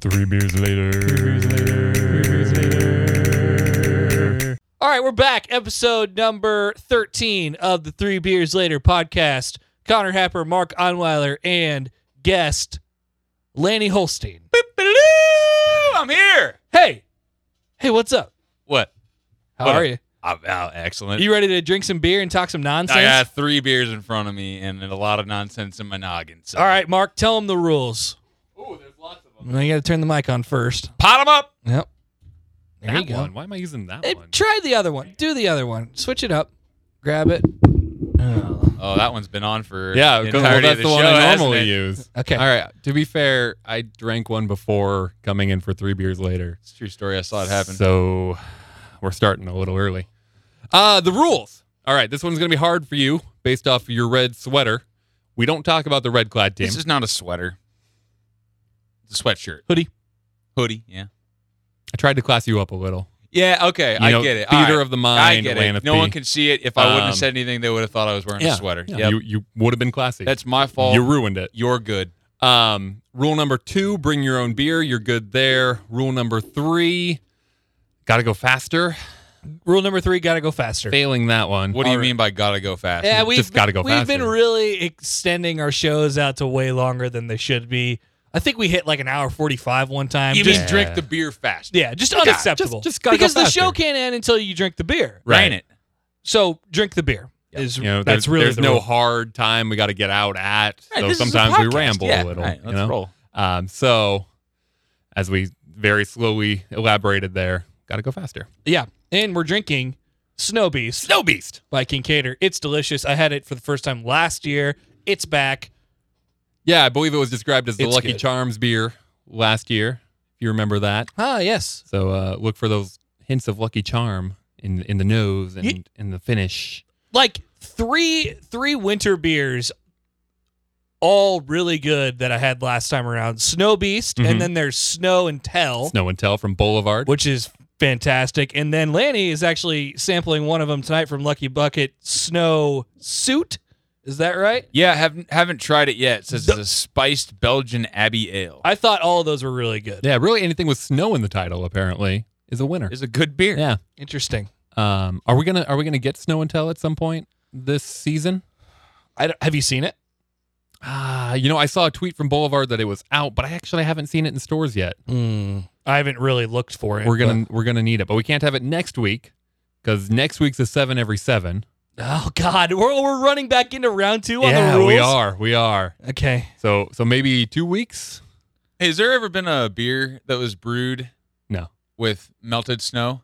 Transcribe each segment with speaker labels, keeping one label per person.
Speaker 1: Three beers later.
Speaker 2: All right, we're back. Episode number 13 of the Three Beers Later podcast. Connor Happer, Mark Onweiler, and guest Lanny Holstein.
Speaker 3: Boop-a-doo! I'm here.
Speaker 2: Hey, hey, what's up?
Speaker 3: What?
Speaker 2: How
Speaker 3: What
Speaker 2: are
Speaker 3: up?
Speaker 2: you?
Speaker 3: I'm out. Excellent.
Speaker 2: You ready to drink some beer and talk some nonsense?
Speaker 3: I got three beers in front of me and a lot of nonsense in my noggin. So.
Speaker 2: All right, Mark, tell them the rules.
Speaker 3: Ooh, there's lots of them.
Speaker 2: Now you got to turn the mic on first.
Speaker 3: Pot them up.
Speaker 2: Yep. There
Speaker 1: That
Speaker 2: you go.
Speaker 1: one. Why am I using that
Speaker 2: Hey,
Speaker 1: one?
Speaker 2: try the other one. Do the other one. Switch it up. Grab it. Oh,
Speaker 3: Oh, that one's been on for
Speaker 1: yeah,
Speaker 3: the
Speaker 1: because well,
Speaker 3: entirety
Speaker 1: that's
Speaker 3: of
Speaker 1: the,
Speaker 3: the,
Speaker 1: one
Speaker 3: show,
Speaker 1: I
Speaker 3: hasn't
Speaker 1: normally
Speaker 3: it?
Speaker 1: use.
Speaker 2: Okay.
Speaker 1: All right. To be fair, I drank one before coming in for three beers later.
Speaker 3: It's a true story. I saw it happen.
Speaker 1: So we're starting a little early. Uh, the rules. All right, this one's gonna be hard for you based off your red sweater. We don't talk about the red clad team.
Speaker 3: this is not a sweater. It's a sweatshirt.
Speaker 2: Hoodie.
Speaker 3: Hoodie. Yeah.
Speaker 1: I tried to class you up a little.
Speaker 3: Yeah. Okay.
Speaker 1: You
Speaker 3: I
Speaker 1: know,
Speaker 3: get it. All
Speaker 1: Theater
Speaker 3: right.
Speaker 1: of the mind.
Speaker 3: I get
Speaker 1: Lanith
Speaker 3: it. No
Speaker 1: B.
Speaker 3: one can see it. If I wouldn't
Speaker 1: Um,
Speaker 3: have said anything, they would have thought I was wearing
Speaker 1: yeah,
Speaker 3: a sweater.
Speaker 1: yeah,
Speaker 3: Yep.
Speaker 1: You you would have been classy.
Speaker 3: That's my fault.
Speaker 1: You ruined it.
Speaker 3: You're good.
Speaker 1: Um, rule number two: bring your own beer. You're good there. Rule number three: got to go faster.
Speaker 2: Rule number three, got to go faster.
Speaker 1: Failing that one.
Speaker 3: What do you
Speaker 2: Alright.
Speaker 3: mean by gotta go fast?
Speaker 2: Yeah, we've
Speaker 1: just gotta go
Speaker 2: We've been
Speaker 1: faster.
Speaker 2: really extending our shows out to way longer than they should be. I think we hit like an hour forty-five one time.
Speaker 3: You
Speaker 2: just,
Speaker 3: mean drink the beer fast?
Speaker 2: yeah, just unacceptable.
Speaker 1: just- just gotta go
Speaker 2: because the show
Speaker 1: faster.
Speaker 2: can't end until you drink the beer.
Speaker 1: Right.
Speaker 3: Rain it.
Speaker 2: So drink the beer
Speaker 3: Yeah.
Speaker 2: is
Speaker 1: You know,
Speaker 2: that's
Speaker 1: there's,
Speaker 2: really
Speaker 1: there's
Speaker 2: the
Speaker 1: no
Speaker 2: rule.
Speaker 1: hard time we got to get out at.
Speaker 2: Right,
Speaker 1: so
Speaker 2: this is a
Speaker 1: sometimes we
Speaker 2: podcast.
Speaker 1: ramble
Speaker 3: yeah.
Speaker 1: a little.
Speaker 3: all right, let's
Speaker 1: you know?
Speaker 3: roll.
Speaker 1: Um, so as we very slowly elaborated there, got to go faster.
Speaker 2: yeah, and we're drinking Snow Beast
Speaker 1: Snow Beast.
Speaker 2: by Kincaidor. It's delicious. I had it for the first time last year. It's back.
Speaker 1: Yeah, I believe it was described as the
Speaker 2: It's
Speaker 1: Lucky
Speaker 2: good.
Speaker 1: Charms beer last year. If you remember that.
Speaker 2: Ah, yes.
Speaker 1: So uh, look for those hints of Lucky Charm in in the nose and
Speaker 2: Ye-
Speaker 1: in the finish.
Speaker 2: like three three winter beers all really good that I had last time around. Snow Beast,
Speaker 1: Mhm.
Speaker 2: and then there's Snow and Tell,
Speaker 1: Snow and Tell from Boulevard.
Speaker 2: which is fantastic. And then Lanny is actually sampling one of them tonight from Lucky Bucket Snow Suit. Is that right?
Speaker 3: Yeah, haven't haven't tried it yet. It says
Speaker 2: The-
Speaker 3: it's a spiced Belgian Abbey Ale.
Speaker 2: I thought all of those were really good.
Speaker 1: Yeah, really anything with snow in the title apparently is a winner.
Speaker 3: It's a good beer.
Speaker 1: Yeah.
Speaker 2: Interesting.
Speaker 1: Um, are we gonna are we gonna get Snow and Tell at some point this season?
Speaker 2: I don't- have you seen it?
Speaker 1: Ah, you know, I saw a tweet from Boulevard that it was out, but I actually haven't seen it in stores yet.
Speaker 2: I haven't really looked for it.
Speaker 1: Hmm. We're gonna we're gonna need it, but we can't have it next week because next week's a seven every seven.
Speaker 2: but- oh God, we're, we're running back into round two on the rules.
Speaker 1: we are, we are.
Speaker 2: Okay.
Speaker 1: So so maybe two weeks.
Speaker 3: Hey, has there ever been a beer that was brewed?
Speaker 1: No.
Speaker 3: With melted snow,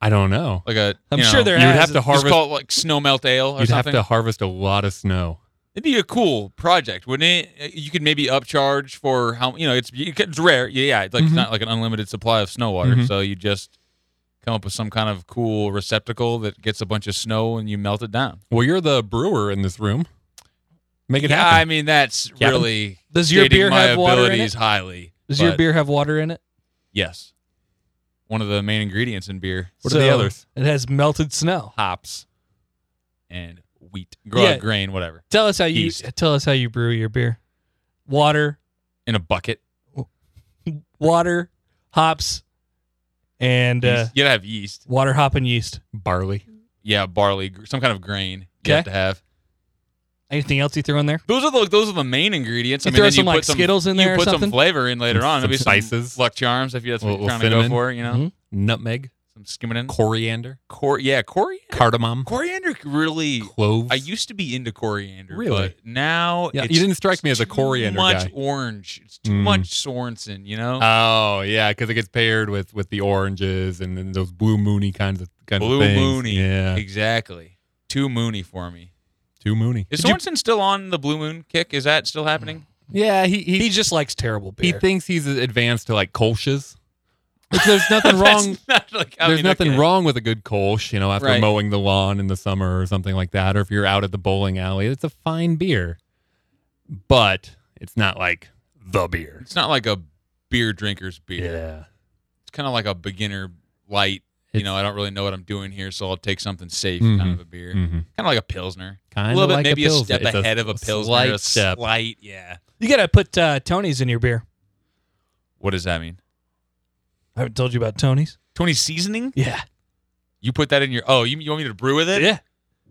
Speaker 1: I don't know.
Speaker 3: like a.
Speaker 2: I'm
Speaker 3: you
Speaker 2: sure
Speaker 3: know,
Speaker 2: there
Speaker 1: you would
Speaker 2: has-
Speaker 1: have to
Speaker 3: Just
Speaker 1: harvest.
Speaker 3: call it like snow melt ale or
Speaker 1: You'd have
Speaker 3: something.
Speaker 1: to harvest a lot of snow.
Speaker 3: It'd be a cool project, wouldn't it? Uh, You could maybe upcharge for how you know it's you could- it's rare. Yeah, it's like it's
Speaker 1: Mhm.
Speaker 3: not like an unlimited supply of snow water,
Speaker 1: Mhm.
Speaker 3: so you just come up with some kind of cool receptacle that gets a bunch of snow and you melt it down.
Speaker 1: Well, you're the brewer in this room. Make it
Speaker 3: yeah, I
Speaker 1: happen.
Speaker 3: mean that's
Speaker 1: Kevin?
Speaker 3: really
Speaker 2: Does your
Speaker 3: stating
Speaker 2: beer
Speaker 3: my
Speaker 2: have water in
Speaker 3: abilities
Speaker 2: it?
Speaker 3: highly.
Speaker 2: Does your
Speaker 3: but
Speaker 2: beer have water in it?
Speaker 3: Yes, one of the main ingredients in beer,
Speaker 1: What are the others?
Speaker 2: It has melted snow.
Speaker 3: hops and wheat, grow
Speaker 2: Yeah.
Speaker 3: grain, whatever,
Speaker 2: Tell us how you
Speaker 3: Yeast.
Speaker 2: tell us how you brew your beer. Water,
Speaker 3: in a bucket.
Speaker 2: water, hops, and uh,
Speaker 3: Yeast. You gotta have yeast.
Speaker 2: water hop and yeast.
Speaker 1: Barley.
Speaker 3: Yeah, barley, gr- some kind of grain. You have
Speaker 2: Okay.
Speaker 3: to have.
Speaker 2: Anything else you threw in there?
Speaker 3: Those are the those are the main ingredients.
Speaker 2: You
Speaker 3: I mean,
Speaker 2: throw
Speaker 3: then
Speaker 2: some
Speaker 3: you
Speaker 2: like
Speaker 3: put some,
Speaker 2: Skittles in there
Speaker 3: You
Speaker 2: or
Speaker 3: put
Speaker 2: something.
Speaker 3: some flavor in later
Speaker 1: Some-
Speaker 3: on. Maybe
Speaker 1: some
Speaker 3: some
Speaker 1: spices.
Speaker 3: Luck Charms if that's
Speaker 1: A
Speaker 3: what
Speaker 1: little
Speaker 3: you're trying to
Speaker 1: cinnamon.
Speaker 3: go for. You know,
Speaker 2: Mhm.
Speaker 1: Nutmeg,
Speaker 3: some skimming.
Speaker 1: coriander,
Speaker 3: Cor- yeah, cori-
Speaker 1: cardamom,
Speaker 3: coriander really.
Speaker 1: cloves.
Speaker 3: I used to be into coriander,
Speaker 1: Really?
Speaker 3: but now
Speaker 1: yeah,
Speaker 3: it's
Speaker 1: you didn't strike me as a
Speaker 3: too
Speaker 1: coriander
Speaker 3: much
Speaker 1: guy.
Speaker 3: orange. It's too
Speaker 1: Mm.
Speaker 3: much Sorensen. You know,
Speaker 1: Oh yeah, because it gets paired with with the oranges and then those blue moony kinds of kinds
Speaker 3: blue
Speaker 1: of things.
Speaker 3: moony.
Speaker 1: Yeah,
Speaker 3: exactly. Too moony for me.
Speaker 1: too moony.
Speaker 3: Is
Speaker 1: Did you-
Speaker 3: Sorensen still on the blue moon kick? Is that still happening?
Speaker 1: yeah, he he,
Speaker 2: He
Speaker 1: he,
Speaker 2: just likes terrible beer.
Speaker 1: thinks he's advanced to like Kolsch's. Which there's nothing
Speaker 3: That's
Speaker 1: wrong.
Speaker 3: not like- I
Speaker 1: there's
Speaker 3: mean,
Speaker 1: nothing
Speaker 3: okay.
Speaker 1: wrong with a good Kolsch, you know, after
Speaker 3: Right.
Speaker 1: mowing the lawn in the summer or something like that, or if you're out at the bowling alley, it's a fine beer. But it's not like the beer.
Speaker 3: It's not like a beer drinker's beer.
Speaker 1: Yeah.
Speaker 3: it's kind of like a beginner light. you
Speaker 1: It's-
Speaker 3: know, I don't really know what I'm doing here, so I'll take something safe,
Speaker 1: Mhm.
Speaker 3: kind of a beer,
Speaker 1: Mm-hmm.
Speaker 3: kind of like a pilsner,
Speaker 1: Kind
Speaker 3: a little
Speaker 1: of
Speaker 3: bit,
Speaker 1: like
Speaker 3: maybe
Speaker 1: a,
Speaker 3: a,
Speaker 1: pilsner.
Speaker 3: step
Speaker 1: It's
Speaker 3: ahead of a pilsner,
Speaker 1: slight
Speaker 3: a
Speaker 1: step.
Speaker 3: slight, yeah.
Speaker 2: you gotta put uh, Tony's in your beer.
Speaker 3: What does that mean?
Speaker 2: I haven't told you about Tony's.
Speaker 3: Tony seasoning?
Speaker 2: Yeah.
Speaker 3: You put that in your oh, you, you want me to brew with it?
Speaker 2: Yeah.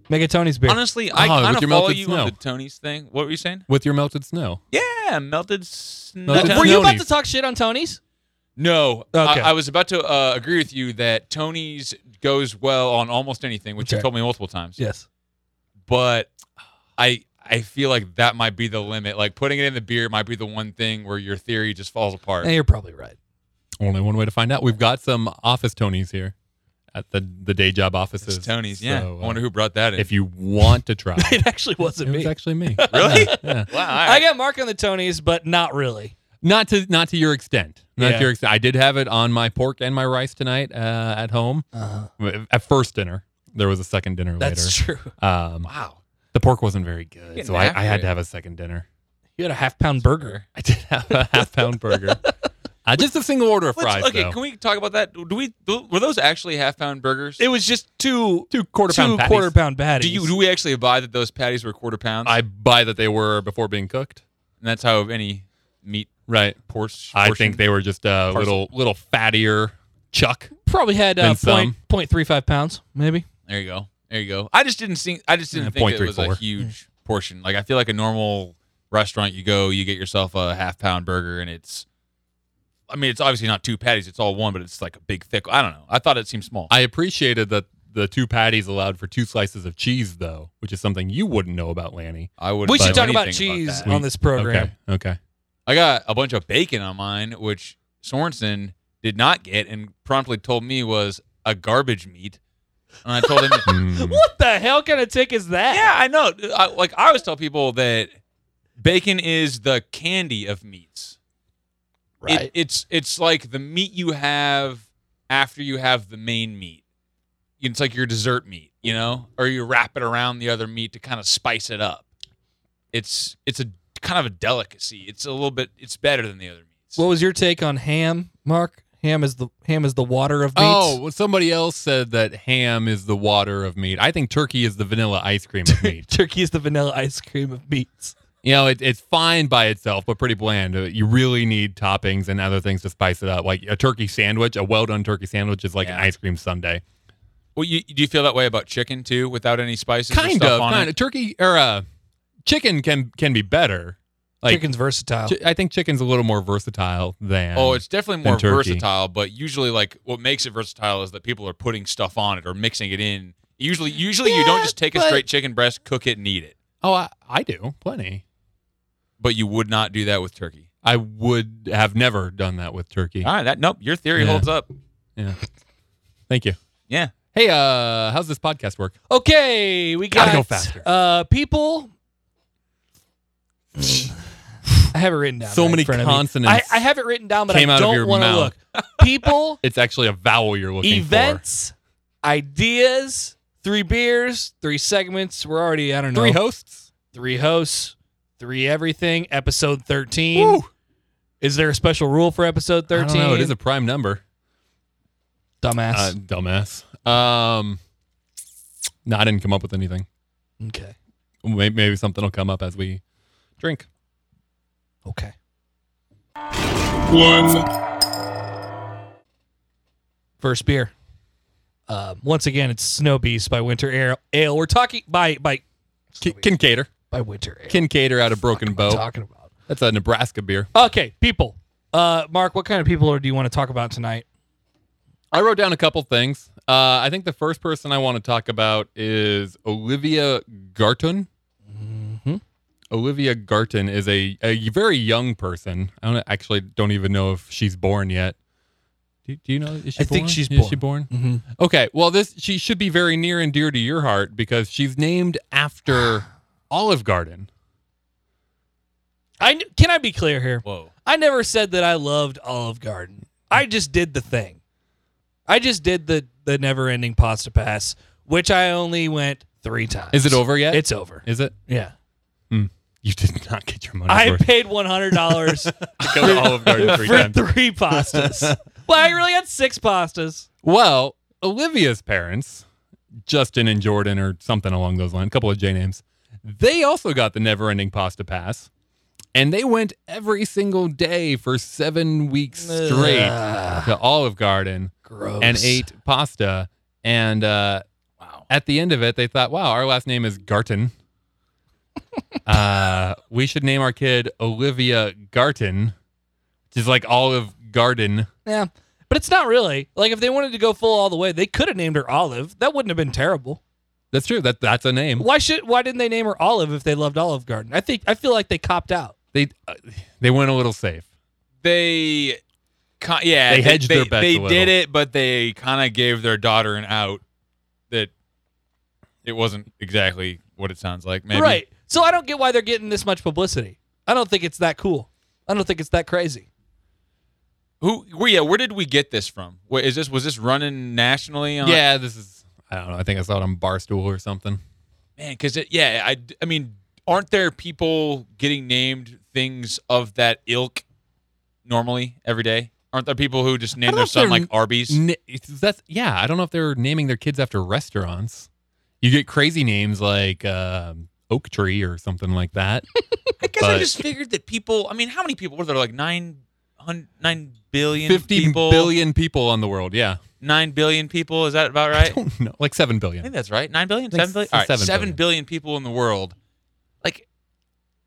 Speaker 2: Make a Tony's beer.
Speaker 3: Honestly, I
Speaker 1: Oh, with
Speaker 3: kind of
Speaker 1: your
Speaker 3: follow
Speaker 1: melted
Speaker 3: you
Speaker 1: snow.
Speaker 3: on the Tony's thing. What were you saying?
Speaker 1: with your melted snow.
Speaker 3: Yeah, melted snow.
Speaker 2: Th-
Speaker 1: Melted
Speaker 2: were you about
Speaker 1: Tony's.
Speaker 2: to talk shit on Tony's?
Speaker 3: No,
Speaker 2: Okay.
Speaker 3: I, I was about to uh, agree with you that Tony's goes well on almost anything, which
Speaker 2: Okay.
Speaker 3: you told me multiple times.
Speaker 2: Yes.
Speaker 3: But I I feel like that might be the limit. Like putting it in the beer might be the one thing where your theory just falls apart.
Speaker 2: And you're probably right.
Speaker 1: Only one way to find out. We've got some office Tonys here at the the day job offices.
Speaker 3: It's Tony's, yeah.
Speaker 1: So, uh,
Speaker 3: I wonder who brought that in.
Speaker 1: if you want to try.
Speaker 2: It actually wasn't
Speaker 1: it
Speaker 2: me.
Speaker 1: was actually me.
Speaker 3: really?
Speaker 1: Yeah, yeah.
Speaker 3: wow. all
Speaker 2: I
Speaker 3: right.
Speaker 2: got Mark on the Tony's, but not really.
Speaker 1: Not to not to your extent. Not
Speaker 2: Yeah.
Speaker 1: to your extent. I did have it on my pork and my rice tonight uh, at home
Speaker 2: Uh-huh.
Speaker 1: at first dinner. There was a second dinner
Speaker 2: That's
Speaker 1: later.
Speaker 2: true.
Speaker 1: Um,
Speaker 3: wow.
Speaker 1: the pork wasn't very good,
Speaker 3: Getting
Speaker 1: so I, I
Speaker 3: after
Speaker 1: had
Speaker 3: it.
Speaker 1: to have a second dinner.
Speaker 2: You had a half pound burger.
Speaker 1: I did have a half pound burger. Uh, just a single order of
Speaker 3: Let's-
Speaker 1: fries,
Speaker 3: okay,
Speaker 1: though.
Speaker 3: can we talk about that? Do we do, were those actually half pound burgers?
Speaker 2: It was just two
Speaker 1: Two quarter
Speaker 2: two
Speaker 1: pound patties.
Speaker 2: quarter pound patties.
Speaker 3: do you do we actually buy that those patties were quarter pounds?
Speaker 1: I buy that they were before being cooked.
Speaker 3: and that's how any meat
Speaker 1: Right.
Speaker 3: por-
Speaker 1: I
Speaker 3: portion-
Speaker 1: think they were just a
Speaker 3: Parcel.
Speaker 1: little little fattier chuck.
Speaker 2: probably had uh,
Speaker 1: Then some.
Speaker 2: point, point three five pounds, maybe.
Speaker 3: There you go. There you go. I just didn't see. I just didn't
Speaker 1: Yeah,
Speaker 3: think it was
Speaker 1: 0.34.
Speaker 3: a huge portion. Like I feel like a normal restaurant, you go, you get yourself a half pound burger, and it's. I mean, it's obviously not two patties; it's all one, but it's like a big thick. I don't know. I thought it seemed small.
Speaker 1: I appreciated that the two patties allowed for two slices of cheese, though, which is something you wouldn't know about, Lanny.
Speaker 3: I would.
Speaker 2: We should talk about
Speaker 3: anything
Speaker 2: cheese
Speaker 3: that.
Speaker 1: We-
Speaker 2: on this program.
Speaker 1: Okay. Okay.
Speaker 3: I got a bunch of bacon on mine, which Sorensen did not get, and promptly told me was a garbage meat. And I told him,
Speaker 1: Mm.
Speaker 2: What the hell kind of tick is that?
Speaker 3: "Yeah, I know." I, like I always tell people that bacon is the candy of meats. It-
Speaker 2: Right.
Speaker 3: it's it's like the meat you have after you have the main meat. It's like your dessert meat, you know, or you wrap it around the other meat to kind of spice it up. It's it's a kind of a delicacy. It's a little bit. It's better than the other meats.
Speaker 2: What was your take on ham, Mark? Ham is the ham is the water of meats.
Speaker 1: Oh, well, somebody else said that ham is the water of meat. I think turkey is the vanilla ice cream of meat.
Speaker 2: turkey is the vanilla ice cream of meats.
Speaker 1: you know, it, it's fine by itself, but pretty bland. Uh, You really need toppings and other things to spice it up. Like a turkey sandwich, a well done turkey sandwich is like an
Speaker 3: Yeah.
Speaker 1: ice cream sundae.
Speaker 3: Well, you, do you feel that way about chicken too, without any spices? or
Speaker 1: Kind
Speaker 3: stuff
Speaker 1: of,
Speaker 3: on
Speaker 1: kind
Speaker 3: it?
Speaker 1: of. Turkey or uh, chicken can can be better. Like
Speaker 2: Chicken's versatile.
Speaker 1: Chi- I think chicken's a little more versatile than.
Speaker 3: Oh, it's definitely
Speaker 1: than
Speaker 3: more
Speaker 1: turkey.
Speaker 3: versatile, but usually, like, what makes it versatile is that people are putting stuff on it or mixing it in. Usually, usually you
Speaker 1: Yeah,
Speaker 3: don't just take a
Speaker 1: but-
Speaker 3: straight chicken breast, cook it, and eat it.
Speaker 1: oh, I, I do plenty.
Speaker 3: But you would not do that with turkey.
Speaker 1: I would have never done that with turkey.
Speaker 3: All right, that nope, your theory
Speaker 1: Yeah.
Speaker 3: holds up.
Speaker 1: Yeah. Thank you.
Speaker 3: Yeah,
Speaker 1: Hey, uh, how's this podcast work?
Speaker 2: okay, we got
Speaker 1: Gotta go faster.
Speaker 2: Uh, people. I have it written down.
Speaker 1: So
Speaker 2: right in
Speaker 1: many
Speaker 2: front of me.
Speaker 1: consonants
Speaker 2: I, I have it written down, but
Speaker 1: came
Speaker 2: I
Speaker 1: out of your
Speaker 2: don't want to
Speaker 1: mouth.
Speaker 2: look. People,
Speaker 1: It's actually a vowel you're looking
Speaker 2: events, ideas, three beers, three segments. We're already I don't
Speaker 1: for.
Speaker 2: know
Speaker 1: Three hosts.
Speaker 2: three hosts, three everything. Episode thirteen.
Speaker 1: Woo.
Speaker 2: Is there a special rule for episode
Speaker 1: I don't
Speaker 2: thirteen?
Speaker 1: know. It is a prime number.
Speaker 2: dumbass.
Speaker 1: Uh, dumbass. Um, no, I didn't come up with anything. uh,
Speaker 2: okay.
Speaker 1: Maybe, maybe something will come up as we drink.
Speaker 2: Okay. First beer. Uh, once again, it's Snow Beast by Winter Ale. Ale. We're talking by by
Speaker 1: K- Kincaidor.
Speaker 2: by Winter Ale.
Speaker 1: Kincaidor out of Broken
Speaker 2: What am I
Speaker 1: Bow.
Speaker 2: Talking about.
Speaker 1: That's a Nebraska beer.
Speaker 2: Okay, people. Uh, Mark, what kind of people do you want to talk about tonight?
Speaker 1: I wrote down a couple things. Uh, I think the first person I want to talk about is Olivia Garton. Mm-hmm. Olivia Garton is a, a very young person. I don't actually don't even know if she's born yet. Do, do you know? Is she
Speaker 2: I think
Speaker 1: born?
Speaker 2: she's
Speaker 1: Is she born? Mm-hmm. Okay. Well, this she should be very near and dear to your heart because she's named after Olive Garden.
Speaker 2: I can I be clear here?
Speaker 3: whoa,
Speaker 2: I never said that I loved Olive Garden. I just did the thing. I just did the the never ending pasta pass, which I only went three times.
Speaker 1: Is it over yet?
Speaker 2: It's over.
Speaker 1: Is it?
Speaker 2: Yeah.
Speaker 1: You did not get your money.
Speaker 2: I
Speaker 1: worth.
Speaker 2: paid one hundred dollars
Speaker 1: to go to Olive Garden three
Speaker 2: for
Speaker 1: times.
Speaker 2: three pastas. well, I really had six pastas.
Speaker 1: Well, Olivia's parents, Justin and Jordan, or something along those lines, a couple of J names, they also got the never ending pasta pass. And they went every single day for seven weeks straight
Speaker 2: Ugh.
Speaker 1: to Olive Garden
Speaker 2: Gross.
Speaker 1: and ate pasta. And uh,
Speaker 3: Wow.
Speaker 1: at the end of it, they thought, wow, our last name is Garten. uh, we should name our kid Olivia Garten, which is like Olive Garden.
Speaker 2: Yeah. But it's not really. Like, if they wanted to go full all the way, they could have named her Olive. That wouldn't have been terrible.
Speaker 1: That's true. That That's a name.
Speaker 2: Why should? Why didn't they name her Olive if they loved Olive Garden? I think I feel like they copped out.
Speaker 1: They, uh, they went a little safe.
Speaker 3: They, ki- yeah,
Speaker 1: They hedged
Speaker 3: they,
Speaker 1: their bets
Speaker 3: They
Speaker 1: a little.
Speaker 3: did it, but they kind of gave their daughter an out that it wasn't exactly what it sounds like. Maybe
Speaker 2: Right. So I don't get why they're getting this much publicity. I don't think it's that cool. I don't think it's that crazy.
Speaker 3: Who? Where, yeah. Where did we get this from? What, is this? Was this running nationally? On,
Speaker 1: Yeah, this is. I don't know. I think I saw it on Barstool or something.
Speaker 3: man. Because yeah, I, I mean, aren't there people getting named things of that ilk normally every day? Aren't there people who just name
Speaker 1: don't know
Speaker 3: their
Speaker 1: if
Speaker 3: son
Speaker 1: they're-
Speaker 3: like Arby's?
Speaker 1: N- it's- that's yeah. I don't know if they're naming their kids after restaurants. You get crazy names like um, Oak Tree or something like that.
Speaker 3: I guess I
Speaker 1: But-
Speaker 3: just figured that people. I mean, how many people? What are there like nine hun- nine billion?
Speaker 1: Fifty billion
Speaker 3: people,
Speaker 1: people on the world. Yeah,
Speaker 3: Nine billion people. Is that about
Speaker 1: I
Speaker 3: right?
Speaker 1: don't know. Like seven
Speaker 3: I
Speaker 1: billion.
Speaker 3: think that's right. Nine billion?
Speaker 1: I think
Speaker 3: Seven billion?
Speaker 1: s-
Speaker 3: All right,
Speaker 1: seven
Speaker 3: seven
Speaker 1: billion.
Speaker 3: billion people in the world. Like,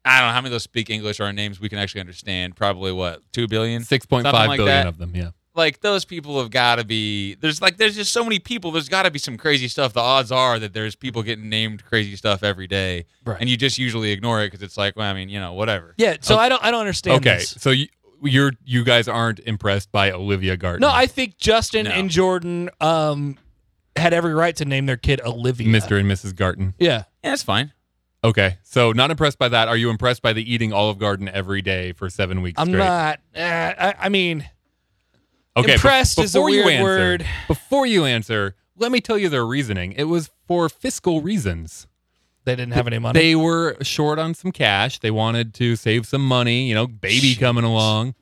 Speaker 3: I don't know how many of those speak English or are names we can actually understand. Probably what two billion.
Speaker 1: Six point
Speaker 3: Something
Speaker 1: five
Speaker 3: like
Speaker 1: billion
Speaker 3: that.
Speaker 1: of them. Yeah.
Speaker 3: Like those people have got to be. There's like there's just so many people. There's got to be some crazy stuff. The odds are that there's people getting named crazy stuff every day,
Speaker 2: Right.
Speaker 3: and you just usually ignore it because it's like, well, I mean, you know, whatever.
Speaker 2: Yeah. So I don't. I don't understand.
Speaker 1: Okay,
Speaker 2: this.
Speaker 1: so you, you're you guys aren't impressed by Olivia Garten?
Speaker 2: No, I think Justin
Speaker 3: No.
Speaker 2: and Jordan um had every right to name their kid Olivia.
Speaker 1: Mr. and Mrs. Garten.
Speaker 2: Yeah.
Speaker 3: Yeah, that's fine.
Speaker 1: Okay, so not impressed by that. Are you impressed by the eating Olive Garden every day for seven weeks
Speaker 2: I'm
Speaker 1: straight?
Speaker 2: not. Uh, I, I mean,
Speaker 1: Okay, bef-
Speaker 2: Impressed is a
Speaker 1: before you
Speaker 2: weird
Speaker 1: answer-
Speaker 2: word.
Speaker 1: Before you answer, let me tell you their reasoning. It was for fiscal reasons.
Speaker 2: they didn't have any money.
Speaker 1: They were short on some cash. They wanted to save some money, you know, baby coming along.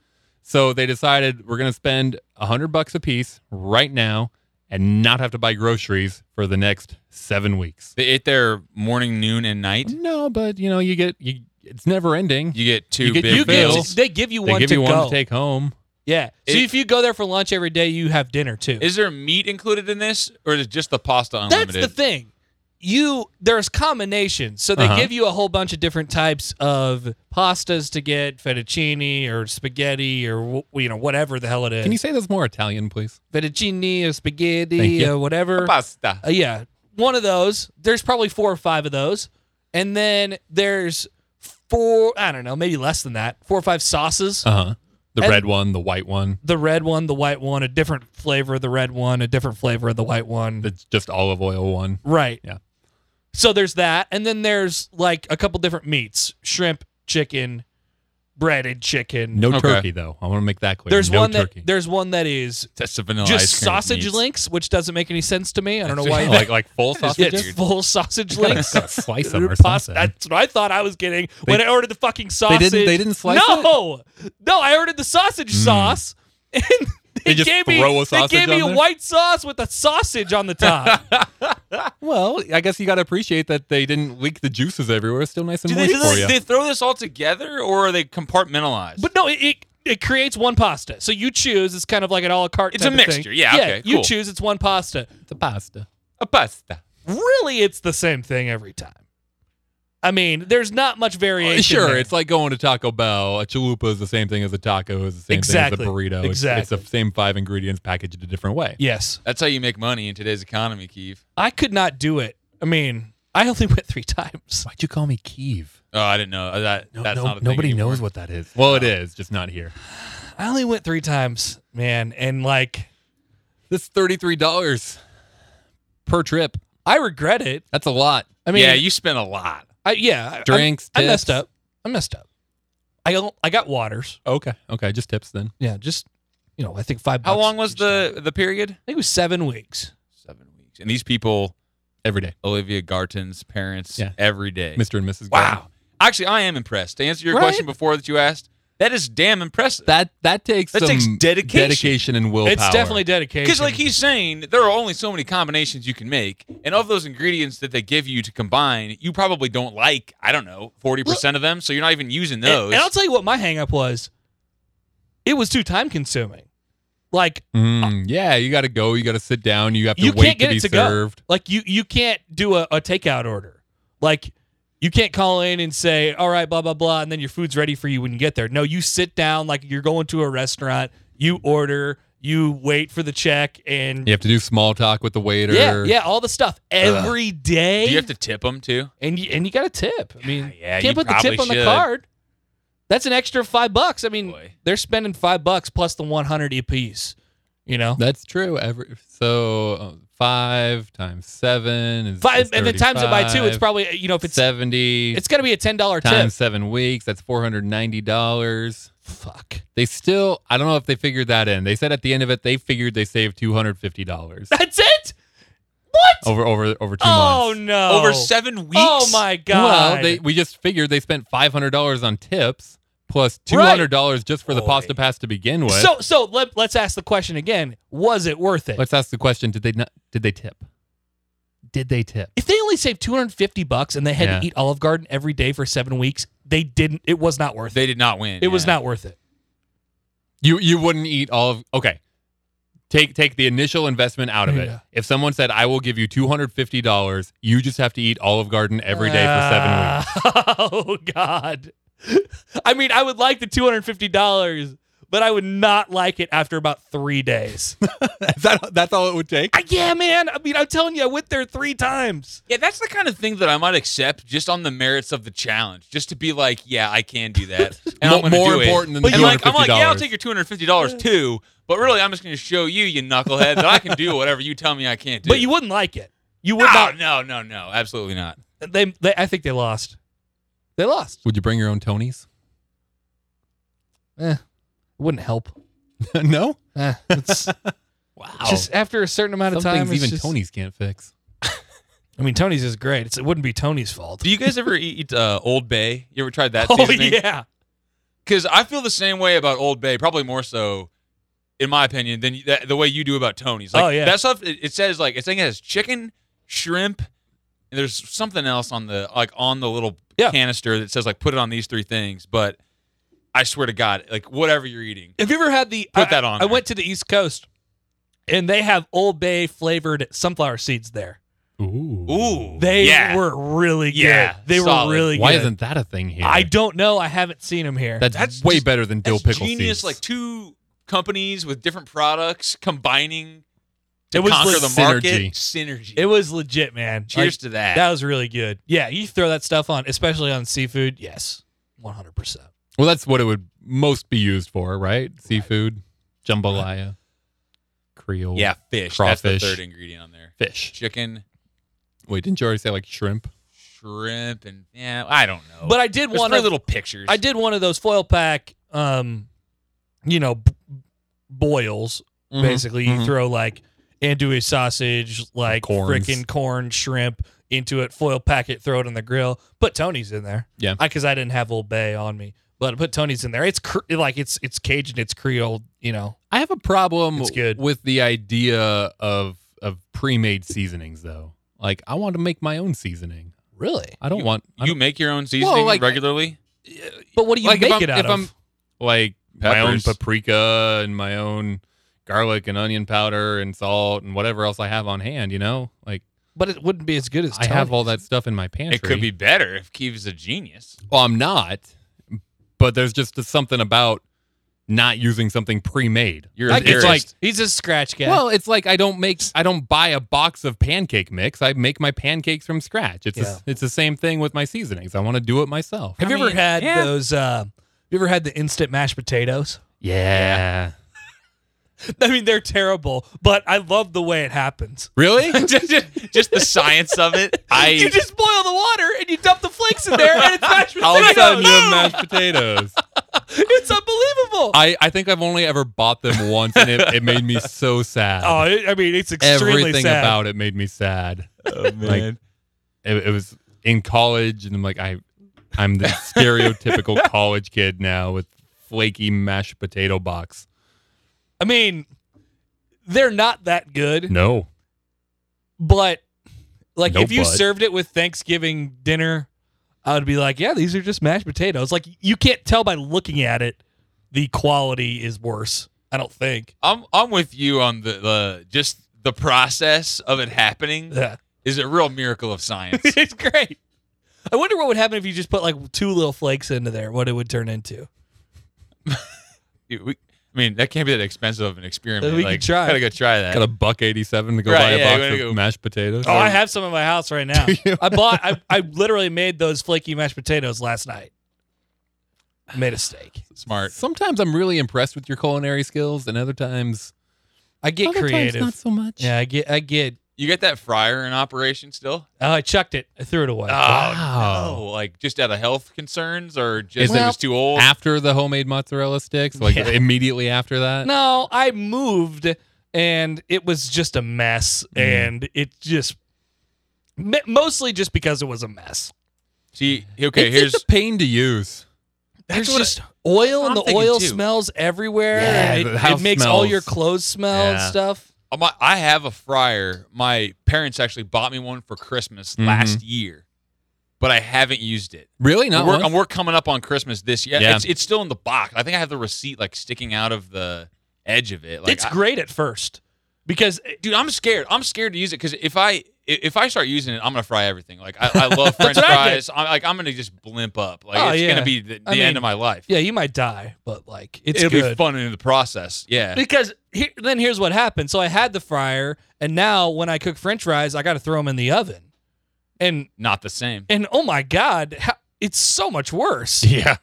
Speaker 1: So they decided we're going to spend a 100 bucks a piece right now and not have to buy groceries for the next 7 weeks.
Speaker 3: They ate their morning, noon, and night.
Speaker 1: No, but you know, you get you it's never ending.
Speaker 3: You get two
Speaker 1: You get-
Speaker 3: big
Speaker 2: you
Speaker 1: Bill.
Speaker 2: get,
Speaker 3: bills.
Speaker 2: they give you
Speaker 1: They
Speaker 2: one
Speaker 1: give
Speaker 2: to
Speaker 1: you
Speaker 2: go.
Speaker 1: one to take home.
Speaker 2: yeah. So
Speaker 3: It-
Speaker 2: if you go there for lunch every day, you have dinner too.
Speaker 3: Is there meat included in this, or is it just the pasta
Speaker 2: That's
Speaker 3: unlimited?
Speaker 2: the thing. You there's combinations, so they
Speaker 1: Uh-huh.
Speaker 2: give you a whole bunch of different types of pastas to get, fettuccine or spaghetti or wh- you know whatever the hell it is.
Speaker 1: Can you say this more Italian, please?
Speaker 2: fettuccine or
Speaker 1: Thank
Speaker 2: spaghetti
Speaker 1: you.
Speaker 2: or whatever.
Speaker 3: Pasta.
Speaker 2: Uh, yeah, one of those. There's probably four or five of those, and then there's four. I don't know, maybe less than that. Four or five sauces.
Speaker 1: Uh-huh. The
Speaker 2: And-
Speaker 1: red one, the white one,
Speaker 2: the red one, the white one, a different flavor of the red one, a different flavor of the white one.
Speaker 1: the just olive oil one.
Speaker 2: right.
Speaker 1: Yeah.
Speaker 2: So there's that, and then there's like a couple different meats: shrimp, chicken, breaded chicken.
Speaker 1: No
Speaker 3: Okay.
Speaker 1: turkey though. I want to make that clear.
Speaker 2: There's
Speaker 1: no
Speaker 2: one
Speaker 1: turkey. Oh,
Speaker 2: that there's one that is
Speaker 3: That's the vanilla
Speaker 2: just
Speaker 3: ice cream with
Speaker 2: sausage
Speaker 3: meats.
Speaker 2: links, which doesn't make any sense to me. I don't know
Speaker 1: Yeah,
Speaker 2: why.
Speaker 1: Oh, like like full
Speaker 2: Yeah,
Speaker 1: sausages.
Speaker 2: it's full sausage
Speaker 1: Gotta-
Speaker 2: links.
Speaker 1: gotta slice 'em or
Speaker 2: Pos-
Speaker 1: something.
Speaker 2: That's what I thought I was getting when I ordered the fucking sausage.
Speaker 1: didn't- they didn't slice Hmm.
Speaker 2: no, no. I ordered the sausage sauce, and they,
Speaker 1: They just
Speaker 2: gave
Speaker 1: throw a
Speaker 2: me
Speaker 1: sausage
Speaker 2: they gave me
Speaker 1: on
Speaker 2: a
Speaker 1: there?
Speaker 2: white sauce with a sausage on the top.
Speaker 1: Well, I guess you got to appreciate that they didn't leak the juices everywhere. It's still nice and
Speaker 3: Do they,
Speaker 1: moist
Speaker 3: do
Speaker 1: for
Speaker 3: they,
Speaker 1: you.
Speaker 3: they throw this all together, or are they compartmentalized?
Speaker 2: but no, it, it it creates one pasta. So you choose. It's kind of like an a la carte.
Speaker 3: It's
Speaker 2: type
Speaker 3: a
Speaker 2: of thing.
Speaker 3: mixture. Yeah, okay,
Speaker 2: You
Speaker 3: cool.
Speaker 2: choose. It's one pasta.
Speaker 1: the pasta.
Speaker 3: a pasta.
Speaker 2: Really, it's the same thing every time. I mean, there's not
Speaker 3: Uh,
Speaker 2: much variation.
Speaker 1: sure,
Speaker 2: there.
Speaker 1: it's like going to Taco Bell. A chalupa is the same thing as a taco. Is the same
Speaker 2: Exactly.
Speaker 1: thing as a burrito. It's-
Speaker 2: Exactly.
Speaker 1: It's the same five ingredients packaged a different way.
Speaker 2: yes.
Speaker 3: That's how you make money in today's economy, Keeve.
Speaker 2: I could not do it. I mean, I only went three times.
Speaker 1: Why'd you call me Kiev?
Speaker 3: Oh, I didn't know Uh, that. that's not a thing anymore.
Speaker 1: knows what that is. Well, it is, just not here.
Speaker 2: I only went three times, man. And like,
Speaker 1: This thirty-three dollars per trip.
Speaker 2: I regret it.
Speaker 1: That's a lot.
Speaker 2: I mean,
Speaker 3: yeah, you spend a lot.
Speaker 2: I, yeah, I-
Speaker 1: Drinks,
Speaker 2: I, I messed
Speaker 1: tips.
Speaker 2: up. I messed up. I don't- I got waters.
Speaker 1: Okay, okay, just tips then.
Speaker 2: Yeah, just you know, I think five.
Speaker 3: How
Speaker 2: bucks
Speaker 3: long was
Speaker 2: each time.
Speaker 3: the the period?
Speaker 2: I think it was seven weeks.
Speaker 3: Seven weeks. And these people,
Speaker 1: Every day,
Speaker 3: Olivia Garton's parents,
Speaker 1: Yeah.
Speaker 3: every day.
Speaker 1: Mr. and Mrs. Garden.
Speaker 3: Wow. Actually, I am impressed. To answer your
Speaker 2: Right?
Speaker 3: question before that you asked, That is damn impressive.
Speaker 1: That that takes
Speaker 3: That
Speaker 1: some
Speaker 3: takes dedication.
Speaker 1: dedication and willpower.
Speaker 2: It's definitely dedication.
Speaker 3: Because like he's saying, there are only so many combinations you can make, and of those ingredients that they give you to combine, you probably don't like. I don't know, forty percent of them, so you're not even using
Speaker 2: And-
Speaker 3: those.
Speaker 2: And, I'll tell you what my hangup was. It was too time consuming. Like
Speaker 1: Mm, yeah, you got to go. You got to sit down. You have to
Speaker 2: you
Speaker 1: wait
Speaker 2: can't get
Speaker 1: to be
Speaker 2: it to
Speaker 1: served.
Speaker 2: go. Like you you can't do a, a takeout order. Like you can't call in and say, all right, blah, blah, blah, and then your food's ready for you when you get there. No, you sit down like you're going to a restaurant, you order, you wait for the check and
Speaker 1: You have to do small talk with the waiter.
Speaker 2: yeah, yeah, all the stuff every day,
Speaker 3: Do you have to tip them too?
Speaker 2: and you, and you got a tip. I mean,
Speaker 3: yeah,
Speaker 2: can't
Speaker 3: you
Speaker 2: put the tip
Speaker 3: probably
Speaker 2: on the
Speaker 3: should.
Speaker 2: card. That's an extra five bucks. I mean,
Speaker 3: Boy.
Speaker 2: they're spending five bucks plus the one hundred apiece. You know,
Speaker 1: that's true. Every so uh, five times seven is
Speaker 2: five
Speaker 1: is
Speaker 2: and then times it by two. It's
Speaker 1: 35.
Speaker 2: probably you know if it's
Speaker 1: seventy.
Speaker 2: it's gonna be a ten dollar tip.
Speaker 1: times seven weeks. That's four hundred ninety dollars.
Speaker 2: Fuck,
Speaker 1: They still, I don't know if they figured that in. They said at the end of it, they figured they saved two hundred fifty dollars
Speaker 2: that's it.
Speaker 1: over over over two
Speaker 2: Oh
Speaker 1: months.
Speaker 2: no,
Speaker 3: Over seven weeks.
Speaker 2: Oh my god.
Speaker 1: Well, they, we just figured they spent five hundred dollars on tips plus two hundred dollars just for the
Speaker 3: Boy.
Speaker 1: pasta pass to begin with.
Speaker 2: so so let, let's ask the question again. Was it worth it?
Speaker 1: Let's ask the question: Did they not? Did they tip? Did they tip?
Speaker 2: if they only saved 250 bucks and they had to
Speaker 1: Yeah.
Speaker 2: eat Olive Garden every day for 7 weeks, they didn't it was not worth it.
Speaker 3: They did not win.
Speaker 2: It was
Speaker 3: yeah.
Speaker 2: not worth it.
Speaker 1: You you wouldn't eat all of okay. Take take the initial investment out of it.
Speaker 2: Yeah.
Speaker 1: If someone said, "I will give you two hundred fifty dollars," you just have to eat Olive Garden every day for seven weeks.
Speaker 2: seven weeks. Oh God! I mean, I would like the two hundred fifty dollars, but I would not like it after about three days.
Speaker 1: Is that that's all it would take?
Speaker 2: I, yeah, man. I mean, I'm telling you, I went there three times.
Speaker 3: Yeah, that's the kind of thing that I might accept just on the merits of the challenge, just to be like, yeah, I can do that. And
Speaker 1: Mo-
Speaker 3: I'm gonna
Speaker 1: more
Speaker 3: do it.
Speaker 1: important than the
Speaker 3: and like, I'm like, yeah, I'll
Speaker 1: $250.
Speaker 3: take your two hundred fifty dollars too, but really, I'm just going to show you, you knucklehead, that I can do whatever you tell me I can't do.
Speaker 2: But you wouldn't like it. You would
Speaker 3: no, no, no, no, absolutely not.
Speaker 2: not. They, they, I think they lost. They lost.
Speaker 1: Would you bring your own Tonys?
Speaker 2: Wouldn't help.
Speaker 1: no.
Speaker 2: Eh, it's
Speaker 1: Wow.
Speaker 2: just after a certain amount
Speaker 1: Some
Speaker 2: of time.
Speaker 1: things
Speaker 2: it's
Speaker 1: even Tonys
Speaker 2: just-
Speaker 1: can't fix.
Speaker 2: I mean, Tony's is great. It's, it wouldn't be Tony's fault.
Speaker 3: Do you guys ever eat uh, Old Bay? You ever tried that?
Speaker 2: Oh
Speaker 3: seasoning?
Speaker 2: yeah.
Speaker 3: Because I feel the same way about Old Bay, probably more so, in my opinion, than you- that, the way you do about Tony's. Like,
Speaker 2: Oh, yeah.
Speaker 3: That stuff, it, it says, like, it's like it has chicken, shrimp, and there's something else on the, like, on the little
Speaker 2: Yeah.
Speaker 3: canister that says, like, put it on these three things. But I swear to God, like, whatever you're eating.
Speaker 2: Have you ever had the?
Speaker 3: Put
Speaker 2: I-
Speaker 3: that on
Speaker 2: I
Speaker 3: there.
Speaker 2: went to the East Coast, and they have Old Bay flavored sunflower seeds there.
Speaker 1: Ooh.
Speaker 3: Ooh.
Speaker 2: They
Speaker 3: yeah.
Speaker 2: were really good.
Speaker 3: Yeah,
Speaker 2: they
Speaker 3: solid.
Speaker 2: were really
Speaker 1: Why
Speaker 2: good.
Speaker 1: isn't that a thing here?
Speaker 2: I don't know. I haven't seen them here.
Speaker 1: That's,
Speaker 3: That's
Speaker 1: way
Speaker 3: just-
Speaker 1: better than dill
Speaker 3: That's
Speaker 1: pickle
Speaker 3: genius.
Speaker 1: seeds.
Speaker 3: Like, two companies with different products combining to
Speaker 2: It was
Speaker 3: conquer
Speaker 2: like
Speaker 3: the market. Synergy.
Speaker 2: it was legit, man.
Speaker 3: Cheers
Speaker 2: Like,
Speaker 3: to that.
Speaker 2: that was really good. Yeah, you throw that stuff on, especially on seafood. Yes, one hundred percent.
Speaker 1: well, that's what it would most be used for, right? Seafood, jambalaya, Creole.
Speaker 3: yeah, fish. That's
Speaker 1: Crawfish.
Speaker 3: the third ingredient on there.
Speaker 1: Fish.
Speaker 3: Chicken.
Speaker 1: Wait, didn't you already say like shrimp?
Speaker 3: shrimp and yeah, I don't know.
Speaker 2: But I did
Speaker 3: there's
Speaker 2: one
Speaker 3: three
Speaker 2: of
Speaker 3: little pictures.
Speaker 2: I did one of those foil pack, um, you know, b- boils
Speaker 3: Mm-hmm.
Speaker 2: basically you
Speaker 1: mhm.
Speaker 2: throw like andouille sausage like
Speaker 1: corns.
Speaker 2: freaking corn shrimp into it foil pack it throw it on the grill put tony's in there
Speaker 1: Yeah.
Speaker 2: because I, didn't have old bay on me but I put tony's in there it's cr- like it's it's cajun it's creole you know
Speaker 1: I have a problem
Speaker 2: It's good.
Speaker 1: with the idea of of pre-made seasonings though. Like I want to make my own seasoning.
Speaker 2: really
Speaker 1: I don't want I
Speaker 3: You
Speaker 1: don't-
Speaker 3: make your own seasoning
Speaker 1: like-
Speaker 3: regularly?
Speaker 2: but what do you
Speaker 1: like
Speaker 2: make
Speaker 1: if I'm,
Speaker 2: it out
Speaker 1: if
Speaker 2: of
Speaker 1: I'm like my own
Speaker 3: Peppers.
Speaker 1: paprika and my own garlic and onion powder and salt and whatever else I have on hand, you know? Like
Speaker 2: but it wouldn't be as good as
Speaker 1: I have
Speaker 2: Tony's.
Speaker 1: all that stuff in my pantry.
Speaker 3: It could be better if Keeve's a genius.
Speaker 1: well, I'm not, but there's just something about not using something pre-made.
Speaker 3: You're
Speaker 2: I
Speaker 3: a
Speaker 2: get
Speaker 1: it's
Speaker 2: you.
Speaker 1: like
Speaker 2: he's a scratch guy
Speaker 1: Well, it's like I don't make I don't buy a box of pancake mix. I make my pancakes from scratch. It's
Speaker 2: Yeah.
Speaker 1: the- it's the same thing with my seasonings. I want to do it myself.
Speaker 2: have you
Speaker 3: I
Speaker 2: ever
Speaker 3: mean,
Speaker 2: had
Speaker 3: yeah.
Speaker 2: those uh have you ever had the instant mashed potatoes
Speaker 1: Yeah.
Speaker 2: i mean they're terrible but i love the way it happens
Speaker 1: Really?
Speaker 3: just, just- just the science of it.
Speaker 2: you
Speaker 3: I
Speaker 2: just boil the water and you dump the flakes in there and it's mashed potatoes.
Speaker 1: All of a sudden you have mashed potatoes.
Speaker 2: it's unbelievable.
Speaker 1: I, I think I've only ever bought them once and it, it made me so sad.
Speaker 2: oh, it, I mean, it's extremely
Speaker 1: Everything
Speaker 2: sad.
Speaker 1: about it made me sad.
Speaker 3: oh,
Speaker 1: man. It, it was in college and I'm like I I'm the stereotypical college kid now with flaky mashed potato box.
Speaker 2: I mean, they're not that good.
Speaker 1: No.
Speaker 2: But like
Speaker 1: No
Speaker 2: if you
Speaker 1: but.
Speaker 2: served it with Thanksgiving dinner, I would be like, yeah, these are just mashed potatoes. Like you can't tell by looking at it the quality is worse. I don't think.
Speaker 3: I'm I'm with you on the, the just the process of it happening
Speaker 2: Yeah.
Speaker 3: is a real miracle of science.
Speaker 2: it's great. I wonder what would happen if you just put like two little flakes into there, what it would turn into.
Speaker 3: Dude, we- I mean, that can't be that expensive of an experiment.
Speaker 2: We could
Speaker 3: like,
Speaker 2: try.
Speaker 3: Gotta go try that.
Speaker 1: Got a buck 87 to go
Speaker 3: Right,
Speaker 1: buy a
Speaker 3: yeah, you
Speaker 1: box
Speaker 3: wanna
Speaker 1: of
Speaker 3: go-
Speaker 1: mashed potatoes.
Speaker 2: Oh, I have some in my house right now. I bought I, I literally made those flaky mashed potatoes last night. I made a steak.
Speaker 3: Smart.
Speaker 1: Sometimes I'm really impressed with your culinary skills, and other times,
Speaker 2: I get
Speaker 1: other
Speaker 2: creative.
Speaker 1: times not so much.
Speaker 2: yeah, I get I get
Speaker 3: You got that fryer in operation still? Oh,
Speaker 2: oh I chucked it. I threw it away.
Speaker 1: Uh, Wow.
Speaker 3: no. Like just out of health concerns or just
Speaker 1: Is
Speaker 3: it
Speaker 1: it-
Speaker 3: was too old?
Speaker 1: After the homemade mozzarella sticks, like
Speaker 2: Yeah.
Speaker 1: immediately after that.
Speaker 2: No, I moved and it was just a mess
Speaker 1: Mm.
Speaker 2: and it just m- mostly just because it was a mess.
Speaker 3: See, okay,
Speaker 1: It's-
Speaker 3: here's
Speaker 1: it's a pain to use.
Speaker 2: There's
Speaker 3: what I-
Speaker 2: just oil and
Speaker 3: I'm
Speaker 2: the
Speaker 3: thinking
Speaker 2: oil
Speaker 3: too.
Speaker 2: smells everywhere.
Speaker 1: Yeah,
Speaker 2: and
Speaker 1: the
Speaker 2: it, it
Speaker 1: house
Speaker 2: makes all
Speaker 1: smells.
Speaker 2: your clothes smell and
Speaker 1: Yeah.
Speaker 2: stuff.
Speaker 3: Um, I- I have a fryer. My parents actually bought me one for Christmas
Speaker 2: Mm-hmm.
Speaker 1: Mhm.
Speaker 3: last year, but I haven't used it.
Speaker 1: Really, not
Speaker 3: we're,
Speaker 2: Uh-huh.
Speaker 1: once?
Speaker 3: and we're coming up on Christmas this year.
Speaker 1: Yeah.
Speaker 3: It's, it's still in the box. I think I have the receipt like sticking out of the edge of it. Like,
Speaker 2: it's
Speaker 3: I-
Speaker 2: great at first because
Speaker 3: dude, I'm scared. I'm scared to use it because if I if I start using it, I'm gonna fry everything. Like I, I love French
Speaker 2: what I did.
Speaker 3: fries. I'm like I'm gonna just blimp up. Like
Speaker 2: Oh,
Speaker 3: it's
Speaker 2: yeah.
Speaker 3: gonna be the, the
Speaker 2: I mean,
Speaker 3: end of my life.
Speaker 2: yeah, you might die, but like it's
Speaker 3: It'll
Speaker 2: good.
Speaker 3: be fun in the process. Yeah.
Speaker 2: Because here, then here's what happened. So I had the fryer, and now when I cook French fries, I got to throw them in the oven, and
Speaker 3: Not the same.
Speaker 2: and oh my god, how, it's so much worse.
Speaker 1: yeah,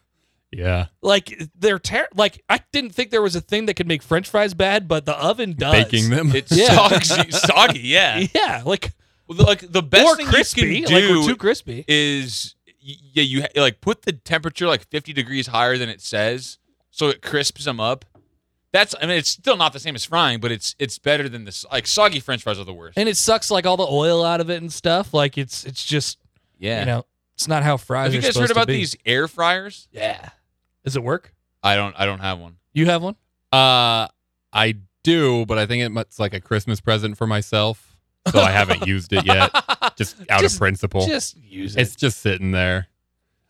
Speaker 1: yeah.
Speaker 2: Like they're ter- like I didn't think there was a thing that could make French fries bad, but the oven does.
Speaker 1: Baking them.
Speaker 3: Uh, It's
Speaker 2: Yeah.
Speaker 3: soggy, soggy, yeah.
Speaker 2: yeah, like
Speaker 3: Well, the- Like the best
Speaker 2: or
Speaker 3: thing
Speaker 2: crispy,
Speaker 3: you
Speaker 2: like
Speaker 3: can
Speaker 2: we're
Speaker 3: do
Speaker 2: too crispy.
Speaker 3: is y- yeah, you ha- like put the temperature like 50 degrees higher than it says, so it crisps them up. That's I mean it's still not the same as frying, but it's it's better than this. Like soggy French fries are the worst.
Speaker 2: and it sucks like all the oil out of it and stuff. Like it's it's just
Speaker 3: Yeah.
Speaker 2: you know it's not how fries.
Speaker 3: Have you
Speaker 2: are
Speaker 3: guys
Speaker 2: supposed
Speaker 3: heard
Speaker 2: to
Speaker 3: about
Speaker 2: be.
Speaker 3: these air fryers?
Speaker 2: Yeah, does it work?
Speaker 3: I don't. I don't have one.
Speaker 2: You have one?
Speaker 1: Uh, I do, but I think it mu- it's like a Christmas present for myself, so I haven't used it yet, just out
Speaker 2: Just-
Speaker 1: of principle.
Speaker 2: Just use it.
Speaker 1: it's just sitting there.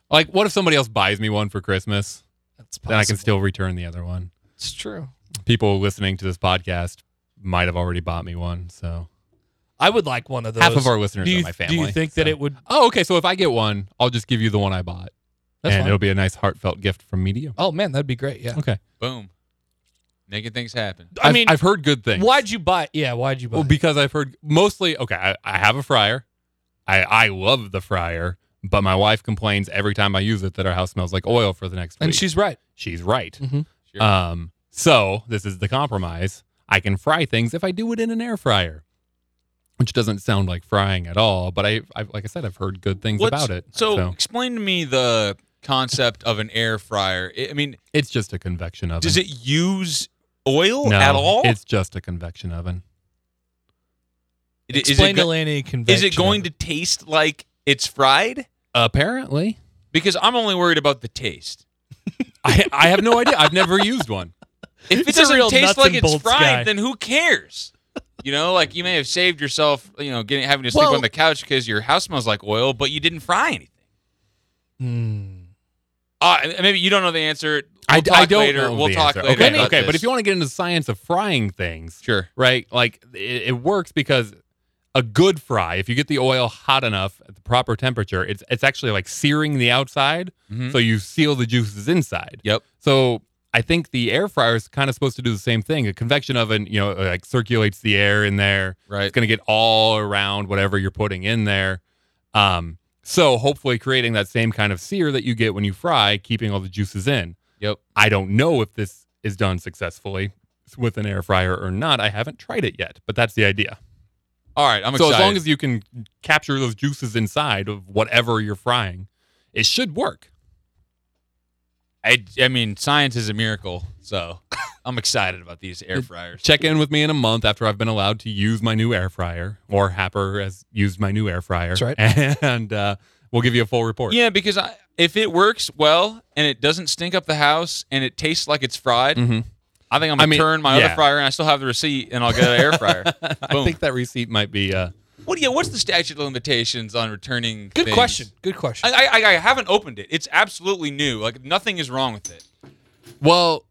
Speaker 1: Like, what if somebody else buys me one for Christmas?
Speaker 2: That's
Speaker 1: Then I can
Speaker 2: possible.
Speaker 1: still return the other one.
Speaker 2: It's true.
Speaker 1: People listening to this podcast might have already bought me one, so
Speaker 2: I would like one of those.
Speaker 1: half of our listeners
Speaker 2: do you,
Speaker 1: are my family.
Speaker 2: Do you think that
Speaker 1: so.
Speaker 2: it would?
Speaker 1: Oh, okay. So if I get one, I'll just give you the one I bought,
Speaker 2: That's
Speaker 1: and
Speaker 2: fine.
Speaker 1: it'll be a nice heartfelt gift from me to you.
Speaker 2: Oh man, that'd be great. Yeah.
Speaker 1: Okay.
Speaker 3: Boom. Making things happen.
Speaker 2: I
Speaker 1: I've-
Speaker 2: mean,
Speaker 1: I've heard good things.
Speaker 2: why'd you buy? it? Yeah, why'd you buy?
Speaker 1: Well,
Speaker 2: it?
Speaker 1: because I've heard mostly. Okay, I, I have a fryer. I I love the fryer, but my wife complains every time I use it that our house smells like oil for the next
Speaker 2: and
Speaker 1: week.
Speaker 2: she's right.
Speaker 1: she's right.
Speaker 3: Sure.
Speaker 2: Uh,
Speaker 1: Um, so this is the compromise. I can fry things if I do it in an air fryer, which doesn't sound like frying at all. But I, I like I said, I've heard good things
Speaker 3: What's-
Speaker 1: about it.
Speaker 3: So, explain to me the concept of an air fryer. I I mean,
Speaker 1: it's just a convection oven.
Speaker 3: does it use oil
Speaker 1: no,
Speaker 3: at all?
Speaker 1: It's just a convection oven.
Speaker 3: It- is,
Speaker 2: Explain
Speaker 3: it
Speaker 2: to
Speaker 3: go-
Speaker 2: Lanny
Speaker 3: is it going to taste like it's fried?
Speaker 1: Apparently,
Speaker 3: Because I'm only worried about the taste.
Speaker 1: I I have no idea. I've never used one.
Speaker 3: If it
Speaker 2: It's a
Speaker 3: doesn't
Speaker 2: real
Speaker 3: taste
Speaker 2: nuts
Speaker 3: like
Speaker 2: and
Speaker 3: it's
Speaker 2: bolts
Speaker 3: fried,
Speaker 2: guy.
Speaker 3: then who cares? You know, like you may have saved yourself, you know, getting having to sleep
Speaker 2: Well-
Speaker 3: on the couch because your house smells like oil, but you didn't fry anything.
Speaker 2: Hmm.
Speaker 3: Uh, maybe you don't know the answer. We'll
Speaker 1: I,
Speaker 3: talk
Speaker 1: I don't
Speaker 3: later.
Speaker 1: know
Speaker 3: we'll
Speaker 1: the
Speaker 3: talk
Speaker 1: answer.
Speaker 3: later.
Speaker 1: Okay,
Speaker 3: about
Speaker 1: okay, but
Speaker 3: this.
Speaker 1: if you want to get into the science of frying things,
Speaker 3: sure.
Speaker 1: right? Like it, it works because a good fry, if you get the oil hot enough at the proper temperature, it's it's actually like searing the outside,
Speaker 3: Mhm.
Speaker 1: so you seal the juices inside.
Speaker 3: Yep.
Speaker 1: So I think the air fryer is kind of supposed to do the same thing. A convection oven, you know, like circulates the air in there.
Speaker 3: Mm-hmm. Right.
Speaker 1: It's going to get all around whatever you're putting in there. Um, so hopefully creating that same kind of sear that you get when you fry, keeping all the juices in.
Speaker 3: Yep.
Speaker 1: I don't know if this is done successfully with an air fryer or not. I haven't tried it yet, but that's the idea.
Speaker 3: All right. I'm
Speaker 1: so
Speaker 3: excited.
Speaker 1: as long as you can capture those juices inside of whatever you're frying, it should work.
Speaker 3: I, I mean, science is a miracle. So I'm excited about these air fryers.
Speaker 1: Check in with me in a month after I've been allowed to use my new air fryer, or Happer has used my new air fryer.
Speaker 2: That's right.
Speaker 1: And uh, we'll give you a full report.
Speaker 3: Yeah, because I, If it works well and it doesn't stink up the house and it tastes like it's fried,
Speaker 1: Mhm.
Speaker 3: I think I'm
Speaker 1: I
Speaker 3: gonna
Speaker 1: mean,
Speaker 3: turn my
Speaker 1: yeah.
Speaker 3: other fryer and I still have the receipt and I'll get an air fryer.
Speaker 1: I
Speaker 3: Boom.
Speaker 1: think that receipt might be. Uh,
Speaker 3: What do you? What's the statute of limitations on returning?
Speaker 2: Good
Speaker 3: things?
Speaker 2: question. Good question.
Speaker 3: I, I I haven't opened it. It's absolutely new. Like nothing is wrong with it.
Speaker 1: well,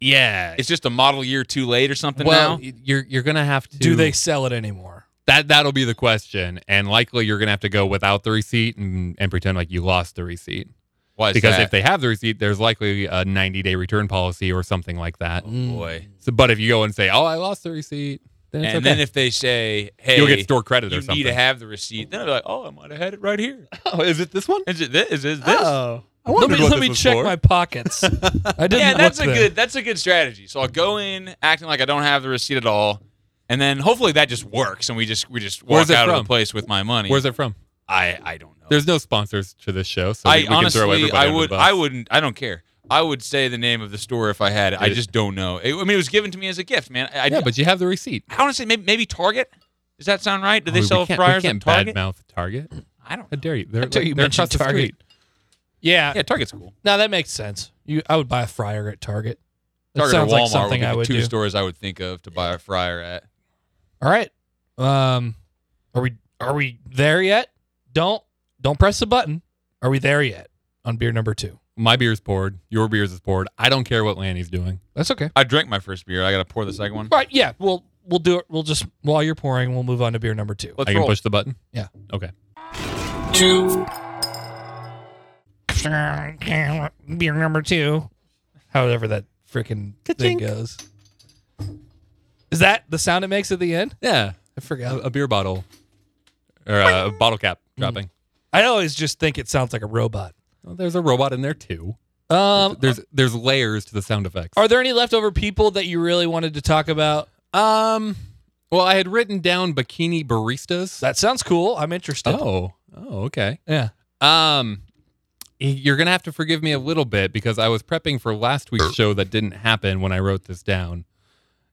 Speaker 1: yeah.
Speaker 3: It's just a model year too late or something
Speaker 1: well,
Speaker 3: now.
Speaker 1: y- you're you're gonna have to.
Speaker 2: Do they sell it anymore?
Speaker 1: That that'll be the question, and likely you're gonna have to go without the receipt and, and pretend like you lost the receipt.
Speaker 3: Why is
Speaker 1: because
Speaker 3: that?
Speaker 1: if they have the receipt, there's likely a 90 day return policy or something like that.
Speaker 3: boy.
Speaker 1: So, but if you go and say, "Oh, I lost the receipt," then it's
Speaker 3: and
Speaker 1: Mm, okay.
Speaker 3: then if they say, "Hey,
Speaker 1: you'll get store credit
Speaker 3: you
Speaker 1: or something.
Speaker 3: need to have the receipt," then I'll be like, "Oh, I might have had it right here.
Speaker 1: oh, is it this one?
Speaker 3: Is it this? Is it this?"
Speaker 2: Oh, let
Speaker 1: wondered
Speaker 2: me
Speaker 1: what
Speaker 2: let
Speaker 1: this
Speaker 2: me
Speaker 1: was
Speaker 2: check
Speaker 1: for.
Speaker 2: my pockets. I didn't.
Speaker 3: yeah, that's a
Speaker 2: look there.
Speaker 3: good that's a good strategy. So I'll go in acting like I don't have the receipt at all, and then hopefully that just works, and we just we just
Speaker 1: Where's
Speaker 3: walk
Speaker 1: it
Speaker 3: out of
Speaker 1: from?
Speaker 3: the place with my money.
Speaker 1: Where's it from?
Speaker 3: I I don't know.
Speaker 1: There's no sponsors to this show, so
Speaker 3: I
Speaker 1: we, we
Speaker 3: honestly
Speaker 1: can throw everybody
Speaker 3: I
Speaker 1: under
Speaker 3: would
Speaker 1: the bus.
Speaker 3: I wouldn't I don't care. I would say the name of the store if I had it. I
Speaker 1: It-
Speaker 3: just don't know. It- I mean, it was given to me as a gift, man. I,
Speaker 1: yeah, but you have the receipt.
Speaker 3: I honestly maybe, maybe Target. Does that sound right? Do they
Speaker 1: We-
Speaker 3: sell
Speaker 1: we can't,
Speaker 3: fryers
Speaker 1: we
Speaker 3: at
Speaker 1: can't
Speaker 3: Target?
Speaker 1: badmouth Target.
Speaker 3: I don't.
Speaker 1: How
Speaker 3: Know.
Speaker 1: dare you? They're,
Speaker 2: dare
Speaker 1: like-
Speaker 2: you
Speaker 1: they're
Speaker 2: mention
Speaker 1: across the
Speaker 2: Target.
Speaker 1: street.
Speaker 2: Yeah.
Speaker 3: Yeah, Target's cool.
Speaker 2: Now that makes sense. You, I would buy a fryer at Target. That
Speaker 3: Target
Speaker 2: sounds
Speaker 3: or Walmart
Speaker 2: like something
Speaker 3: would be
Speaker 2: I
Speaker 3: the
Speaker 2: would
Speaker 3: two
Speaker 2: do.
Speaker 3: stores I would think of to buy a fryer at.
Speaker 2: All right. Um, are we are we there yet? Don't don't press the button. Are we there yet on beer number two?
Speaker 1: My beer's poured. Your beer's is poured. I don't care what Lanny's doing.
Speaker 2: That's okay.
Speaker 3: I drank my first beer. I got to pour the second one.
Speaker 2: All right. Yeah. We'll we'll do it. We'll just while you're pouring, we'll move on to beer number two.
Speaker 3: Let's
Speaker 1: I can
Speaker 3: roll.
Speaker 1: push the button.
Speaker 2: Yeah.
Speaker 1: Okay.
Speaker 2: beer number two. However, that freaking thing goes. Is that the sound it makes at the end?
Speaker 1: Yeah.
Speaker 2: I
Speaker 1: A,
Speaker 2: forgot.
Speaker 1: a beer bottle or a, a bottle cap
Speaker 2: Hmm.
Speaker 1: dropping.
Speaker 2: I always just think it sounds like a robot.
Speaker 1: Well, there's a robot in there too.
Speaker 2: Um,
Speaker 1: There's there's layers to the sound effects.
Speaker 2: are there any leftover people that you really wanted to talk about?
Speaker 1: um, well, I had written down bikini baristas.
Speaker 2: That sounds cool. I'm interested.
Speaker 1: Oh, oh, okay.
Speaker 2: Yeah.
Speaker 1: Um, you're gonna have to forgive me a little bit because I was prepping for last week's show that didn't happen when I wrote this down.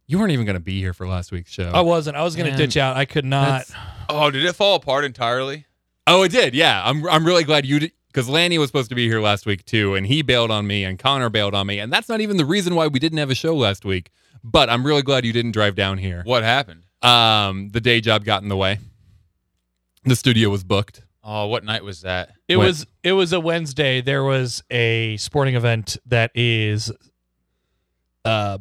Speaker 1: You weren't even gonna be here for last week's show.
Speaker 2: I wasn't. I was going to
Speaker 1: Man.
Speaker 2: ditch out. I could not.
Speaker 1: That's-
Speaker 3: Oh, did it fall apart entirely?
Speaker 1: Oh, it did. Yeah, I'm I'm really glad you did because Lanny was supposed to be here last week too, and he bailed on me, and Connor bailed on me, and that's not even the reason why we didn't have a show last week. But I'm really glad you didn't drive down here.
Speaker 3: What happened?
Speaker 1: Um, the day job got in the way. The studio was booked.
Speaker 3: Oh, what night was that?
Speaker 2: It
Speaker 1: Wait.
Speaker 2: was it was a Wednesday. There was a sporting event that is, uh,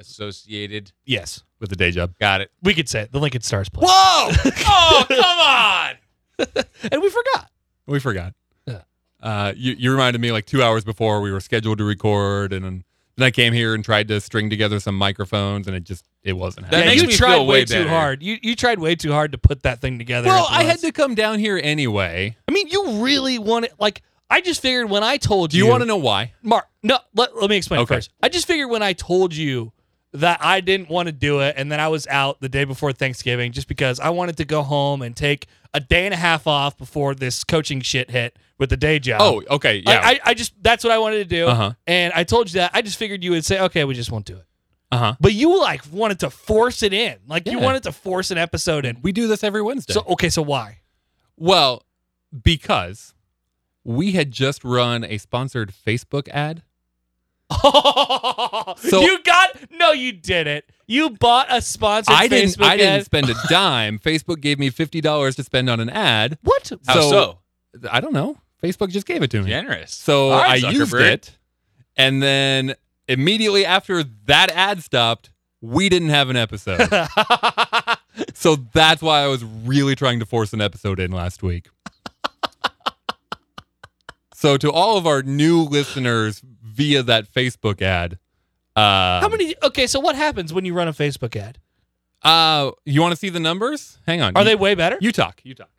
Speaker 3: Associated.
Speaker 2: yes,
Speaker 1: With the day job.
Speaker 3: Got it.
Speaker 2: we could say it. the Lincoln Stars play,
Speaker 3: Whoa! oh, come on!
Speaker 2: and we forgot.
Speaker 1: We forgot.
Speaker 2: Yeah.
Speaker 1: Uh, you, you reminded me like two hours before we were scheduled to record, and then, then I came here and tried to string together some microphones, and it just it wasn't
Speaker 3: That
Speaker 1: happening.
Speaker 2: yeah,
Speaker 3: makes
Speaker 2: you
Speaker 3: me
Speaker 2: tried
Speaker 3: feel
Speaker 2: way
Speaker 3: way
Speaker 2: too
Speaker 3: better.
Speaker 2: hard. You you tried way too hard to put that thing together.
Speaker 1: well,
Speaker 2: at the
Speaker 1: I had
Speaker 2: last-
Speaker 1: to come down here anyway.
Speaker 2: I mean, you really wanted like I just figured when I told
Speaker 1: Do
Speaker 2: you,
Speaker 1: you want to know why?
Speaker 2: Mark, no, let, let me explain
Speaker 1: Okay.
Speaker 2: first. I just figured when I told you that I didn't want to do it and then I was out the day before Thanksgiving just because I wanted to go home and take a day and a half off before this coaching shit hit with the day job.
Speaker 1: Oh, okay,
Speaker 2: Uh, I-
Speaker 1: yeah.
Speaker 2: I, I, just, that's what I wanted to do.
Speaker 1: Uh-huh.
Speaker 2: And I told you that. I just figured you would say, okay, we just won't do it.
Speaker 1: uh huh.
Speaker 2: But you like wanted to force it in. Like you
Speaker 1: Yeah.
Speaker 2: wanted to force an episode in.
Speaker 1: We do this every Wednesday.
Speaker 2: So, okay, so why?
Speaker 1: well, because we had just run a sponsored Facebook ad. So-
Speaker 2: you got, no, you didn't. You bought a sponsored
Speaker 1: I didn't.
Speaker 2: Facebook
Speaker 1: I didn't
Speaker 2: ad.
Speaker 1: spend a dime. Facebook gave me fifty dollars to spend on an ad.
Speaker 2: What?
Speaker 3: How
Speaker 1: So-
Speaker 3: so?
Speaker 1: I don't know. Facebook just gave it to me.
Speaker 3: Generous.
Speaker 1: So
Speaker 3: All right,
Speaker 1: I used
Speaker 3: Zuckerberg.
Speaker 1: it, and then immediately after that ad stopped, we didn't have an episode. so that's why I was really trying to force an episode in last week. so to all of our new listeners via that Facebook ad, um, uh,
Speaker 2: How many? Okay, so what happens when you run a Facebook ad?
Speaker 1: Uh, you want to see the numbers? Hang on.
Speaker 2: Are they way better?
Speaker 1: You talk. You talk.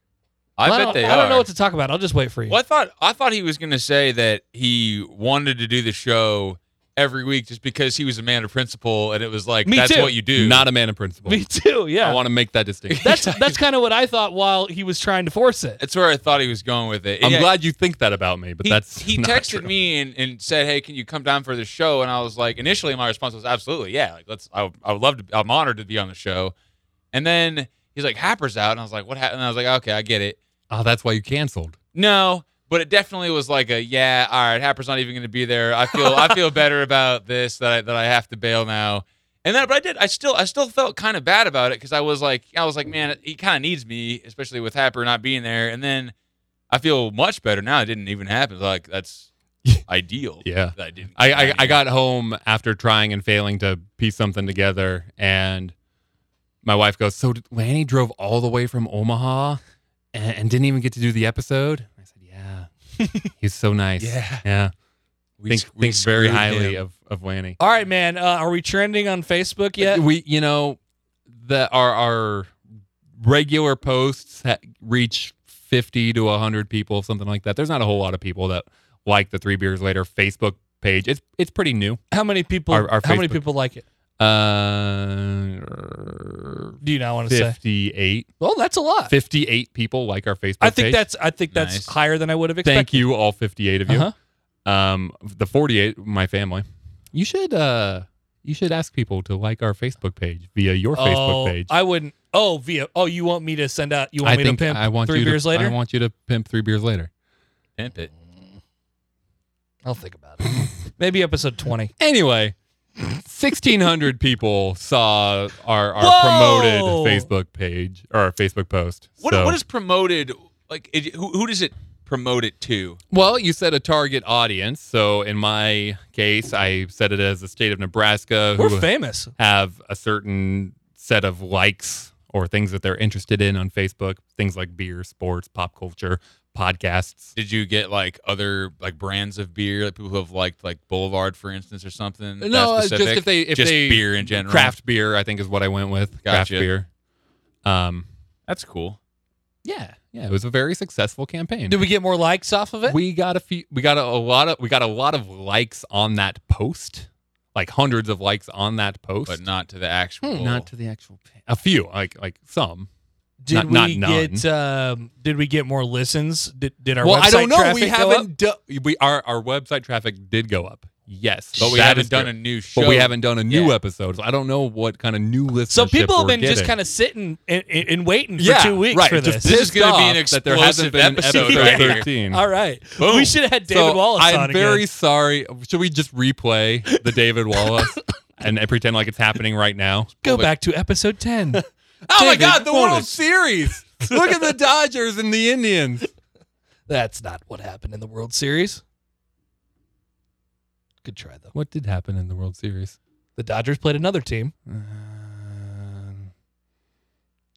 Speaker 3: I
Speaker 2: Well,
Speaker 3: bet
Speaker 2: don't-
Speaker 3: they
Speaker 2: I
Speaker 3: are.
Speaker 2: don't know what to talk about. I'll just wait for you.
Speaker 3: Well, I thought I thought he was going to say that he wanted to do the show every week just because he was a man of principle, and it was like
Speaker 2: Me
Speaker 3: that's
Speaker 2: too.
Speaker 3: what you do.
Speaker 1: Not a man of principle.
Speaker 2: Me too.
Speaker 1: I
Speaker 2: Yeah.
Speaker 1: want to make that distinction.
Speaker 2: that's that's kind of what I thought while he was trying to force it.
Speaker 3: that's where I thought he was going with it.
Speaker 1: I'm
Speaker 3: Yeah,
Speaker 1: glad you think that about me, but
Speaker 3: He,
Speaker 1: that's
Speaker 3: he
Speaker 1: not
Speaker 3: texted
Speaker 1: true.
Speaker 3: me and, and said, "Hey, can you come down for the show?" And I was like, initially, my response was, "Absolutely, yeah. Like, let's. I, I would love to. I'm honored to be on the show." And then he's like, "Happer's out," and I was like, "What happened?" And I was like, "Okay, I get it."
Speaker 1: Oh, that's why you canceled.
Speaker 3: No, But it definitely was like a yeah, all right, Happer's not even going to be there. I feel I feel better about this that I, that I have to bail now. And then, but I did. I still I still felt kind of bad about it because I was like I was like man, he kind of needs me, especially with Happer not being there. And then I feel much better now. It didn't even happen. Like that's ideal.
Speaker 1: Yeah.
Speaker 3: that I didn't.
Speaker 1: I, I, I got home after trying and failing to piece something together, and my wife goes, "So did- Lanny drove all the way from Omaha and, and didn't even get to do the episode." I said, "Yeah, he's so nice.
Speaker 3: Yeah.
Speaker 1: yeah.
Speaker 3: We
Speaker 1: Think,
Speaker 3: sc- we
Speaker 1: think very
Speaker 3: screwed
Speaker 1: highly
Speaker 3: him. Oh,
Speaker 1: of of Lanny.
Speaker 2: All right, man. Uh, are we trending on Facebook yet?
Speaker 1: We, you know, the our our regular posts ha- reach fifty to hundred people, something like that. There's not a whole lot of people that like the Three Beers Later Facebook page. It's it's pretty new.
Speaker 2: How many people?
Speaker 1: Our- our
Speaker 2: how many
Speaker 1: Facebook.
Speaker 2: people like it?
Speaker 1: Uh,
Speaker 2: Do you not want to say?
Speaker 1: 58.
Speaker 2: Well, that's a lot.
Speaker 1: 58 people like our Facebook
Speaker 2: I think
Speaker 1: page.
Speaker 2: that's I think that's
Speaker 3: Nice.
Speaker 2: higher than I would have expected.
Speaker 1: Thank you, all 58 of you.
Speaker 2: Uh-huh.
Speaker 1: Um, the 48, my family. You should uh, you should ask people to like our Facebook page via your
Speaker 2: oh,
Speaker 1: Facebook page.
Speaker 2: I wouldn't. Oh, via. Oh, you want me to send out? You want
Speaker 1: I
Speaker 2: me
Speaker 1: think
Speaker 2: to pimp?
Speaker 1: I want
Speaker 2: three
Speaker 1: you
Speaker 2: beers
Speaker 1: to,
Speaker 2: later.
Speaker 1: I want you to pimp three beers later.
Speaker 3: Pimp it.
Speaker 1: Mm.
Speaker 2: I'll think about it. Maybe episode twenty.
Speaker 1: Anyway, 1,600 people saw our, our promoted
Speaker 2: Whoa!
Speaker 1: Facebook page or our Facebook post.
Speaker 3: What
Speaker 1: So-
Speaker 3: what is promoted? Like it, who who does it promote it to?
Speaker 1: Well, you said a target audience. So in my case, I said it as the state of Nebraska
Speaker 2: We're
Speaker 1: who
Speaker 2: famous.
Speaker 1: have a certain set of likes or things that they're interested in on Facebook, things like beer, sports, pop culture, podcasts.
Speaker 3: Did you get like other like brands of beer, like people who have liked like Boulevard, for instance, or something? that
Speaker 1: No, it's just
Speaker 3: specific?
Speaker 1: if they- if
Speaker 3: uh, just
Speaker 1: they-
Speaker 3: beer in general.
Speaker 1: Craft beer, I think, is what I went with. Craft
Speaker 3: Gotcha.
Speaker 1: beer. Um,
Speaker 3: That's cool.
Speaker 1: yeah, yeah, it was a very successful campaign.
Speaker 2: Did we get more likes off of it?
Speaker 1: we got a few we got a, a lot of we got a lot of likes on that post like hundreds of likes on that post
Speaker 3: But not to the actual.
Speaker 1: Hmm, not to the actual pa- a few like like some
Speaker 2: did
Speaker 1: not-
Speaker 2: we
Speaker 1: not none.
Speaker 2: get? Um, did we get more listens? Did did our
Speaker 1: well,
Speaker 2: website
Speaker 1: I don't know. We
Speaker 2: traffic go up?
Speaker 1: haven't done. We our our website traffic did go up. Yes,
Speaker 3: But we
Speaker 1: that
Speaker 3: haven't
Speaker 1: is
Speaker 3: done
Speaker 1: true.
Speaker 3: a new show.
Speaker 1: But we haven't done a new
Speaker 3: yet.
Speaker 1: episode, so I don't know what kind of new listenership.
Speaker 2: So people have
Speaker 1: we're
Speaker 2: been just
Speaker 1: getting.
Speaker 2: kind of sitting and, and, and waiting for
Speaker 1: Yeah,
Speaker 2: two weeks
Speaker 1: right,
Speaker 2: for this.
Speaker 1: just
Speaker 3: This is
Speaker 1: pissed
Speaker 3: gonna be an
Speaker 1: off that there hasn't
Speaker 3: explosive
Speaker 1: been an
Speaker 3: episode
Speaker 1: episode
Speaker 2: right here.
Speaker 1: thirteen.
Speaker 2: All right,
Speaker 3: Boom.
Speaker 2: we should have had David
Speaker 1: so
Speaker 2: Wallace
Speaker 1: I'm
Speaker 2: on
Speaker 1: very
Speaker 2: again.
Speaker 1: sorry. Should we just replay the David Wallace and pretend like it's happening right now?
Speaker 2: Go back to episode ten.
Speaker 1: Oh my
Speaker 2: David
Speaker 1: God, the World
Speaker 2: Wallace.
Speaker 1: Series! Look at the Dodgers and the Indians.
Speaker 2: That's not what happened in the World Series. Good try though.
Speaker 1: What did happen in the World Series?
Speaker 2: The Dodgers played another team.
Speaker 1: Um,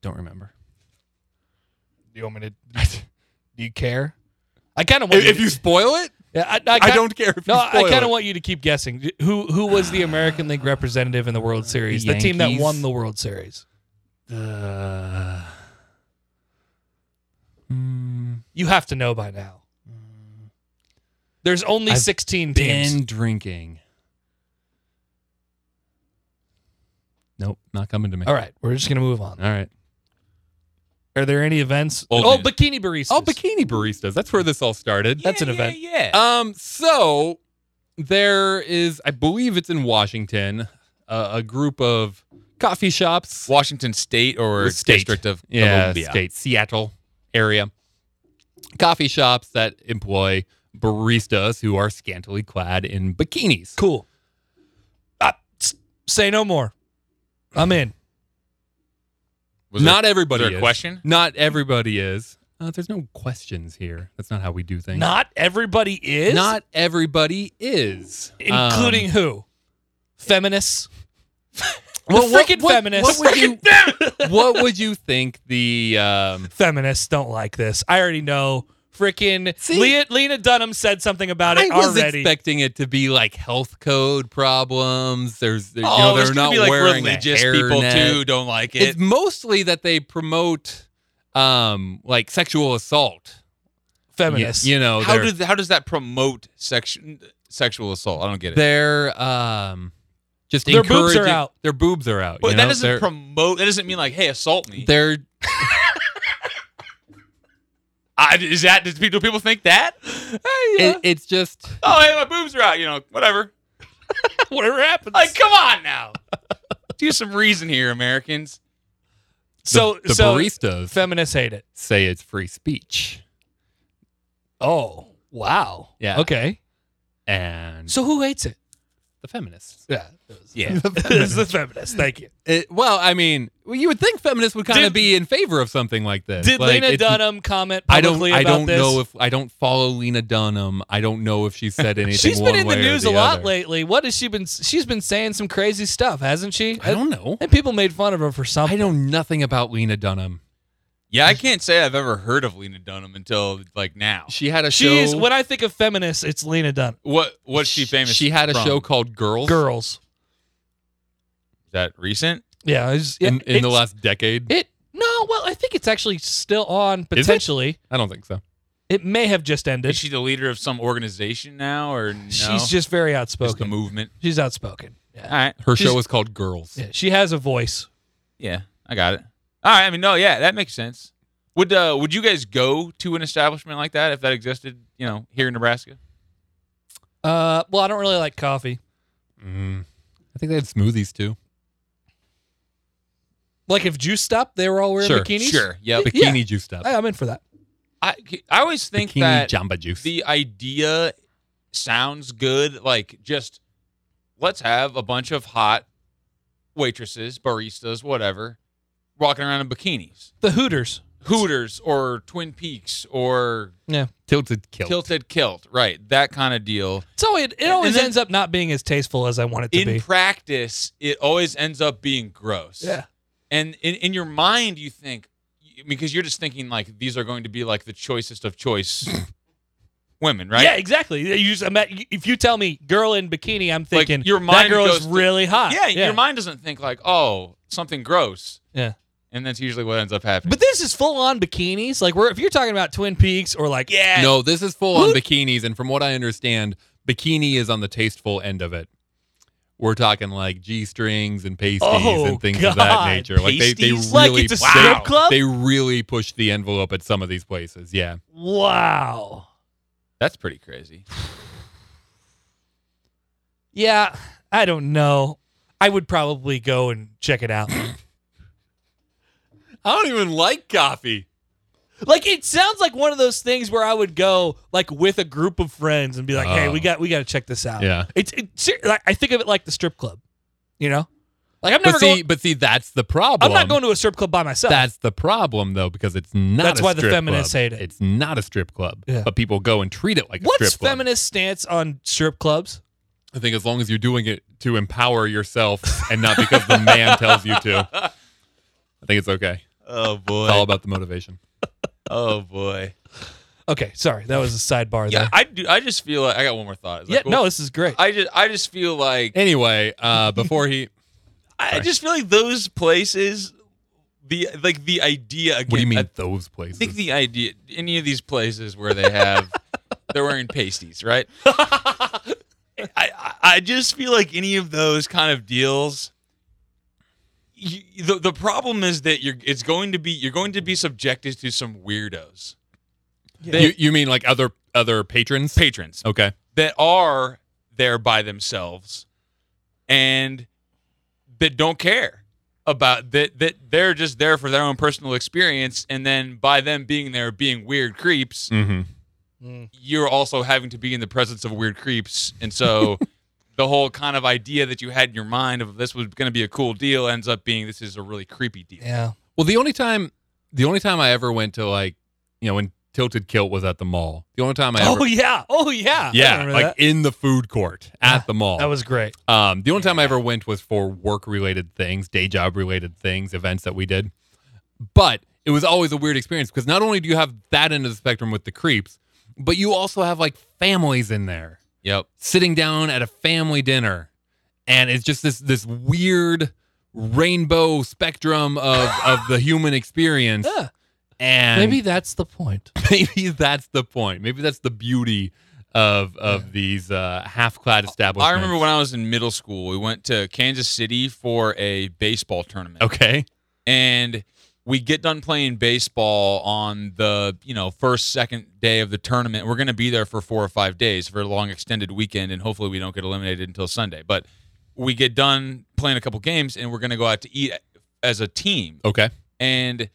Speaker 1: don't remember.
Speaker 2: Do you want me to? Do you care? I kind of want
Speaker 1: If, if you spoil it,
Speaker 2: Yeah, I, I,
Speaker 1: I
Speaker 2: kinda-
Speaker 1: don't care if
Speaker 2: No,
Speaker 1: you
Speaker 2: I
Speaker 1: spoil
Speaker 2: kind of
Speaker 1: it.
Speaker 2: want you to keep guessing. Who who was the American League representative in the World Series? The, team that
Speaker 1: Yankees.
Speaker 2: won the World Series.
Speaker 1: Uh, mm,
Speaker 2: You have to know by now. There's only
Speaker 1: I've
Speaker 2: 16 teams.
Speaker 1: been drinking. Nope, not coming to me.
Speaker 2: All right, we're just gonna move on.
Speaker 1: All right.
Speaker 2: Are there any events?
Speaker 3: Old
Speaker 2: oh,
Speaker 3: news.
Speaker 2: bikini baristas.
Speaker 1: Oh, bikini baristas. That's where this all started.
Speaker 2: That's an
Speaker 3: Yeah,
Speaker 2: event.
Speaker 3: Yeah. yeah.
Speaker 1: Um, so there is, I believe it's in Washington, uh, a group of coffee shops.
Speaker 3: Washington State or
Speaker 1: State.
Speaker 3: District of
Speaker 1: yeah,
Speaker 3: Columbia.
Speaker 1: state, Seattle area. Coffee shops that employ baristas who are scantily clad in bikinis.
Speaker 2: Cool. Uh, s- say no more. I'm in.
Speaker 3: Was
Speaker 1: not
Speaker 3: there, was
Speaker 1: everybody
Speaker 3: there
Speaker 1: is.
Speaker 3: a question?
Speaker 1: Not everybody is. Uh, there's no questions here. That's not how we do things.
Speaker 2: Not everybody is.
Speaker 1: Not everybody is,
Speaker 2: including
Speaker 1: Um,
Speaker 2: who? Feminists.
Speaker 1: well,
Speaker 2: the
Speaker 1: what-
Speaker 2: freaking
Speaker 1: what-
Speaker 2: feminists.
Speaker 1: What would you, Um, what would you think the um,
Speaker 2: feminists don't like this. I already know. Freaking
Speaker 1: See?
Speaker 2: Leah, Lena Dunham said something about it
Speaker 1: I was
Speaker 2: already.
Speaker 1: expecting it to be like health code problems. There's, there- you
Speaker 3: oh,
Speaker 1: know,
Speaker 3: there's
Speaker 1: they're
Speaker 3: gonna
Speaker 1: not
Speaker 3: be like
Speaker 1: wearing a
Speaker 3: religious people
Speaker 1: hairnet.
Speaker 3: too. Don't like it.
Speaker 1: It's mostly that they promote, um, like sexual assault. Y-
Speaker 2: feminists.
Speaker 1: you know,
Speaker 3: how
Speaker 1: they're,
Speaker 3: does how does that promote section sexual assault? I don't get it.
Speaker 1: they're um, just
Speaker 2: Their boobs are
Speaker 1: encouraging-
Speaker 2: out.
Speaker 1: Their boobs are out.
Speaker 3: But
Speaker 1: you
Speaker 3: that
Speaker 1: know?
Speaker 3: doesn't
Speaker 1: They're-
Speaker 3: promote. That doesn't mean like, hey, assault me.
Speaker 1: They're
Speaker 3: I, is that do people, do people think that? Hey, yeah.
Speaker 1: it, it's just
Speaker 3: oh, hey, my boobs are out. You know, whatever.
Speaker 2: Whatever happens.
Speaker 3: Like, come on now. Do some reason here, Americans.
Speaker 2: so
Speaker 1: the, the
Speaker 2: so
Speaker 1: baristas
Speaker 2: feminists hate it.
Speaker 1: say it's free speech.
Speaker 2: Oh, wow.
Speaker 1: Yeah.
Speaker 2: Okay.
Speaker 1: and
Speaker 2: So who hates it?
Speaker 1: the feminists.
Speaker 2: Yeah.
Speaker 3: Yeah.
Speaker 2: it's the feminist. Thank you.
Speaker 1: It- well, I mean, well, you would think feminists would kind
Speaker 2: Did-
Speaker 1: of be in favor of something like this.
Speaker 2: Did
Speaker 1: like,
Speaker 2: Lena
Speaker 1: it's-
Speaker 2: Dunham comment
Speaker 1: I don't.
Speaker 2: publicly
Speaker 1: I
Speaker 2: about
Speaker 1: don't
Speaker 2: this?
Speaker 1: know if I don't follow Lena Dunham. I don't know if she said anything.
Speaker 2: She's been
Speaker 1: one
Speaker 2: in the
Speaker 1: way or
Speaker 2: news a lot
Speaker 1: other.
Speaker 2: lately. What has she been? She's been saying some crazy stuff, hasn't she?
Speaker 1: I don't know.
Speaker 2: And people made fun of her for
Speaker 1: I
Speaker 2: something.
Speaker 1: know nothing about Lena Dunham.
Speaker 3: Yeah, I can't say I've ever heard of Lena Dunham until like now.
Speaker 1: She had a
Speaker 2: She is.
Speaker 1: show.
Speaker 2: When I think of feminists, it's Lena Dunham.
Speaker 3: What what's she famous?
Speaker 1: She had a
Speaker 3: from?
Speaker 1: show called Girls.
Speaker 2: Girls.
Speaker 3: Is that recent?
Speaker 2: Yeah. I just- yeah,
Speaker 1: in, in the
Speaker 2: it's-
Speaker 1: last decade.
Speaker 2: It no. Well, I think it's actually still on
Speaker 1: it?
Speaker 2: potentially. It?
Speaker 1: I don't think so.
Speaker 2: may have just ended.
Speaker 3: Is she the leader of some organization now, or no?
Speaker 2: She's just very outspoken.
Speaker 3: Just the movement.
Speaker 2: She's outspoken.
Speaker 3: All
Speaker 2: Yeah.
Speaker 3: right.
Speaker 1: Her
Speaker 2: She's-
Speaker 1: show is called Girls.
Speaker 2: yeah. She has a voice.
Speaker 3: Yeah, I got it. All right. I mean, no, yeah, that makes sense. Would uh, would you guys go to an establishment like that if that existed? You know, here in Nebraska.
Speaker 2: Uh, well, I don't really like coffee.
Speaker 1: Mm. I think they had smoothies too.
Speaker 2: Like if Juice stopped, they were all wearing
Speaker 1: Sure,
Speaker 2: bikinis.
Speaker 3: Sure. Yep.
Speaker 2: Yeah.
Speaker 1: Bikini juice stuff.
Speaker 2: I, I'm in for that.
Speaker 3: I I always think
Speaker 1: Bikini
Speaker 3: that
Speaker 1: Jamba Juice.
Speaker 3: the idea sounds good. Like, just let's have a bunch of hot waitresses, baristas, whatever, walking around in bikinis.
Speaker 2: The Hooters.
Speaker 3: Hooters or Twin Peaks or
Speaker 1: Tilted kilt.
Speaker 3: Tilted Kilt, right? That kind of deal.
Speaker 2: So it, it always
Speaker 3: And then-
Speaker 2: ends up not being as tasteful as I want it to
Speaker 3: In
Speaker 2: be.
Speaker 3: practice, it always ends up being gross.
Speaker 2: Yeah.
Speaker 3: And in, in your mind, you think, because you're just thinking like these are going to be like the choicest of choice women, right?
Speaker 2: Yeah, exactly. You just, I'm at- if you tell me girl in bikini, I'm
Speaker 3: Like,
Speaker 2: thinking
Speaker 3: your
Speaker 2: that
Speaker 3: mind
Speaker 2: girl
Speaker 3: goes
Speaker 2: is
Speaker 3: to-
Speaker 2: really hot.
Speaker 3: yeah, your mind doesn't think like, oh, something gross.
Speaker 2: Yeah.
Speaker 3: And that's usually what ends up happening.
Speaker 2: But this is full on bikinis. Like we're if you're talking about Twin Peaks or like yeah,
Speaker 1: No, this is full on
Speaker 2: Who-
Speaker 1: bikinis, and from what I understand, bikini is on the tasteful end of it. We're talking like g strings and pasties
Speaker 2: Oh,
Speaker 1: and things of that
Speaker 2: God.
Speaker 1: nature. Like they, they
Speaker 3: Pasties?
Speaker 1: really
Speaker 2: Like it's a
Speaker 1: wow.
Speaker 2: strip club?
Speaker 1: They really push the envelope at some of these places. Yeah,
Speaker 2: wow.
Speaker 3: that's pretty crazy.
Speaker 2: Yeah, I don't know. I would probably go and check it out.
Speaker 1: I don't even like coffee.
Speaker 2: like it sounds like one of those things where I would go like with a group of friends and be like, "Hey,
Speaker 1: Oh.
Speaker 2: we got we got to check this out."
Speaker 1: Yeah,
Speaker 2: It's it, ser- like I think of it like the strip club, you know. Like I'm never
Speaker 1: but see,
Speaker 2: going.
Speaker 1: but see, that's the problem.
Speaker 2: I'm not going to a strip club by myself.
Speaker 1: That's the problem, though, because it's not.
Speaker 2: That's
Speaker 1: a
Speaker 2: why the
Speaker 1: strip
Speaker 2: feminists
Speaker 1: club.
Speaker 2: hate it.
Speaker 1: It's not a strip club,
Speaker 2: Yeah.
Speaker 1: but people go and treat it like a
Speaker 2: What's
Speaker 1: strip club.
Speaker 2: feminist stance on strip clubs?
Speaker 1: I think as long as you're doing it to empower yourself and not because the man tells you to, I think it's okay.
Speaker 3: Oh boy.
Speaker 1: It's all about the motivation.
Speaker 3: oh boy.
Speaker 2: Okay, sorry, that was a sidebar
Speaker 3: Yeah,
Speaker 2: there.
Speaker 3: I do. I just feel like I got one more thought. It's
Speaker 2: yeah,
Speaker 3: like,
Speaker 2: no,
Speaker 3: well,
Speaker 2: this is great.
Speaker 3: I just I just feel like
Speaker 1: Anyway, uh, before he,
Speaker 3: I just feel like those places, the like the idea. Again,
Speaker 1: what do you mean
Speaker 3: I
Speaker 1: those places?
Speaker 3: think the idea. Any of these places where they have, they're wearing pasties, right? I, I I just feel like any of those kind of deals. You, the the problem is that you're it's going to be you're going to be subjected to some weirdos
Speaker 1: you, you mean like other other patrons?
Speaker 3: patrons
Speaker 1: okay,
Speaker 3: that are there by themselves and that don't care about that that they're just there for their own personal experience and then by them being there being weird creeps
Speaker 1: mm-hmm.
Speaker 2: Mm.
Speaker 3: you're also having to be in the presence of weird creeps and so the whole kind of idea that you had in your mind of this was going to be a cool deal ends up being this is a really creepy deal
Speaker 2: Yeah,
Speaker 1: Well, the only time, the only time I ever went to like, you know, when Tilted Kilt was at the mall. The only time I ever,
Speaker 2: Oh yeah. Oh yeah. I
Speaker 1: yeah,
Speaker 2: remember
Speaker 1: like
Speaker 2: that.
Speaker 1: in the food court at
Speaker 2: Yeah,
Speaker 1: the mall.
Speaker 2: that was great.
Speaker 1: Um, the only time I ever went was for work related things, day job related things, events that we did. But it was always a weird experience because not only do you have that end of the spectrum with the creeps, but you also have like families in there
Speaker 3: yep
Speaker 1: sitting down at a family dinner. And it's just this this weird rainbow spectrum of, of the human experience.
Speaker 2: Yeah.
Speaker 1: And
Speaker 2: Maybe that's the point.
Speaker 1: maybe that's the point. Maybe that's the beauty of of these uh, half clad establishments.
Speaker 3: i remember when i was in middle school we went to kansas city for a baseball tournament
Speaker 1: Okay.
Speaker 3: and we get done playing baseball on the you know first second day of the tournament we're going to be there for four or five days for a long extended weekend and hopefully we don't get eliminated until sunday but we get done playing a couple games and we're going to go out to eat as a team
Speaker 1: Okay.
Speaker 3: and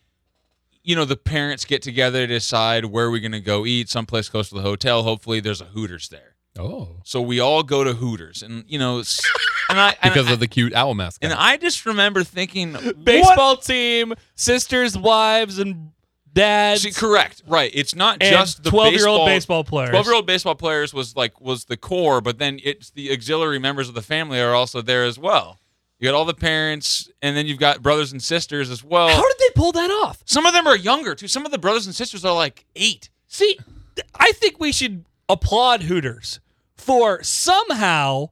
Speaker 3: you know, the parents get together to decide where we're going to go eat, someplace close to the hotel. Hopefully, there's a Hooters there.
Speaker 1: Oh.
Speaker 3: So we all go to Hooters, and you know, s- and I and,
Speaker 1: Because
Speaker 3: I,
Speaker 1: of the cute owl mascot.
Speaker 3: and I just remember thinking what?
Speaker 2: Baseball team, sisters, wives, and dads.
Speaker 3: See, correct, right? It's not
Speaker 2: and
Speaker 3: just the
Speaker 2: twelve-year-old baseball
Speaker 3: baseball
Speaker 2: players.
Speaker 3: Twelve-year-old baseball players was like was the core, but then it's the auxiliary members of the family are also there as well. You got all the parents, and then you've got brothers and sisters as well.
Speaker 2: How did they pull that off?
Speaker 3: Some of them are younger too. Some of the brothers and sisters are like eight.
Speaker 2: See, th- I think we should applaud Hooters for somehow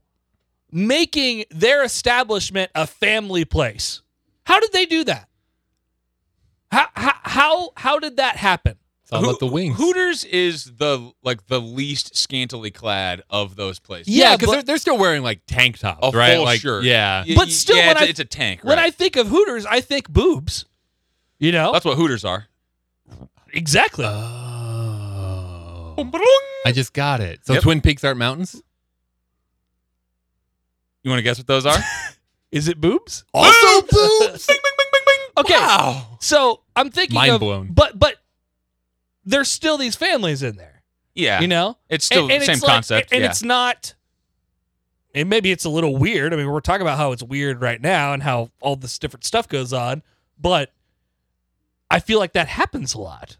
Speaker 2: making their establishment a family place. How did they do that? How how how, how did that happen?
Speaker 1: it's all about the wings.
Speaker 3: Hooters is the like the least scantily clad of those places.
Speaker 2: Yeah,
Speaker 1: yeah, because
Speaker 2: but-
Speaker 1: they're, they're still wearing like tank tops,
Speaker 3: A
Speaker 1: right?
Speaker 3: full
Speaker 1: like,
Speaker 3: shirt.
Speaker 1: Yeah.
Speaker 3: Y-
Speaker 2: But
Speaker 3: y-
Speaker 2: still,
Speaker 3: yeah,
Speaker 2: when
Speaker 3: it's,
Speaker 2: I-
Speaker 3: a- it's a tank.
Speaker 2: When
Speaker 3: right.
Speaker 2: I think of Hooters, I think boobs. You know?
Speaker 3: that's what Hooters are.
Speaker 2: exactly.
Speaker 3: Uh,
Speaker 1: Oh. I just got it. So
Speaker 3: Yep.
Speaker 1: Twin Peaks aren't mountains?
Speaker 3: You want to guess what those are?
Speaker 2: Is it boobs?
Speaker 1: Also boobs.
Speaker 3: bing, bing, bing, bing, bing.
Speaker 2: Okay.
Speaker 3: Wow.
Speaker 2: So I'm thinking
Speaker 1: Mind
Speaker 2: of,
Speaker 1: blown.
Speaker 2: but but there's still these families in there.
Speaker 3: Yeah,
Speaker 2: You know?
Speaker 3: it's still
Speaker 2: and, and
Speaker 3: the same
Speaker 2: it's like-
Speaker 3: concept.
Speaker 2: and
Speaker 3: yeah.
Speaker 2: it's not. And maybe it's a little weird. I mean, we're talking about how it's weird right now and how all this different stuff goes on, but I feel like that happens a lot.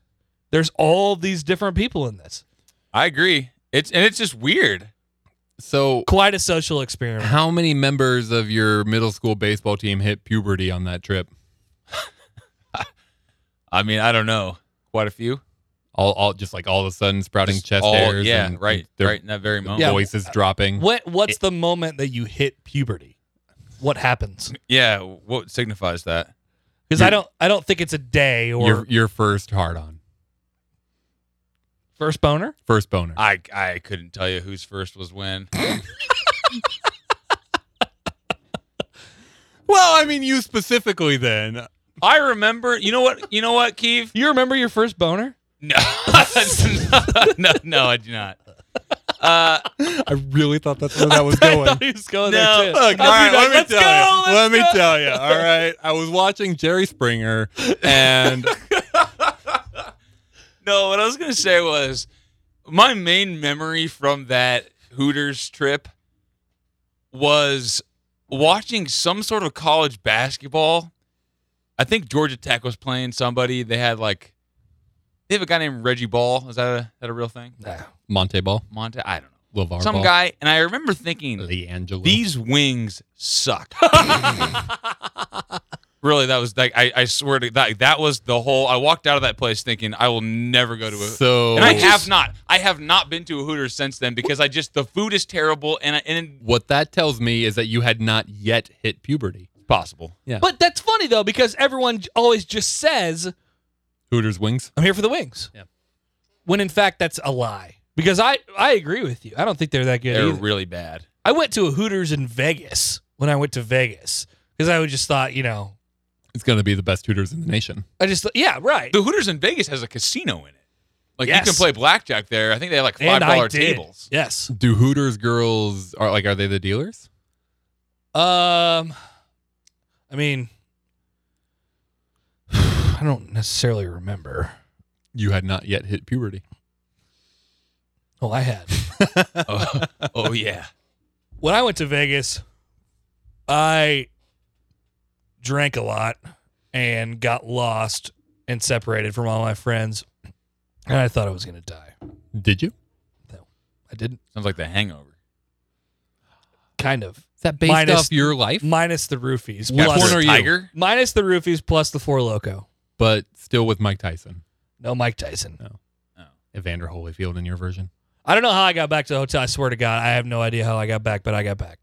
Speaker 2: There's all these different people in this
Speaker 3: I agree. It's and it's just weird.
Speaker 1: So
Speaker 2: quite a social experiment.
Speaker 3: Uh-huh.
Speaker 1: how many members of your middle school baseball team hit puberty on that trip?
Speaker 3: I mean, I don't know. Quite a few.
Speaker 1: All, all just like all of a sudden sprouting
Speaker 3: Just
Speaker 1: chest
Speaker 3: all-
Speaker 1: hairs.
Speaker 3: Yeah,
Speaker 1: and,
Speaker 3: right.
Speaker 1: and their
Speaker 3: right in that very
Speaker 1: Oh.
Speaker 3: moment.
Speaker 2: Yeah.
Speaker 1: Voices dropping.
Speaker 2: What what's the moment that you hit puberty? What happens?
Speaker 3: Yeah. What signifies that?
Speaker 2: Because I don't I don't think it's a day or
Speaker 1: your your first hard on,
Speaker 2: first boner.
Speaker 1: first boner.
Speaker 3: I I couldn't tell you whose first was when.
Speaker 1: well, I mean you specifically then.
Speaker 3: I remember. You know what? You know what, Keeve?
Speaker 2: You remember your first boner?
Speaker 3: No, no, no, I do not. Uh,
Speaker 1: I really thought that's where that was
Speaker 2: I thought he was going
Speaker 3: No.
Speaker 2: there too.
Speaker 1: Look, all
Speaker 2: I'll
Speaker 1: right,
Speaker 2: be like,
Speaker 1: let me
Speaker 2: "Let's
Speaker 1: tell
Speaker 2: go,
Speaker 1: you.
Speaker 2: let's
Speaker 1: Let me
Speaker 2: go."
Speaker 1: tell you. All right, I was watching Jerry Springer, and
Speaker 3: no, what I was gonna say was my main memory from that Hooters trip was watching some sort of college basketball. I think Georgia Tech was playing somebody. They had like they have a guy named Reggie Ball. Is that a, that a real thing?
Speaker 1: Monte Ball,
Speaker 3: Monte, I don't know.
Speaker 1: LeVar
Speaker 3: Some
Speaker 1: Ball,
Speaker 3: guy, and I remember thinking
Speaker 1: LiAngelo.
Speaker 3: these wings suck. really, that was like I, I swear to that that was the whole. I walked out of that place thinking I will never go to a
Speaker 1: so
Speaker 3: and I have not. I have not been to a Hooters since then because I just the food is terrible and I, and
Speaker 1: What that tells me is that you had not yet hit puberty.
Speaker 3: possible.
Speaker 2: But that's funny though because everyone j- always just says,
Speaker 1: Hooters wings.
Speaker 2: "I'm here for the wings."
Speaker 1: Yeah.
Speaker 2: When in fact that's a lie. Because I I agree with you. I don't think they're that good.
Speaker 3: They're
Speaker 2: either.
Speaker 3: really bad.
Speaker 2: I went to a Hooters in Vegas when I went to Vegas because I would just thought, you know,
Speaker 1: It's going to be the best Hooters in the nation.
Speaker 2: I just thought, yeah, right.
Speaker 3: The Hooters in Vegas has a casino in it. Like
Speaker 2: Yes.
Speaker 3: you can play blackjack there. I think they have like five
Speaker 2: And I
Speaker 3: dollar
Speaker 2: did.
Speaker 3: tables.
Speaker 2: Yes.
Speaker 1: Do Hooters girls are like are they the dealers?
Speaker 2: Um, I mean, I don't necessarily remember.
Speaker 1: You had not yet hit puberty.
Speaker 2: Oh, I had.
Speaker 3: oh, oh, yeah.
Speaker 2: when I went to Vegas, I drank a lot and got lost and separated from all my friends. And I thought I was going to die.
Speaker 1: Did you?
Speaker 2: I didn't.
Speaker 3: Sounds like the Hangover.
Speaker 2: Kind of.
Speaker 1: Is that based
Speaker 2: Minus-
Speaker 1: off your life?
Speaker 2: Minus the roofies.
Speaker 1: Which
Speaker 2: plus-
Speaker 1: one are you?
Speaker 3: Tiger.
Speaker 2: minus the roofies plus the four loco.
Speaker 1: but still with Mike Tyson,
Speaker 2: No Mike Tyson.
Speaker 1: Evander Holyfield in your version.
Speaker 2: I don't know how I got back to the hotel. I swear to God, I have no idea how I got back, but I got back.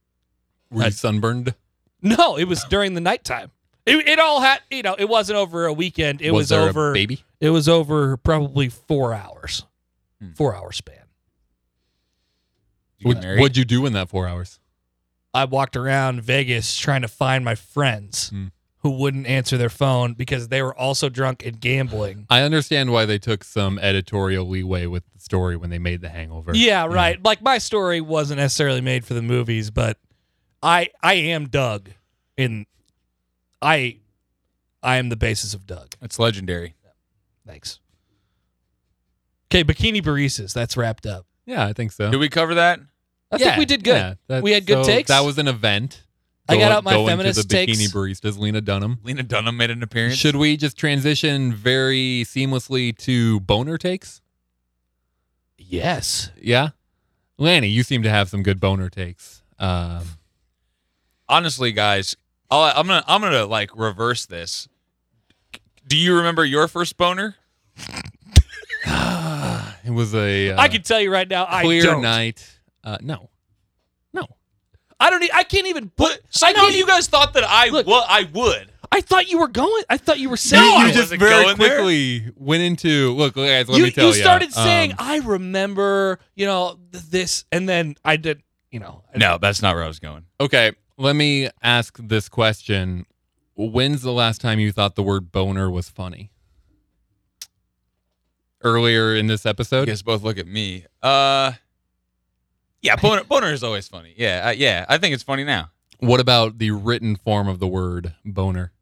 Speaker 1: Were
Speaker 2: I-
Speaker 1: you sunburned?
Speaker 2: No, it was during the nighttime. It, it all had, you know, it wasn't over a weekend. It was,
Speaker 1: there a
Speaker 2: over.
Speaker 1: baby.
Speaker 2: It was over probably four hours,
Speaker 3: Hmm.
Speaker 2: four hour span.
Speaker 3: You
Speaker 1: What,
Speaker 3: get married?
Speaker 1: what'd you do in that four hours?
Speaker 2: I walked around Vegas trying to find my friends
Speaker 1: Hmm.
Speaker 2: who wouldn't answer their phone because they were also drunk and gambling.
Speaker 1: I understand why they took some editorial leeway with the story when they made The Hangover.
Speaker 2: Yeah, right. Like my story wasn't necessarily made for the movies, but I I am Doug, and I I am the basis of Doug.
Speaker 3: That's legendary.
Speaker 2: Thanks. Okay, bikini baristas. That's wrapped up.
Speaker 1: Yeah, I think so.
Speaker 3: Did we cover that?
Speaker 2: I think
Speaker 1: Yeah,
Speaker 2: we did good.
Speaker 1: yeah, that-
Speaker 2: We had good
Speaker 1: so
Speaker 2: takes.
Speaker 1: That was an event.
Speaker 2: I got
Speaker 1: Go-
Speaker 2: out my
Speaker 1: going to
Speaker 2: feminist
Speaker 1: the
Speaker 2: takes.
Speaker 1: Bikini baristas, Lena Dunham.
Speaker 3: Lena Dunham made an appearance.
Speaker 1: Should we just transition very seamlessly to boner takes?
Speaker 2: Yes.
Speaker 1: Yeah, Lanny, you seem to have some good boner takes. Um,
Speaker 3: Honestly, guys, I'll, I'm gonna I'm gonna like reverse this. Do you remember your first boner?
Speaker 1: it was a uh,
Speaker 2: I can tell you right now, I
Speaker 1: clear
Speaker 2: don't.
Speaker 1: night. Uh, no, no.
Speaker 2: I don't. e- I can't even put.
Speaker 3: I know
Speaker 2: can't
Speaker 3: you guys thought that I
Speaker 2: Look.
Speaker 3: would. I would.
Speaker 2: I thought you were going. I thought you were saying.
Speaker 3: No,
Speaker 1: you
Speaker 3: I
Speaker 1: just
Speaker 3: wasn't
Speaker 1: very
Speaker 3: going there.
Speaker 1: quickly went into look, guys. Let
Speaker 2: you,
Speaker 1: me tell
Speaker 2: you
Speaker 1: you.
Speaker 2: started saying,
Speaker 1: um,
Speaker 2: "I remember," you know, th- this, and then I did, you know. I-
Speaker 3: No, that's not where I was going.
Speaker 1: Okay, let me ask this question. When's the last time you thought the word boner was funny? Earlier in this
Speaker 3: You
Speaker 1: episode?
Speaker 3: guys both look at me. Uh, yeah, boner, boner is always funny. Yeah, I, yeah, I think it's funny now.
Speaker 1: What about the written form of the word boner?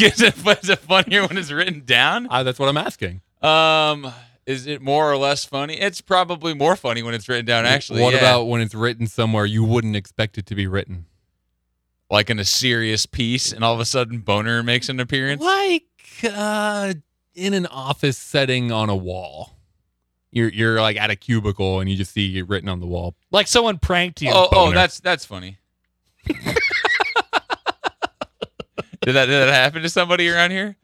Speaker 3: is, it, is it funnier when it's written down?
Speaker 1: Uh, that's what I'm asking.
Speaker 3: Um, is it more or less funny? It's probably more funny when it's written down. Actually,
Speaker 1: what
Speaker 3: yeah.
Speaker 1: about when it's written somewhere you wouldn't expect it to be written?
Speaker 3: like in a serious piece, and all of a sudden boner makes an appearance?
Speaker 1: Like uh, in an office setting on a wall. You're, you're like at a cubicle and you just see it written on the wall.
Speaker 2: Like someone pranked you.
Speaker 3: Oh, oh,
Speaker 1: boner.
Speaker 3: that's that's funny. did that did that happen to somebody around here?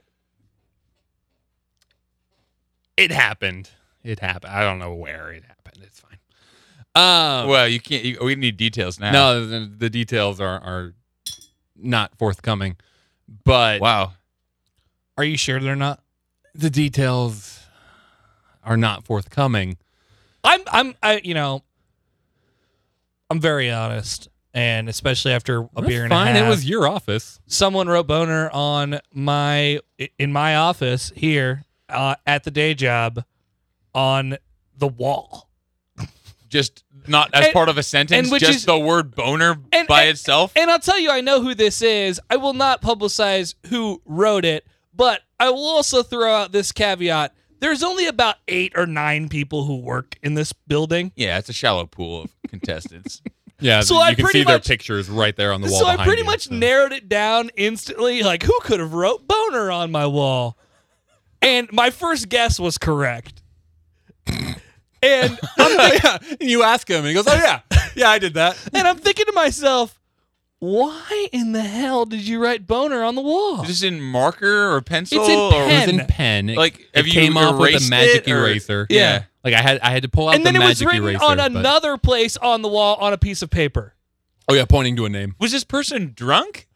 Speaker 1: It happened. It happened. I don't know where it happened. It's fine.
Speaker 2: Oh.
Speaker 1: Um,
Speaker 3: well, you can't. You, we need details now.
Speaker 1: No, the, the details are are not forthcoming, but
Speaker 3: Wow.
Speaker 2: Are you sure they're not?
Speaker 1: the details are not forthcoming.
Speaker 2: I'm, I'm, I, you know, I'm very honest, and especially after a
Speaker 1: That's
Speaker 2: beer and
Speaker 1: fine.
Speaker 2: a half.
Speaker 1: It was your office.
Speaker 2: someone wrote boner on my in my office here uh, at the day job on the wall.
Speaker 3: Just not as
Speaker 2: And-
Speaker 3: part of a sentence.
Speaker 2: and which
Speaker 3: just
Speaker 2: is-
Speaker 3: the word boner
Speaker 2: and-
Speaker 3: by
Speaker 2: and-
Speaker 3: itself.
Speaker 2: And I'll tell you, I know who this is. I will not publicize who wrote it, but I will also throw out this caveat. There's only about eight or nine people who work in this building.
Speaker 3: yeah, it's a shallow pool of contestants.
Speaker 1: Yeah,
Speaker 2: So
Speaker 1: so you
Speaker 2: I
Speaker 1: can
Speaker 2: pretty
Speaker 1: see their
Speaker 2: much-
Speaker 1: pictures right there on the wall.
Speaker 2: So I
Speaker 1: behind
Speaker 2: pretty
Speaker 1: you,
Speaker 2: much
Speaker 1: so.
Speaker 2: narrowed it down instantly. Like, who could have wrote boner on my wall? And my first guess was correct. And
Speaker 1: yeah. And you ask him, and he goes, "Oh yeah, yeah, I did that."
Speaker 2: And I'm thinking to myself, why in the hell did you write boner on the wall?
Speaker 3: Is this in marker or pencil? or
Speaker 1: It was
Speaker 2: pen.
Speaker 1: in pen. It,
Speaker 3: Like,
Speaker 1: it
Speaker 3: have you
Speaker 1: came off with a
Speaker 3: erased
Speaker 1: magic
Speaker 3: it, or-
Speaker 1: eraser.
Speaker 3: Yeah.
Speaker 1: like I had I had to pull out
Speaker 2: and
Speaker 1: the
Speaker 2: then it was
Speaker 1: magic
Speaker 2: written
Speaker 1: eraser.
Speaker 2: on
Speaker 1: but-
Speaker 2: another place on the wall on a piece of paper.
Speaker 1: oh yeah, pointing to a name.
Speaker 3: Was this person drunk?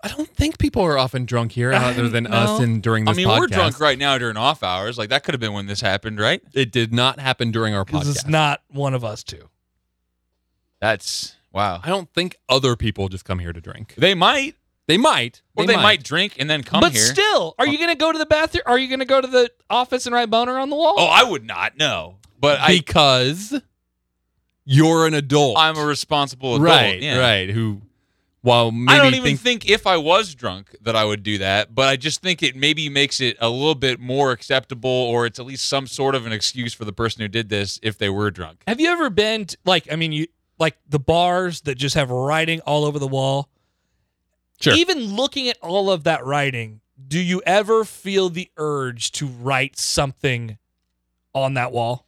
Speaker 1: I don't think people are often drunk here, uh, other than
Speaker 2: no.
Speaker 1: us and during this
Speaker 3: I mean,
Speaker 1: podcast.
Speaker 3: we're drunk right now during off hours. Like that could have been when this happened, right?
Speaker 1: It did not happen during our
Speaker 2: Because it's
Speaker 1: podcast.
Speaker 2: not one of us two.
Speaker 3: That's wow.
Speaker 1: I don't think other people just come here to drink.
Speaker 3: They might,
Speaker 1: They might.
Speaker 3: or they, might. drink and then come
Speaker 2: but
Speaker 3: here.
Speaker 2: still, are you going to go to the bathroom? Are you going to go to the office and write boner on the wall?
Speaker 3: oh, I would not. No, but I,
Speaker 1: because you're an adult.
Speaker 3: I'm a responsible adult.
Speaker 1: right,
Speaker 3: yeah.
Speaker 1: right. Who, while maybe
Speaker 3: I don't even
Speaker 1: thinks-
Speaker 3: think if I was drunk that I would do that, but I just think it maybe makes it a little bit more acceptable, or it's at least some sort of an excuse for the person who did this if they were drunk.
Speaker 2: Have you ever been to, like I mean you like the bars that just have writing all over the wall?
Speaker 1: Sure.
Speaker 2: Even looking at all of that writing, do you ever feel the urge to write something on that wall?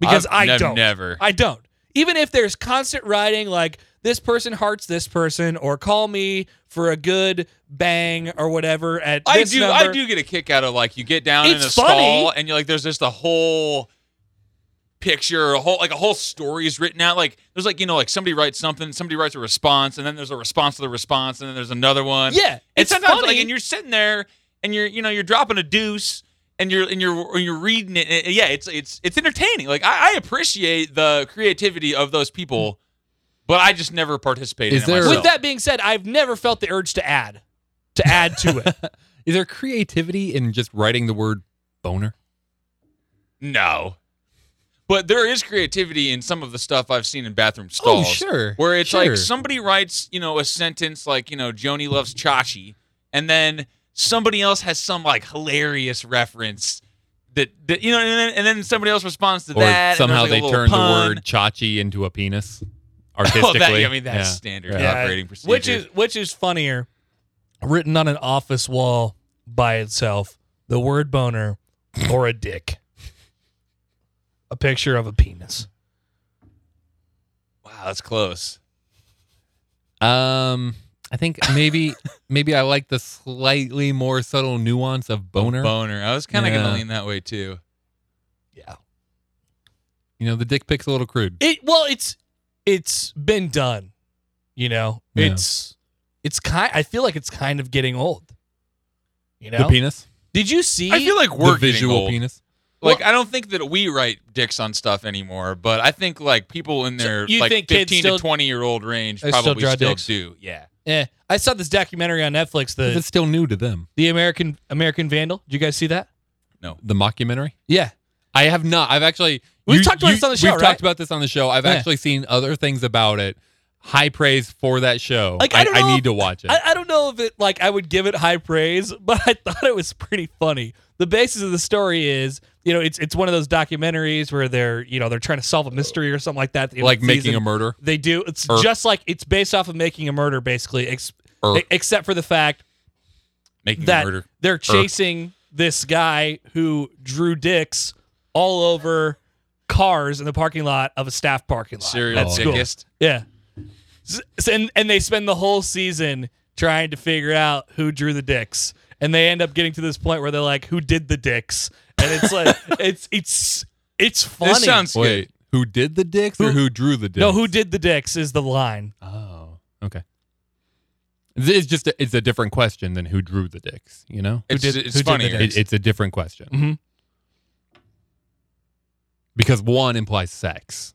Speaker 2: Because
Speaker 3: I've
Speaker 2: I
Speaker 3: nev-
Speaker 2: don't.
Speaker 3: Never.
Speaker 2: I don't. Even if there's constant writing like this person hearts this person or call me for a good bang or whatever at
Speaker 3: I
Speaker 2: this
Speaker 3: do.
Speaker 2: number.
Speaker 3: I do get a kick out of like you get down in
Speaker 2: It's
Speaker 3: a
Speaker 2: funny.
Speaker 3: stall and you're like, there's just a whole picture, a whole like a whole story is written out. Like there's like you know like somebody writes something, somebody writes a response, and then there's a response to the response, and then there's another one.
Speaker 2: Yeah,
Speaker 3: and
Speaker 2: it's
Speaker 3: sometimes
Speaker 2: funny.
Speaker 3: like and you're sitting there and you're you know you're dropping a deuce. And you're and you're and you're reading it. and- yeah, it's it's it's entertaining. Like I, I appreciate the creativity of those people, but I just never participated.
Speaker 1: Is
Speaker 3: in it
Speaker 1: there-
Speaker 3: myself.
Speaker 2: With that being said, I've never felt the urge to add to add to it.
Speaker 1: Is there creativity in just writing the word boner?
Speaker 3: No. But there is creativity in some of the stuff I've seen in bathroom stalls.
Speaker 1: sure,
Speaker 3: Where it's
Speaker 1: sure.
Speaker 3: like somebody writes, you know, a sentence like, you know, Joni loves Chachi, and then somebody else has some like hilarious reference that, that you know, and then, and then somebody else responds to
Speaker 1: or
Speaker 3: that. and
Speaker 1: somehow
Speaker 3: there's, like,
Speaker 1: they
Speaker 3: a little
Speaker 1: turned
Speaker 3: pun.
Speaker 1: the word chachi into a penis
Speaker 3: Well,
Speaker 1: artistically.
Speaker 3: that, I mean, that's
Speaker 1: Yeah.
Speaker 3: standard
Speaker 1: Yeah.
Speaker 3: operating procedure.
Speaker 2: which is which is funnier written on an office wall by itself the word boner or a dick a picture of a penis
Speaker 3: wow, that's close.
Speaker 1: Um, I think maybe maybe I like the slightly more subtle nuance of boner.
Speaker 3: Boner. I was kind of
Speaker 1: Yeah.
Speaker 3: gonna lean that way too.
Speaker 1: you know, the dick pic's a little crude.
Speaker 2: it well it's it's been done you know
Speaker 1: Yeah.
Speaker 2: it's it's kind i feel like it's kind of getting old you know
Speaker 1: The penis,
Speaker 2: did you see
Speaker 3: I feel like we're
Speaker 1: the
Speaker 3: getting
Speaker 1: visual
Speaker 3: old.
Speaker 1: penis.
Speaker 3: Like I don't think that we write dicks on stuff anymore, but I think like people in
Speaker 2: So
Speaker 3: their
Speaker 2: you
Speaker 3: like
Speaker 2: think kids
Speaker 3: fifteen
Speaker 2: still-
Speaker 3: to twenty year old range
Speaker 2: They still
Speaker 3: probably
Speaker 2: draw
Speaker 3: still,
Speaker 2: dicks?
Speaker 3: do. Yeah.
Speaker 2: Eh, i saw this documentary on netflix the
Speaker 1: It's still new to them.
Speaker 2: the american american vandal did you guys see that
Speaker 1: The mockumentary.
Speaker 2: yeah
Speaker 1: I have not. I've actually
Speaker 2: We've talked about this on the show,
Speaker 1: We've
Speaker 2: right?
Speaker 1: talked about this on the show. I've
Speaker 2: Yeah.
Speaker 1: actually seen other things about it. High praise for that show.
Speaker 2: Like, I don't know
Speaker 1: need
Speaker 2: if-
Speaker 1: to watch it.
Speaker 2: I, I don't know if it like I would give it high praise, but I thought it was pretty funny. The basis of the story is, you know, it's it's one of those documentaries where they're, you know, they're trying to solve a mystery or something like that. at the end of
Speaker 1: like
Speaker 2: the
Speaker 1: making
Speaker 2: season.
Speaker 1: a murder.
Speaker 2: They do. It's
Speaker 1: Er.
Speaker 2: just like it's based off of making a murder, basically, ex- e-,
Speaker 1: Er.
Speaker 2: except for the fact
Speaker 3: Making a
Speaker 2: That-
Speaker 3: murder. Er.
Speaker 2: they're chasing this guy who drew dicks all over cars in the parking lot of a staff parking lot.
Speaker 3: Serial
Speaker 1: Oh,
Speaker 2: at school.
Speaker 3: dickist.
Speaker 2: Yeah. S- s- and and they spend the whole season trying to figure out who drew the dicks, and they end up getting to this point where they're like, "Who did the dicks?" And it's like, it's it's it's funny.
Speaker 3: This sounds
Speaker 1: Wait,
Speaker 3: good.
Speaker 1: who did the dicks or
Speaker 2: Who-
Speaker 1: who drew the dicks?
Speaker 2: no, who did the dicks is the line.
Speaker 1: Oh, okay. It's just a, it's a different question than who drew the dicks. You know,
Speaker 3: It's,
Speaker 2: did-
Speaker 3: it's
Speaker 2: who did the
Speaker 3: funnier. Mm-hmm.
Speaker 1: it, it's a different question
Speaker 2: Mhm.
Speaker 1: because one implies sex.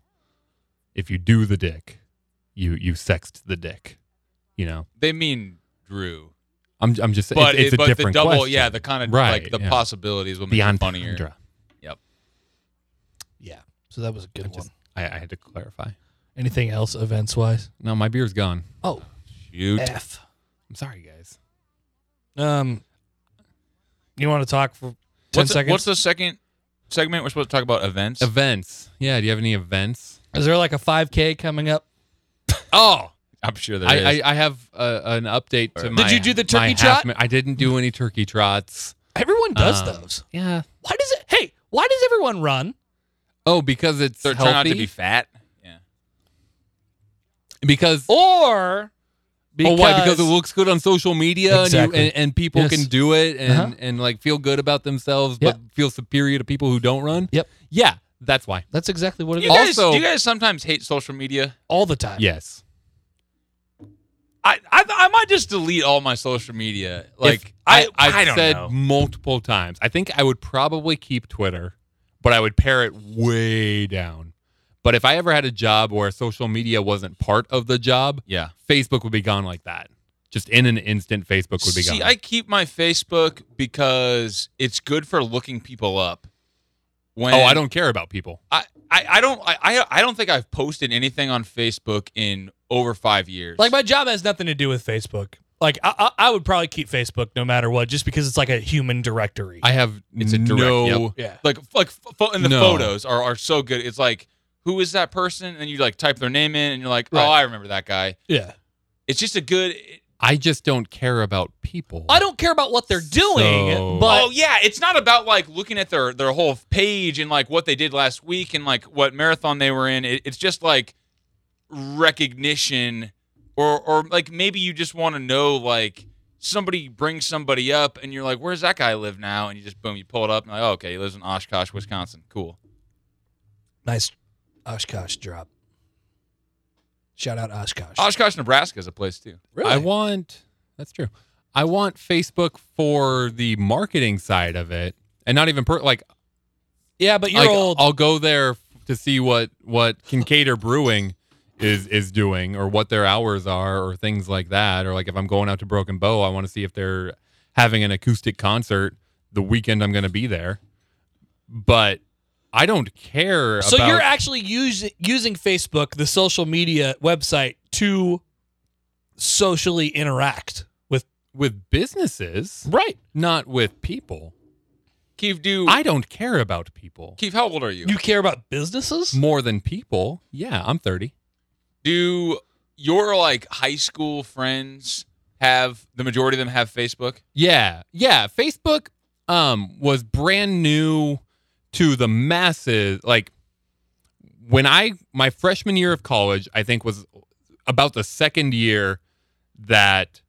Speaker 1: If you do the dick, you you sexed the dick. You know,
Speaker 3: they mean Drew.
Speaker 1: I'm I'm just
Speaker 3: But
Speaker 1: it's, it's
Speaker 3: it,
Speaker 1: a
Speaker 3: but the
Speaker 1: different
Speaker 3: double,
Speaker 1: question.
Speaker 3: yeah, the kind of
Speaker 1: Right,
Speaker 3: like the
Speaker 1: yeah.
Speaker 3: possibilities will make
Speaker 1: beyond
Speaker 3: it funnier.
Speaker 1: Tundra.
Speaker 2: Yeah. So that was a good
Speaker 1: just- I, I had to clarify.
Speaker 2: Anything else events wise?
Speaker 1: No, my beer's gone.
Speaker 2: Oh,
Speaker 3: Shoot.
Speaker 2: f.
Speaker 1: I'm sorry, guys.
Speaker 2: Um, you want to talk for ten
Speaker 3: What's the,
Speaker 2: seconds?
Speaker 3: what's the second segment? We're supposed to talk about events.
Speaker 1: Events. Yeah, do you have any events?
Speaker 2: is there like a five k coming up?
Speaker 1: Oh,
Speaker 3: I'm sure there is.
Speaker 1: I, I, I have uh, an update to
Speaker 3: Did
Speaker 1: my.
Speaker 2: you do the
Speaker 1: my
Speaker 2: turkey
Speaker 1: half
Speaker 2: trot?
Speaker 1: mi- I didn't do any turkey trots.
Speaker 2: Everyone does
Speaker 1: Um,
Speaker 2: those.
Speaker 1: Yeah.
Speaker 2: Why does it? Hey, why does everyone run?
Speaker 1: Oh, because it's
Speaker 3: They're trying not
Speaker 1: healthy.
Speaker 3: to be fat. Yeah.
Speaker 1: because
Speaker 3: Oh,
Speaker 2: or because,
Speaker 1: oh, why? Because it looks good on social media,
Speaker 2: Exactly.
Speaker 1: and, you, and, and people
Speaker 2: Yes.
Speaker 1: can do it, and
Speaker 2: Uh-huh.
Speaker 1: and like feel good about themselves, but feel superior to people who don't run.
Speaker 2: Yep.
Speaker 1: Yeah, that's why.
Speaker 2: that's exactly what it
Speaker 3: You
Speaker 2: is.
Speaker 1: Yeah.
Speaker 3: guys,
Speaker 1: Also-
Speaker 3: do you guys sometimes hate social media?
Speaker 2: all the time.
Speaker 1: Yes.
Speaker 3: I, I I might just delete all my social media. Like
Speaker 1: If-
Speaker 3: I,
Speaker 1: I've
Speaker 3: I don't
Speaker 1: said
Speaker 3: know.
Speaker 1: multiple times. I think I would probably keep Twitter, but I would pare it way down. But if I ever had a job where social media wasn't part of the job,
Speaker 3: Yeah.
Speaker 1: Facebook would be gone like that. Just in an instant, Facebook would be
Speaker 3: See,
Speaker 1: gone.
Speaker 3: I keep my Facebook because it's good for looking people up. When
Speaker 1: oh, I don't care about people.
Speaker 3: I, I, I don't I, I I don't think I've posted anything on Facebook in over five years.
Speaker 2: Like my job has nothing to do with Facebook. Like I, I, I would probably keep Facebook no matter what, just because it's like a human directory.
Speaker 1: I have
Speaker 3: It's a direct-
Speaker 1: no.
Speaker 3: yep.
Speaker 2: yeah.
Speaker 3: like like pho- pho- and the
Speaker 1: No.
Speaker 3: photos are, are so good. It's like who is that person? And you like type their name in, and you're like,
Speaker 2: Right.
Speaker 3: oh, I remember that guy.
Speaker 2: Yeah.
Speaker 3: It's just a good.
Speaker 1: I just don't care about people.
Speaker 2: I don't care about what they're doing,
Speaker 1: So-
Speaker 2: but
Speaker 3: oh yeah, it's not about like looking at their their whole page and like what they did last week and like what marathon they were in. It, it's just like recognition, or or like maybe you just want to know like somebody brings somebody up and you're like, where's that guy live now? And you just boom, you pull it up and like, oh, okay, he lives in Oshkosh, Wisconsin. Cool.
Speaker 2: nice Oshkosh drop. Shout out Oshkosh.
Speaker 3: Oshkosh, Nebraska is a place too.
Speaker 1: I want. That's true. I want Facebook for the marketing side of it, and not even per, like
Speaker 2: yeah, but you're
Speaker 1: like,
Speaker 2: old.
Speaker 1: I'll go there to see what what Kincaid or Brewing is is doing, or what their hours are, or things like that. Or like if I'm going out to Broken Bow, I want to see if they're having an acoustic concert the weekend I'm going to be there. But I don't care.
Speaker 2: so
Speaker 1: about,
Speaker 2: you're actually using using Facebook, the social media website, to socially interact with
Speaker 1: with businesses,
Speaker 2: Right.
Speaker 1: not with people.
Speaker 3: Keith, do
Speaker 1: I don't care about people
Speaker 3: Keith? How old are you?
Speaker 2: You care about businesses?
Speaker 1: more than people. Yeah, I'm 30.
Speaker 3: Do your like high school friends have the majority of them have Facebook?
Speaker 1: Yeah, yeah. Facebook um was brand new to the masses. Like when I my freshman year of college, I think was about the second year that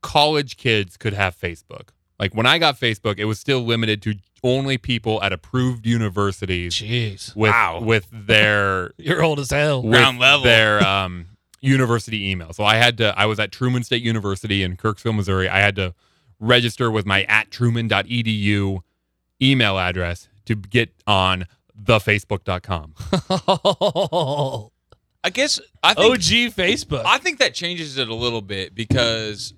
Speaker 1: college kids could have Facebook. Like when I got Facebook, it was still limited to only people at approved universities
Speaker 2: Jeez.
Speaker 1: with
Speaker 3: Wow.
Speaker 1: with their
Speaker 2: You're old as hell.
Speaker 1: with
Speaker 3: Ground level.
Speaker 1: their um, university email. So I had to. I was at Truman State University in Kirksville, Missouri. I had to register with my at truman.edu email address to get on the facebook.com.
Speaker 2: OG
Speaker 3: I guess I
Speaker 2: Oh,
Speaker 3: think
Speaker 2: Facebook.
Speaker 3: I think that changes it a little bit because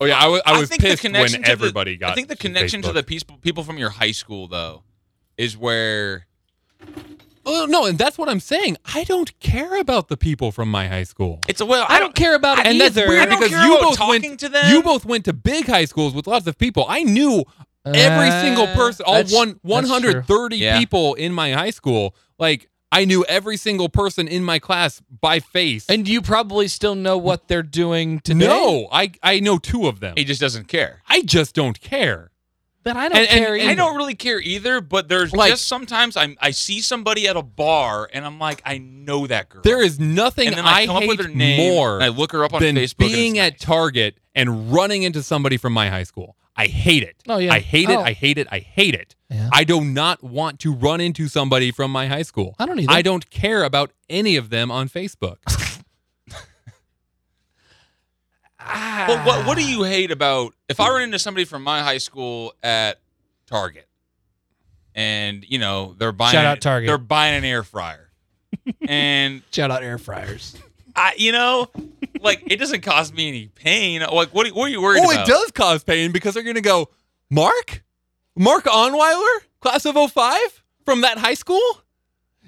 Speaker 1: Oh yeah, I was I
Speaker 3: I
Speaker 1: was
Speaker 3: think the
Speaker 1: pissed
Speaker 3: connection
Speaker 1: when
Speaker 3: to the-
Speaker 1: everybody got
Speaker 3: I think the connection to the people people from your high school though is where
Speaker 1: Oh no, and that's what I'm saying. I don't care about the people from my high school.
Speaker 3: it's a well.
Speaker 2: I don't care about it
Speaker 1: and
Speaker 2: either.
Speaker 1: that's weird
Speaker 3: I don't
Speaker 1: because
Speaker 3: care
Speaker 1: you
Speaker 3: about
Speaker 1: both
Speaker 3: talking
Speaker 1: went
Speaker 3: to them.
Speaker 1: you both went to big high schools with lots of people. I knew every
Speaker 2: Uh,
Speaker 1: single person, all
Speaker 2: that's-
Speaker 1: one
Speaker 2: that's true.
Speaker 1: 130
Speaker 3: Yeah.
Speaker 1: people in my high school, like I knew every single person in my class by face.
Speaker 2: And you probably still know what they're doing today.
Speaker 1: no, I I know two of them.
Speaker 3: He just doesn't care.
Speaker 1: I just don't care.
Speaker 2: but I don't
Speaker 1: And- and-
Speaker 2: care.
Speaker 1: and
Speaker 2: either.
Speaker 3: I don't really care either, but there's
Speaker 1: Like-
Speaker 3: just sometimes I'm I see somebody at a bar and I'm like, I know that girl.
Speaker 1: There is nothing
Speaker 3: and then
Speaker 1: I,
Speaker 3: I come
Speaker 1: hate
Speaker 3: up with her name
Speaker 1: more
Speaker 3: and I look her up on
Speaker 1: than
Speaker 3: Facebook.
Speaker 1: being
Speaker 3: and
Speaker 1: at
Speaker 3: it's nice.
Speaker 1: Target and running into somebody from my high school. I hate it.
Speaker 2: Oh, yeah.
Speaker 1: I hate it.
Speaker 2: Oh.
Speaker 1: I hate it. I hate it.
Speaker 2: Yeah.
Speaker 1: I do not want to run into somebody from my high school.
Speaker 2: I don't either.
Speaker 1: I don't care about any of them on Facebook.
Speaker 2: Ah.
Speaker 3: Well, what what do you hate about if I run into somebody from my high school at Target, and you know they're buying
Speaker 2: Shout out Target.
Speaker 3: they're buying an air fryer, and
Speaker 2: Shout out air fryers.
Speaker 3: I you know like it doesn't cause me any pain. Like what are- what are you worried
Speaker 1: oh,
Speaker 3: about?
Speaker 1: it does cause pain because they're going to go, Mark? Mark Onweiler? Class of 05? From that high school?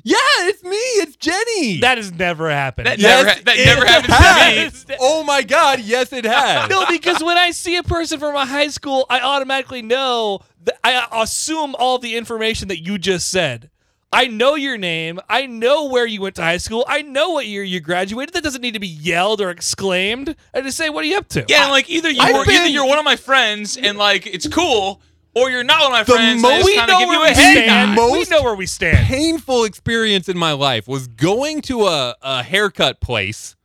Speaker 1: Yeah, it's me. It's Jenny.
Speaker 2: That has never happened.
Speaker 3: That never ha- that
Speaker 1: it
Speaker 3: never happens
Speaker 1: has.
Speaker 3: to me.
Speaker 1: Oh my God. Yes, it has.
Speaker 2: no, because when I see a person from a high school, I automatically know. That I assume all the information that you just said. I know your name. I know where you went to high school. I know what year you graduated. That doesn't need to be yelled or exclaimed. I just say, "What are you up to?"
Speaker 3: Yeah, and, like either you
Speaker 1: I've
Speaker 3: were, either
Speaker 1: been-
Speaker 3: you're one of my friends and like it's cool, or you're not one of my
Speaker 1: The
Speaker 3: friends. and
Speaker 1: most-
Speaker 3: I just
Speaker 2: we
Speaker 3: kind
Speaker 2: know
Speaker 3: of give
Speaker 2: where
Speaker 3: you
Speaker 2: we
Speaker 3: a head
Speaker 2: stand.
Speaker 3: nod.
Speaker 1: nod.
Speaker 2: We know where we stand.
Speaker 1: painful experience in my life was going to a, a haircut place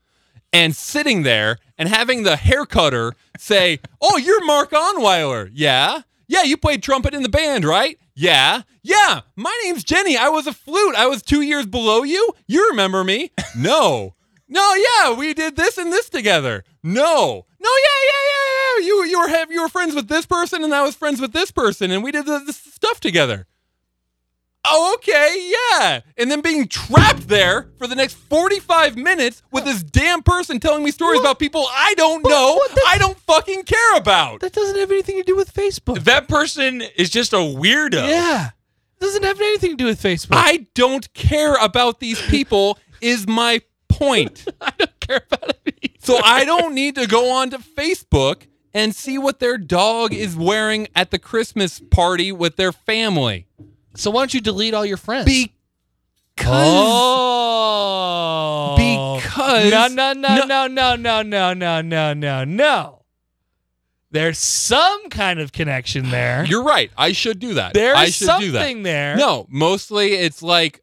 Speaker 1: and sitting there and having the haircutter say, Oh, you're Mark Onweiler. Yeah. Yeah, you played trumpet in the band, right? Yeah. Yeah. My name's Jenny. I was a flute. I was two years below you. You remember me? No. No, yeah, we did this and this together. No. No, yeah, yeah, yeah, yeah. You you were have you were friends with this person and I was friends with this person and we did this, this stuff together oh, okay, yeah. And then being trapped there for the next 45 minutes with this damn person telling me stories about people I don't know, I don't fucking care about.
Speaker 2: That doesn't have anything to do with Facebook.
Speaker 3: That person is just a weirdo.
Speaker 2: yeah, it doesn't have anything to do with Facebook.
Speaker 1: I don't care about these people, is my point.
Speaker 2: I don't care about it. either.
Speaker 1: So I don't need to go on to Facebook and see what their dog is wearing at the Christmas party with their family.
Speaker 2: So why don't you delete all your friends?
Speaker 1: Because.
Speaker 2: Oh.
Speaker 1: Because-
Speaker 2: No, no, no, no, no, no, no, no, no, no, no. There's some kind of connection there.
Speaker 1: You're right. I should do that.
Speaker 2: There
Speaker 1: I
Speaker 2: is
Speaker 1: should
Speaker 2: something
Speaker 1: do that.
Speaker 2: there.
Speaker 1: No, mostly it's like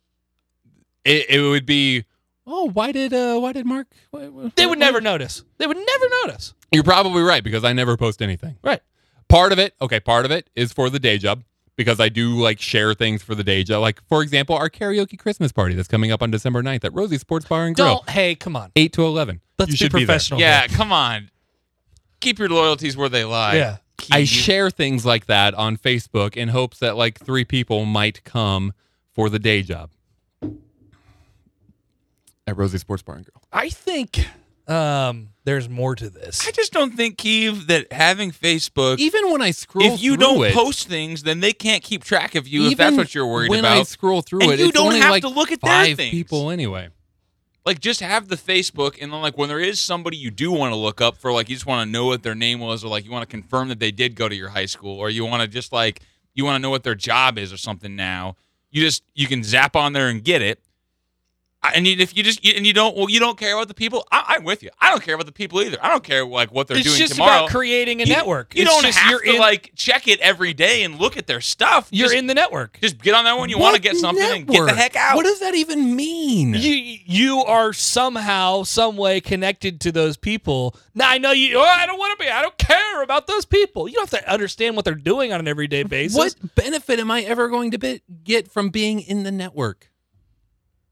Speaker 1: it, it would be. Oh, why did uh, why did Mark? Why, why-
Speaker 2: They would
Speaker 1: why-
Speaker 2: never notice. They would never notice.
Speaker 1: You're probably right because I never post anything.
Speaker 2: Right.
Speaker 1: Part of it, okay. Part of it is for the day job because I do like share things for the day job. Like for example, our karaoke Christmas party that's coming up on December 9th at Rosie's Sports Bar and Grill,
Speaker 2: Don't. Hey, come on.
Speaker 1: eight to eleven.
Speaker 2: Let's
Speaker 1: You
Speaker 2: be
Speaker 1: should there.
Speaker 2: professional.
Speaker 3: Yeah, come on. Keep your loyalties where they lie.
Speaker 2: Yeah.
Speaker 1: I
Speaker 3: Keith.
Speaker 1: share things like that on Facebook in hopes that like three people might come for the day job at Rosie's Sports Bar and Grill.
Speaker 2: I think um, there's more to this.
Speaker 3: I just don't think, Keeve, that having Facebook,
Speaker 1: even when I scroll,
Speaker 3: if you
Speaker 1: through
Speaker 3: don't
Speaker 1: it,
Speaker 3: post things, then they can't keep track of you if
Speaker 1: even
Speaker 3: that's what you're worried
Speaker 1: when I
Speaker 3: about.
Speaker 1: scroll through
Speaker 3: And
Speaker 1: it,
Speaker 3: you
Speaker 1: it's
Speaker 3: don't
Speaker 1: only
Speaker 3: have
Speaker 1: like
Speaker 3: to look at their
Speaker 1: five
Speaker 3: things.
Speaker 1: people anyway.
Speaker 3: Like just have the Facebook, and then like when there is somebody you do want to look up for, like you just want to know what their name was, or like you want to confirm that they did go to your high school, or you want to just like you want to know what their job is or something. Now you just you can zap on there and get it. I- And you- if you just you- and you don't well you don't care about the people. I, I'm with you. I don't care about the people either. I don't care like what they're
Speaker 2: it's
Speaker 3: doing
Speaker 2: just
Speaker 3: tomorrow.
Speaker 2: about creating a
Speaker 3: You-
Speaker 2: network.
Speaker 3: You
Speaker 2: It's
Speaker 3: don't
Speaker 2: just,
Speaker 3: have
Speaker 2: you're
Speaker 3: to
Speaker 2: in,
Speaker 3: like check it every day and look at their stuff.
Speaker 2: You're
Speaker 3: just,
Speaker 2: in the network.
Speaker 3: Just get on that one. You want to get something and get the heck out.
Speaker 1: What does that even mean?
Speaker 2: You you are somehow, some way connected to those people. Now I know you. Oh, I don't want to be. I don't care about those people. You don't have to understand what they're doing on an everyday basis.
Speaker 1: what benefit am I ever going to be- get from being in the network?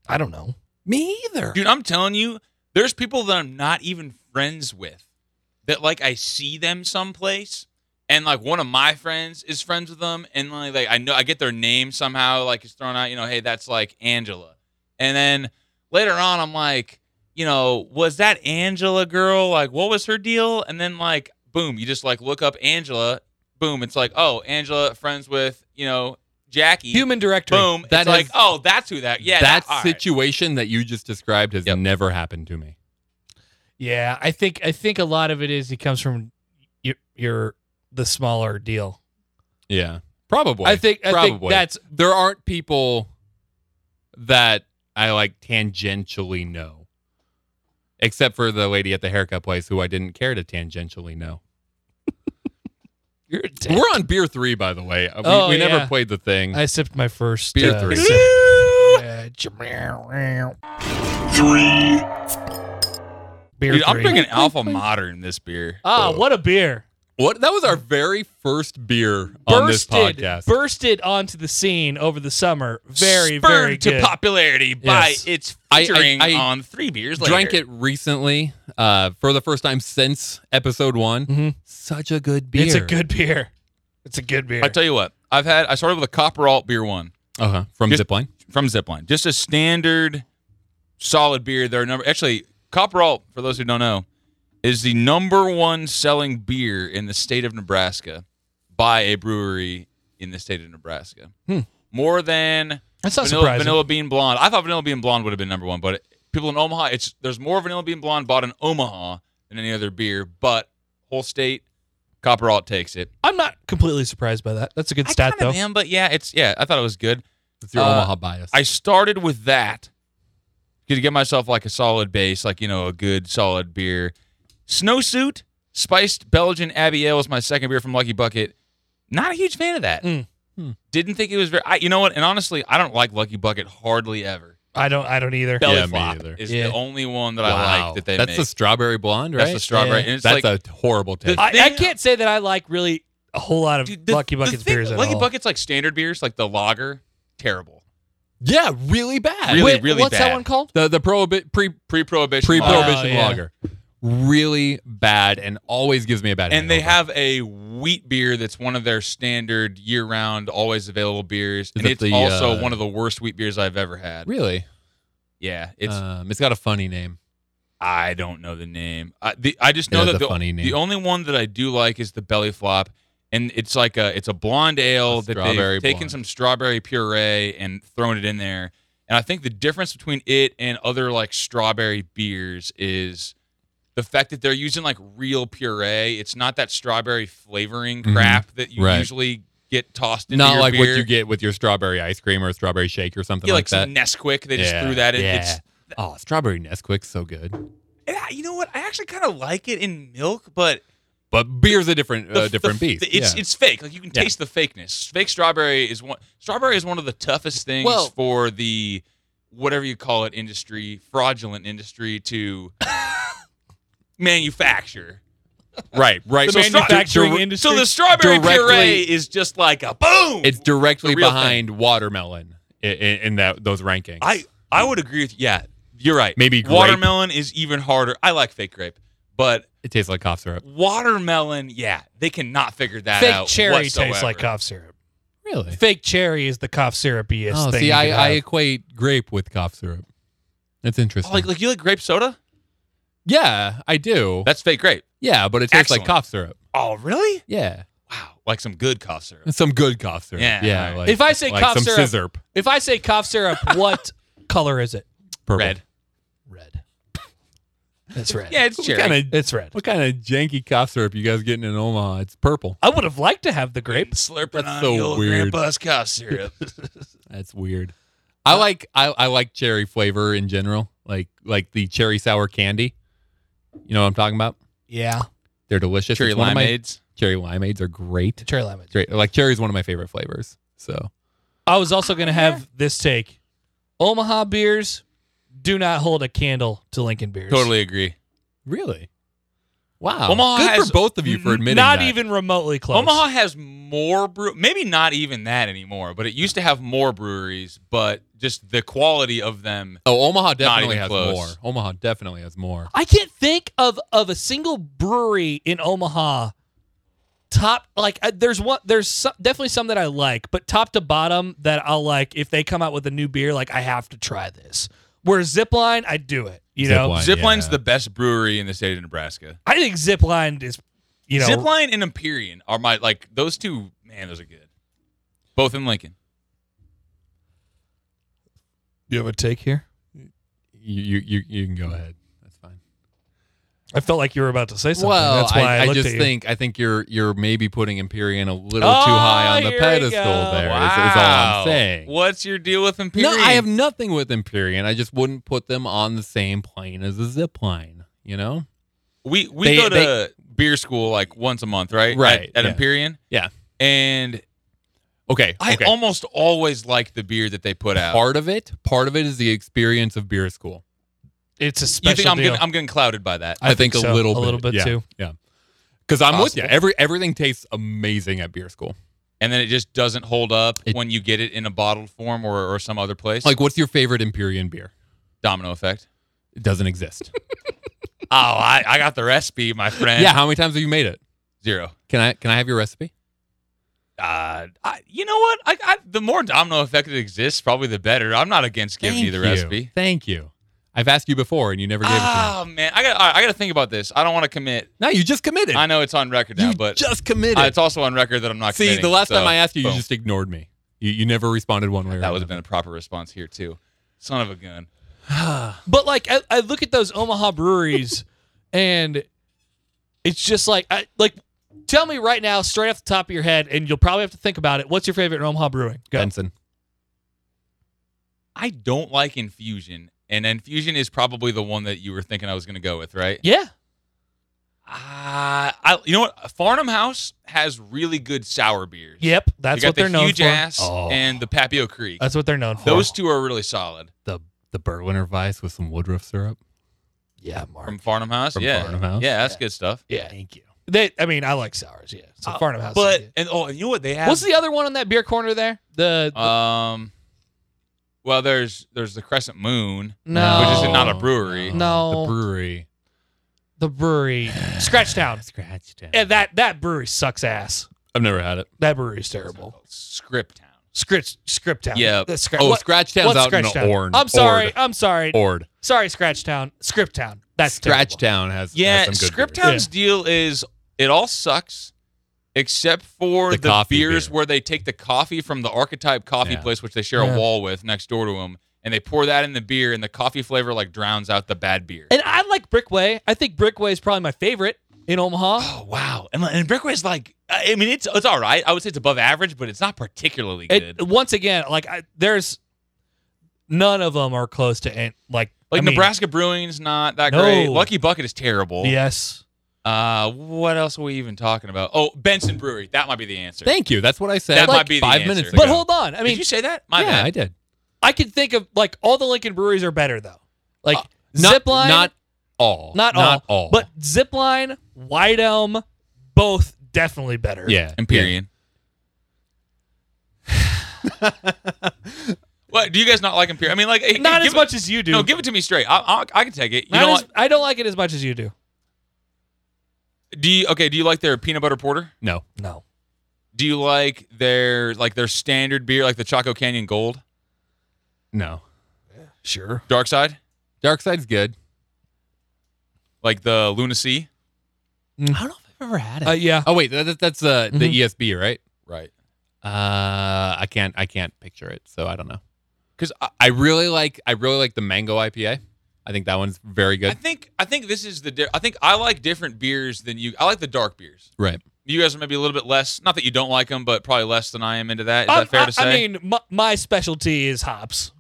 Speaker 2: I don't know.
Speaker 1: Me either.
Speaker 3: Dude, I'm telling you, there's people that I'm not even friends with that like I see them someplace and like one of my friends is friends with them and like, like I know I get their name somehow like it's thrown out, you know, hey, that's like Angela. And then later on I'm like, you know, was that Angela girl? Like what was her deal? And then like boom, you just like look up Angela, boom, it's like, "Oh, Angela friends with, you know, Jackie."
Speaker 2: E, Human directory.
Speaker 3: boom.
Speaker 1: That
Speaker 3: it's like,
Speaker 1: is-
Speaker 3: "Oh, that's who that." Yeah,
Speaker 1: that
Speaker 3: all right.
Speaker 1: situation that you just described has
Speaker 3: Yep.
Speaker 1: never happened to me.
Speaker 2: Yeah, I think I think a lot of it is it comes from your, your the smaller deal.
Speaker 1: Yeah, probably.
Speaker 2: I think I think
Speaker 1: Probably.
Speaker 2: that's
Speaker 1: there aren't people that I like tangentially know, except for the lady at the haircut place who I didn't care to tangentially know.
Speaker 2: you're a dick.
Speaker 1: We're on beer three, by the way. Uh, We,
Speaker 2: Oh,
Speaker 1: we
Speaker 2: yeah.
Speaker 1: never played the thing.
Speaker 2: I sipped my first
Speaker 1: Beer
Speaker 2: uh,
Speaker 1: three.
Speaker 2: sip. Uh,
Speaker 4: three,
Speaker 2: beer
Speaker 3: Dude, I'm
Speaker 2: three.
Speaker 3: drinking Alpha Modern this beer.
Speaker 2: Ah,
Speaker 1: Oh.
Speaker 2: what a beer!
Speaker 1: What? That was our very first beer on this
Speaker 2: Bursted,
Speaker 1: podcast.
Speaker 2: bursted ontonto the scene over the summer. Very,
Speaker 3: Spurred
Speaker 2: very
Speaker 3: to
Speaker 2: good.
Speaker 3: popularity by
Speaker 2: Yes.
Speaker 3: its
Speaker 1: I- I-
Speaker 3: featuring
Speaker 1: I
Speaker 3: on three beers later.
Speaker 1: Drank it recently uh, for the first time since episode one.
Speaker 3: Mm-hmm.
Speaker 2: Mhm.
Speaker 1: Such a good beer.
Speaker 2: It's a good beer. It's a good beer.
Speaker 3: I tell you what, I've had. I started with a Copper Alt beer one
Speaker 1: uh huh from
Speaker 3: Just-
Speaker 1: Zipline.
Speaker 3: from Zipline, just a standard, solid beer. Their number actually Copper Alt, for those who don't know, is the number one selling beer in the state of Nebraska by a brewery in the state of Nebraska. More than
Speaker 2: That's not
Speaker 3: vanilla,
Speaker 2: surprising.
Speaker 3: vanilla bean blonde. I thought vanilla bean blonde would have been number one, but people in Omaha, it's there's more vanilla bean blonde bought in Omaha than any other beer. But whole state, Copper Alt takes it.
Speaker 2: I'm not completely surprised by that. That's a good stat,
Speaker 3: I
Speaker 2: though.
Speaker 3: kinda am, but yeah, it's yeah. I thought it was good.
Speaker 1: It's your
Speaker 3: Uh,
Speaker 1: Omaha bias.
Speaker 3: I started with that to get myself like a solid base, like you know, a good solid beer. Snowsuit spiced Belgian Abbey Ale was my second beer from Lucky Bucket. Not a huge fan of that.
Speaker 2: Mm.
Speaker 1: Hmm.
Speaker 3: Didn't think it was very. I, you know what? And honestly, I don't like Lucky Bucket hardly ever.
Speaker 2: I don't. I don't either.
Speaker 3: Belly
Speaker 1: Yeah, me
Speaker 3: Flop
Speaker 1: either.
Speaker 3: is
Speaker 2: Yeah.
Speaker 3: the only one that I
Speaker 1: wow.
Speaker 3: like that they
Speaker 1: That's
Speaker 3: make.
Speaker 1: the strawberry blonde, right?
Speaker 3: That's the strawberry.
Speaker 2: Yeah.
Speaker 3: And it's
Speaker 1: That's
Speaker 3: like
Speaker 1: a horrible taste.
Speaker 2: I, I
Speaker 3: thing-
Speaker 2: can't say that I like really a whole lot of
Speaker 3: dude, the-
Speaker 2: Lucky
Speaker 3: the
Speaker 2: Bucket's
Speaker 3: thing-
Speaker 2: beers at
Speaker 3: Lucky
Speaker 2: all.
Speaker 3: Bucket's like standard beers, like the lager, terrible.
Speaker 1: yeah, really bad.
Speaker 3: Really,
Speaker 2: Wait,
Speaker 3: really
Speaker 2: what's that
Speaker 3: bad.
Speaker 2: one called?
Speaker 1: The the prohibi- pre
Speaker 3: Pre-prohibition.
Speaker 1: pre
Speaker 3: lager.
Speaker 1: prohibition
Speaker 2: Oh, yeah.
Speaker 1: lager, really bad, and always gives me a bad.
Speaker 3: And they
Speaker 1: hangover.
Speaker 3: have a wheat beer that's one of their standard year-round, always available beers, and
Speaker 1: that
Speaker 3: it's
Speaker 1: the,
Speaker 3: also
Speaker 1: uh,
Speaker 3: one of the worst wheat beers I've ever had.
Speaker 1: really.
Speaker 3: Yeah, it's
Speaker 1: um, it's got a funny name.
Speaker 3: I don't know the name. I, the, I just
Speaker 1: It
Speaker 3: know
Speaker 1: has
Speaker 3: that
Speaker 1: a
Speaker 3: the,
Speaker 1: funny name.
Speaker 3: the only one that I do like is the Belly Flop, and it's like a it's a blonde ale
Speaker 1: A
Speaker 3: that
Speaker 1: strawberry
Speaker 3: they've taken
Speaker 1: blonde.
Speaker 3: some strawberry puree and thrown it in there. And I think the difference between it and other like strawberry beers is the fact that they're using like real puree. It's not that strawberry flavoring
Speaker 1: Mhm.
Speaker 3: crap that you
Speaker 1: Right.
Speaker 3: usually get tossed into
Speaker 1: Not
Speaker 3: your
Speaker 1: like
Speaker 3: beer.
Speaker 1: what you get with your strawberry ice cream or strawberry shake or something
Speaker 3: Yeah, like
Speaker 1: like, that.
Speaker 3: some Nesquik. They just
Speaker 1: Yeah,
Speaker 3: threw that in.
Speaker 1: Yeah.
Speaker 3: It's
Speaker 1: oh, strawberry Nesquik's so good,
Speaker 3: and I- you know what? I actually kind of like it in milk, but
Speaker 1: but beer's a different
Speaker 3: the-
Speaker 1: uh, different
Speaker 3: the-
Speaker 1: beast.
Speaker 3: the- It's
Speaker 1: yeah.
Speaker 3: it's fake. Like you can
Speaker 1: Yeah.
Speaker 3: taste the fakeness. Fake strawberry is one. Strawberry is one of the toughest things
Speaker 1: Well-
Speaker 3: for the whatever you call it industry, fraudulent industry to manufacture.
Speaker 1: right, right.
Speaker 3: The
Speaker 1: So
Speaker 3: manufacturing
Speaker 1: stra- dir-
Speaker 2: industry.
Speaker 3: So the strawberry
Speaker 1: Directly-
Speaker 3: puree is just like a boom.
Speaker 1: It's directly
Speaker 3: The real thing.
Speaker 1: behind watermelon in, in, in that those rankings.
Speaker 3: I I would agree with yeah. You're right.
Speaker 1: Maybe grape.
Speaker 3: watermelon is even harder. I like fake grape, but
Speaker 1: it tastes like cough syrup.
Speaker 3: watermelon, yeah, they cannot figure that
Speaker 2: Fake
Speaker 3: out.
Speaker 2: cherry tastes
Speaker 3: whatsoever.
Speaker 2: like cough syrup.
Speaker 1: Really?
Speaker 2: Fake cherry is the cough syrupiest
Speaker 1: Oh,
Speaker 2: thing.
Speaker 1: see,
Speaker 2: you could
Speaker 1: I, I
Speaker 2: have.
Speaker 1: equate grape with cough syrup. That's
Speaker 3: Oh,
Speaker 1: interesting.
Speaker 3: like like you like grape soda?
Speaker 1: yeah, I do.
Speaker 3: That's fake grape.
Speaker 1: yeah, but it tastes
Speaker 3: Excellent.
Speaker 1: like cough syrup.
Speaker 3: Oh, really?
Speaker 1: Yeah,
Speaker 3: Wow, like some good cough syrup.
Speaker 1: and some good cough syrup.
Speaker 3: Yeah,
Speaker 1: yeah.
Speaker 3: alright.
Speaker 1: Like,
Speaker 2: If I say
Speaker 1: like
Speaker 2: cough
Speaker 1: some
Speaker 2: syrup-
Speaker 1: scissor,
Speaker 2: if I say cough syrup, what color is it?
Speaker 1: purple.
Speaker 3: Red.
Speaker 2: Red. It's red.
Speaker 3: Yeah, it's
Speaker 1: What
Speaker 3: cherry.
Speaker 1: kind of
Speaker 2: It's red.
Speaker 1: what kind of janky cough syrup you guys getting in Omaha? It's purple.
Speaker 2: I would have liked to have the grape.
Speaker 3: slurping
Speaker 1: That's
Speaker 3: on
Speaker 1: so
Speaker 3: the old
Speaker 1: weird.
Speaker 3: grandpa's cough syrup.
Speaker 1: That's weird.
Speaker 3: Uh,
Speaker 1: I like I, I like cherry flavor in general, like like the cherry sour candy. You know what I'm talking about?
Speaker 2: Yeah.
Speaker 1: They're delicious.
Speaker 3: cherry
Speaker 1: It's one of my-
Speaker 3: limeades.
Speaker 1: Cherry limeades are great.
Speaker 2: Cherry lime.
Speaker 1: Great. Like cherry is one of my favorite flavors. So
Speaker 2: I was also going to have this take. Omaha beers do not hold a candle to Lincoln beers.
Speaker 3: Totally agree.
Speaker 1: really, wow.
Speaker 3: Omaha
Speaker 1: Good
Speaker 3: has
Speaker 1: for both of you for
Speaker 3: n-
Speaker 1: admitting
Speaker 2: Not
Speaker 1: that.
Speaker 2: even remotely close.
Speaker 3: Omaha has more brew. Maybe not even that anymore, but it used to have more breweries. But just the quality of them.
Speaker 1: Oh, Omaha definitely
Speaker 3: even
Speaker 1: has
Speaker 3: close.
Speaker 1: more. Omaha definitely has more.
Speaker 2: I can't think of of a single brewery in Omaha top like uh, there's one there's some, definitely some that I like, but top to bottom that I'll like if they come out with a new beer like I have to try this. Where Zipline, I do it, you know.
Speaker 1: Zipline. Uh,
Speaker 3: Zipline's
Speaker 1: yeah.
Speaker 3: the best brewery in the state of Nebraska.
Speaker 2: I think Zipline is you know
Speaker 3: Zipline and Empyrean are my like those two. Man, those are good. Both in Lincoln.
Speaker 2: You have a take here?
Speaker 1: You you you, you can go ahead. That's fine.
Speaker 2: I felt like you were about to say something.
Speaker 1: Well,
Speaker 2: That's why I,
Speaker 1: I, I
Speaker 2: looked
Speaker 1: just
Speaker 2: at you.
Speaker 1: think I think you're you're maybe putting Empyrean a little
Speaker 2: Oh,
Speaker 1: too
Speaker 3: Ah,
Speaker 1: high on the
Speaker 2: here we
Speaker 1: pedestal.
Speaker 2: go.
Speaker 1: There is is all
Speaker 3: Wow.
Speaker 1: I'm saying.
Speaker 3: What's your deal with Empyrean?
Speaker 1: No, I have nothing with Empyrean. I just wouldn't put them on the same plane as a zip line. You know?
Speaker 3: We we
Speaker 1: They-
Speaker 3: go to
Speaker 1: they-
Speaker 3: beer school like once a month, right?
Speaker 1: Right,
Speaker 3: At, at
Speaker 1: yeah.
Speaker 3: Empyrean.
Speaker 1: Yeah.
Speaker 3: And
Speaker 1: Okay.
Speaker 2: Oh,
Speaker 3: I
Speaker 1: okay.
Speaker 3: almost always like the beer that they put out.
Speaker 1: part of it, part of it is the experience of beer school.
Speaker 2: it's a
Speaker 3: you
Speaker 2: special
Speaker 3: think I'm
Speaker 2: deal.
Speaker 3: getting I'm getting clouded by that?
Speaker 1: I, think, a
Speaker 2: so.
Speaker 1: little, bit.
Speaker 2: a little bit
Speaker 1: yeah.
Speaker 2: too.
Speaker 1: Because I'm with you.
Speaker 3: Possible.
Speaker 1: Every everything tastes amazing at beer school.
Speaker 3: And then it just doesn't hold up
Speaker 1: It-
Speaker 3: when you get it in a bottled form or, or some other place.
Speaker 1: Like, what's your favorite Empyrean beer?
Speaker 3: domino effect.
Speaker 1: It doesn't exist.
Speaker 3: Oh, I, I got the recipe, my friend.
Speaker 1: yeah. How many times have you made it?
Speaker 3: Zero.
Speaker 1: Can I can I have your recipe?
Speaker 3: Uh, I, you know what? I, I, the more domino effect that exists, probably the better. I'm not against giving you the recipe.
Speaker 1: Thank you. I've asked you before and you never gave it to me.
Speaker 3: Oh man, I got I got to think about this. I don't want to commit.
Speaker 1: No, you just committed.
Speaker 3: I know it's on record now,
Speaker 1: you
Speaker 3: but
Speaker 1: just
Speaker 3: Uh,
Speaker 1: committed.
Speaker 3: it's also on record that I'm not.
Speaker 1: See, the
Speaker 3: committing,
Speaker 1: last
Speaker 3: so,
Speaker 1: time I asked you,
Speaker 3: boom.
Speaker 1: you just ignored me. You, you never responded one way or
Speaker 3: that
Speaker 1: another.
Speaker 3: would have been a proper response here too. Son of a gun.
Speaker 2: But like I, I look at those Omaha breweries and it's just like I like tell me right now straight off the top of your head and you'll probably have to think about it. What's your favorite Omaha brewing? Go.
Speaker 1: Benson.
Speaker 3: I don't like infusion, and infusion is probably the one that you were thinking I was going to go with, right?
Speaker 2: Yeah.
Speaker 3: Uh, I, you know what? Farnham House has really good sour beers.
Speaker 2: Yep. That's
Speaker 3: They got
Speaker 2: what they're
Speaker 3: the
Speaker 2: known
Speaker 3: huge
Speaker 2: for.
Speaker 3: ass
Speaker 1: Oh.
Speaker 3: and the Papio Creek.
Speaker 2: That's what they're known for.
Speaker 3: Those two are really solid
Speaker 1: The the Berliner Weiss with some Woodruff syrup.
Speaker 2: Yeah, Mark.
Speaker 3: from Farnham House.
Speaker 1: From
Speaker 3: yeah,
Speaker 1: Farnham House?
Speaker 3: yeah, that's good stuff.
Speaker 2: yeah.
Speaker 1: Thank you.
Speaker 2: They I mean, I like sours, yeah. So
Speaker 3: Uh,
Speaker 2: Farnham House. is
Speaker 3: But
Speaker 2: good.
Speaker 3: and oh, and you know what they have?
Speaker 2: What's the other one on that beer corner there? The, the-
Speaker 3: um, well, there's there's the Crescent Moon.
Speaker 2: no.
Speaker 3: Which is not a brewery.
Speaker 2: No.
Speaker 1: The brewery.
Speaker 2: the brewery. Scratchtown.
Speaker 1: Scratch Town.
Speaker 2: And that that brewery sucks ass.
Speaker 1: I've never had it.
Speaker 2: That brewery's terrible.
Speaker 3: Script Town.
Speaker 2: Script script town.
Speaker 3: Yeah.
Speaker 2: The Scratch-
Speaker 1: Oh,
Speaker 2: what-
Speaker 1: Scratch Town's
Speaker 2: what's
Speaker 1: out
Speaker 2: Scratch
Speaker 1: in
Speaker 2: Town?
Speaker 1: Orne.
Speaker 2: I'm sorry. I'm sorry.
Speaker 1: Ord.
Speaker 2: Sorry, Scratch Town. Script Town. That's
Speaker 1: Scratch
Speaker 2: terrible.
Speaker 1: Town has, has
Speaker 3: Yeah,
Speaker 1: some good
Speaker 3: Script
Speaker 1: beers.
Speaker 3: Town's deal is it all sucks except for
Speaker 1: The
Speaker 3: the,
Speaker 1: coffee
Speaker 3: beers
Speaker 1: beer.
Speaker 3: where they take the coffee from the archetype coffee
Speaker 1: Yeah.
Speaker 3: place, which they share
Speaker 2: Yeah.
Speaker 3: a wall with next door to them, and they pour that in the beer, and the coffee flavor like drowns out the bad beer.
Speaker 2: And I like Brickway. I think Brickway is probably my favorite in Omaha.
Speaker 3: Oh wow! And, and Brickway's like, I mean, it's it's all right. I would say it's above average, but it's not particularly good.
Speaker 2: It, once again, like I, there's none of them are close to an- like
Speaker 3: like
Speaker 2: I mean,
Speaker 3: Nebraska Brewing's not that
Speaker 2: No.
Speaker 3: great. Lucky Bucket is terrible.
Speaker 2: Yes.
Speaker 3: Uh, what else are we even talking about? Oh, Benson Brewery. That might be the answer.
Speaker 1: Thank you. That's what I said.
Speaker 3: That
Speaker 1: like
Speaker 3: might be the
Speaker 1: five
Speaker 3: answer.
Speaker 1: minutes ago.
Speaker 2: But hold on. I
Speaker 3: Did
Speaker 2: mean,
Speaker 3: you say that? My
Speaker 1: yeah,
Speaker 3: bad.
Speaker 1: I did.
Speaker 2: I can think of like all the Lincoln breweries are better though. Like
Speaker 1: Uh, Not,
Speaker 2: Zipline,
Speaker 1: not all.
Speaker 2: not
Speaker 1: Not
Speaker 2: all,
Speaker 1: all.
Speaker 2: but Zipline, White Elm, both definitely better.
Speaker 1: yeah.
Speaker 3: Empyrean. what do you guys not like Empyrean? I mean, like
Speaker 2: Not
Speaker 3: give
Speaker 2: as
Speaker 3: it-
Speaker 2: much as you do.
Speaker 3: No, give it to me straight. I, I, I can take it. You
Speaker 2: Not
Speaker 3: know
Speaker 2: as- I don't like it as much as you do.
Speaker 3: what? Do you okay? Do you like their peanut butter porter?
Speaker 1: Yeah. No.
Speaker 2: No.
Speaker 3: Do you like their like their standard beer, like the Choco Canyon Gold,
Speaker 1: No.
Speaker 2: Sure.
Speaker 3: Dark Side,
Speaker 1: Dark Side's good.
Speaker 3: like the Lunacy?
Speaker 1: I don't know if I've ever had
Speaker 2: Uh, yeah.
Speaker 1: oh wait, that, that- that's uh,
Speaker 2: Mhm.
Speaker 1: the ESB, right?
Speaker 3: Right.
Speaker 1: Uh, I can't I can't picture it, so I don't know.
Speaker 3: Because
Speaker 1: I really like I really like the mango IPA. I think that one's very
Speaker 3: I
Speaker 1: good.
Speaker 3: think I think this is the. Di- I think I like different beers than you. I like the dark beers.
Speaker 1: Right.
Speaker 3: You guys are maybe a little bit less. Not that you don't like them, but probably less than I am into that. Is
Speaker 2: I'm-
Speaker 3: that fair
Speaker 2: I,
Speaker 3: to say?
Speaker 2: I mean, my, my specialty is hops.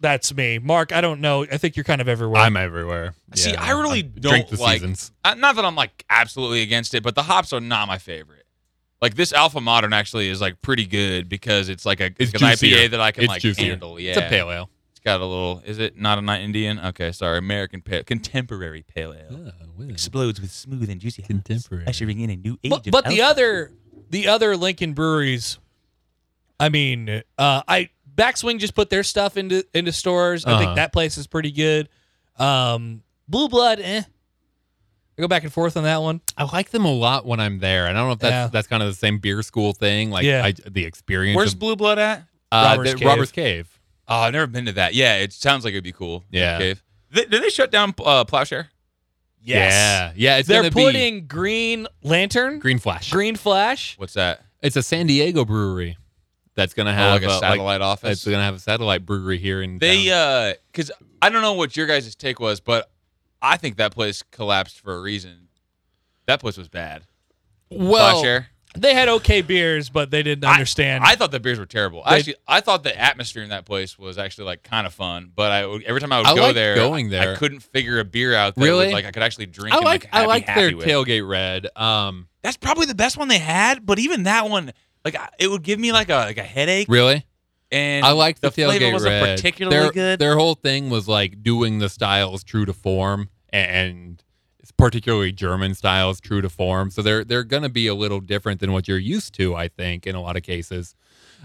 Speaker 2: That's me, Mark. I don't know. I think you're kind of everywhere.
Speaker 1: I'm everywhere.
Speaker 3: See,
Speaker 1: Yeah,
Speaker 3: I really
Speaker 1: drink
Speaker 3: don't
Speaker 1: the
Speaker 3: like-
Speaker 1: seasons.
Speaker 3: I- Uh, not that I'm like absolutely against it, but the hops are not my favorite. Like this Alpha Modern actually is like pretty good because it's like a
Speaker 1: It's
Speaker 3: it's an
Speaker 1: juicier.
Speaker 3: IPA that I can
Speaker 1: It's
Speaker 3: like
Speaker 1: juicier.
Speaker 3: handle. Yeah,
Speaker 1: It's a pale ale.
Speaker 3: It's got a little. Is it not a night Indian? Okay, sorry, American pale, contemporary pale ale.
Speaker 2: Oh,
Speaker 3: explodes with smooth and juicy hops,
Speaker 1: Contemporary.
Speaker 3: ushering in a new age.
Speaker 2: but,
Speaker 3: of
Speaker 2: but the
Speaker 3: alpha.
Speaker 2: other the other Lincoln breweries, I mean, uh, I Backswing just put their stuff into into stores. I
Speaker 1: Uh-huh.
Speaker 2: think that place is pretty good. Um, Blue Blood, eh? I go back and forth on that one.
Speaker 1: I like them a lot when I'm there. And I don't know if that's
Speaker 2: Yeah.
Speaker 1: that's kind of the same beer school thing. Like
Speaker 2: Yeah.
Speaker 1: I, the experience
Speaker 3: Where's
Speaker 1: of
Speaker 3: Blue Blood at?
Speaker 1: uh,
Speaker 2: Robbers
Speaker 1: the-
Speaker 2: Cave?
Speaker 1: Robbers Cave.
Speaker 3: Oh, I've never been to that. Yeah, it sounds like it'd be cool.
Speaker 1: Yeah.
Speaker 3: Cave. Th- did they shut down uh, Plowshare?
Speaker 1: Yeah. Yeah. It's
Speaker 2: They're
Speaker 1: gonna
Speaker 2: putting Green Lantern,
Speaker 1: be
Speaker 2: Green,
Speaker 1: Green Flash.
Speaker 2: Flash.
Speaker 3: What's that?
Speaker 1: It's a San Diego brewery that's gonna
Speaker 3: Oh,
Speaker 1: have
Speaker 3: like a satellite
Speaker 1: it's
Speaker 3: office.
Speaker 1: gonna have a satellite brewery here in
Speaker 3: They,
Speaker 1: town.
Speaker 3: uh, cause I don't know what your guys' take was, but I think that place collapsed for a reason. That place was bad.
Speaker 1: well,
Speaker 3: Plowshare.
Speaker 2: They had okay beers, but they didn't understand.
Speaker 3: I thought the beers were terrible.
Speaker 2: They-
Speaker 3: Actually, I thought the atmosphere in that place was actually like kind of fun. But I would- every time I would
Speaker 1: I
Speaker 3: go
Speaker 1: liked
Speaker 3: there,
Speaker 1: going there.
Speaker 3: I couldn't figure a beer out. That
Speaker 1: Really?
Speaker 3: would, like I could actually drink.
Speaker 1: I
Speaker 3: and,
Speaker 1: like
Speaker 3: like
Speaker 1: I
Speaker 3: ha- be
Speaker 1: like their
Speaker 3: happy with.
Speaker 1: tailgate red. Um,
Speaker 3: That's probably the best one they had. But even that one, like I- it would give me like a like a headache.
Speaker 1: really,
Speaker 3: And
Speaker 1: I like the,
Speaker 3: flavor
Speaker 1: tailgate
Speaker 3: wasn't
Speaker 1: red.
Speaker 3: particularly
Speaker 1: their,
Speaker 3: good.
Speaker 1: Their whole thing was like doing the styles true to form, and it's particularly German styles true to form. So they're they're gonna be a little different than what you're used to, I think, in a lot of cases.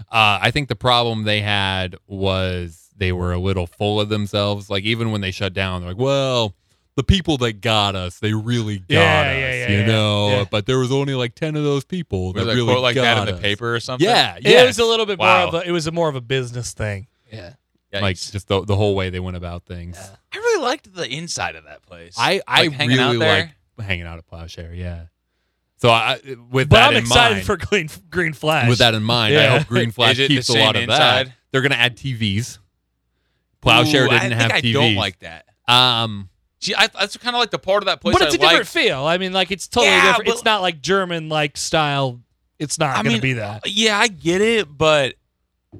Speaker 1: Uh, I think the problem they had was they were a little full of themselves. Like even when they shut down, they're like, well. The people that got us, they really got
Speaker 2: Yeah,
Speaker 1: us,
Speaker 2: yeah, yeah,
Speaker 1: you
Speaker 2: yeah,
Speaker 1: know.
Speaker 2: yeah.
Speaker 1: But there was only like ten of those people
Speaker 3: was
Speaker 1: that
Speaker 3: that
Speaker 1: really
Speaker 3: quote like
Speaker 1: got
Speaker 3: that in
Speaker 1: us.
Speaker 3: the paper or something.
Speaker 1: Yeah,
Speaker 2: it
Speaker 1: yeah,
Speaker 2: was a little bit
Speaker 3: Wow.
Speaker 2: more of a. It was a more of a business thing. Yeah.
Speaker 3: Yikes.
Speaker 1: like just the, the whole way they went about things.
Speaker 2: Yeah.
Speaker 3: I really liked the inside of that place.
Speaker 1: I I
Speaker 3: Like hanging out
Speaker 1: really
Speaker 3: there?
Speaker 1: like hanging out at Plowshare. Yeah. So I with
Speaker 2: But
Speaker 1: that
Speaker 2: I'm
Speaker 1: in
Speaker 2: excited
Speaker 1: mind,
Speaker 2: for Green Green Flash.
Speaker 1: with that in mind, I
Speaker 2: Yeah.
Speaker 1: hope Green Flash
Speaker 3: Is it the
Speaker 1: keeps a lot of
Speaker 3: same
Speaker 1: that.
Speaker 3: inside?
Speaker 1: They're gonna add TVs. Plowshare
Speaker 3: Ooh, I
Speaker 1: didn't have
Speaker 3: think I
Speaker 1: TVs.
Speaker 3: don't like that.
Speaker 1: um,
Speaker 3: See, I, that's kind of like the part of that place.
Speaker 2: but it's
Speaker 3: I
Speaker 2: a different
Speaker 3: liked.
Speaker 2: feel. I mean, like it's totally
Speaker 3: Yeah,
Speaker 2: different.
Speaker 3: but-
Speaker 2: It's not like German like style. It's not
Speaker 3: I
Speaker 2: going
Speaker 3: mean,
Speaker 2: to be that.
Speaker 3: Yeah, I get it, but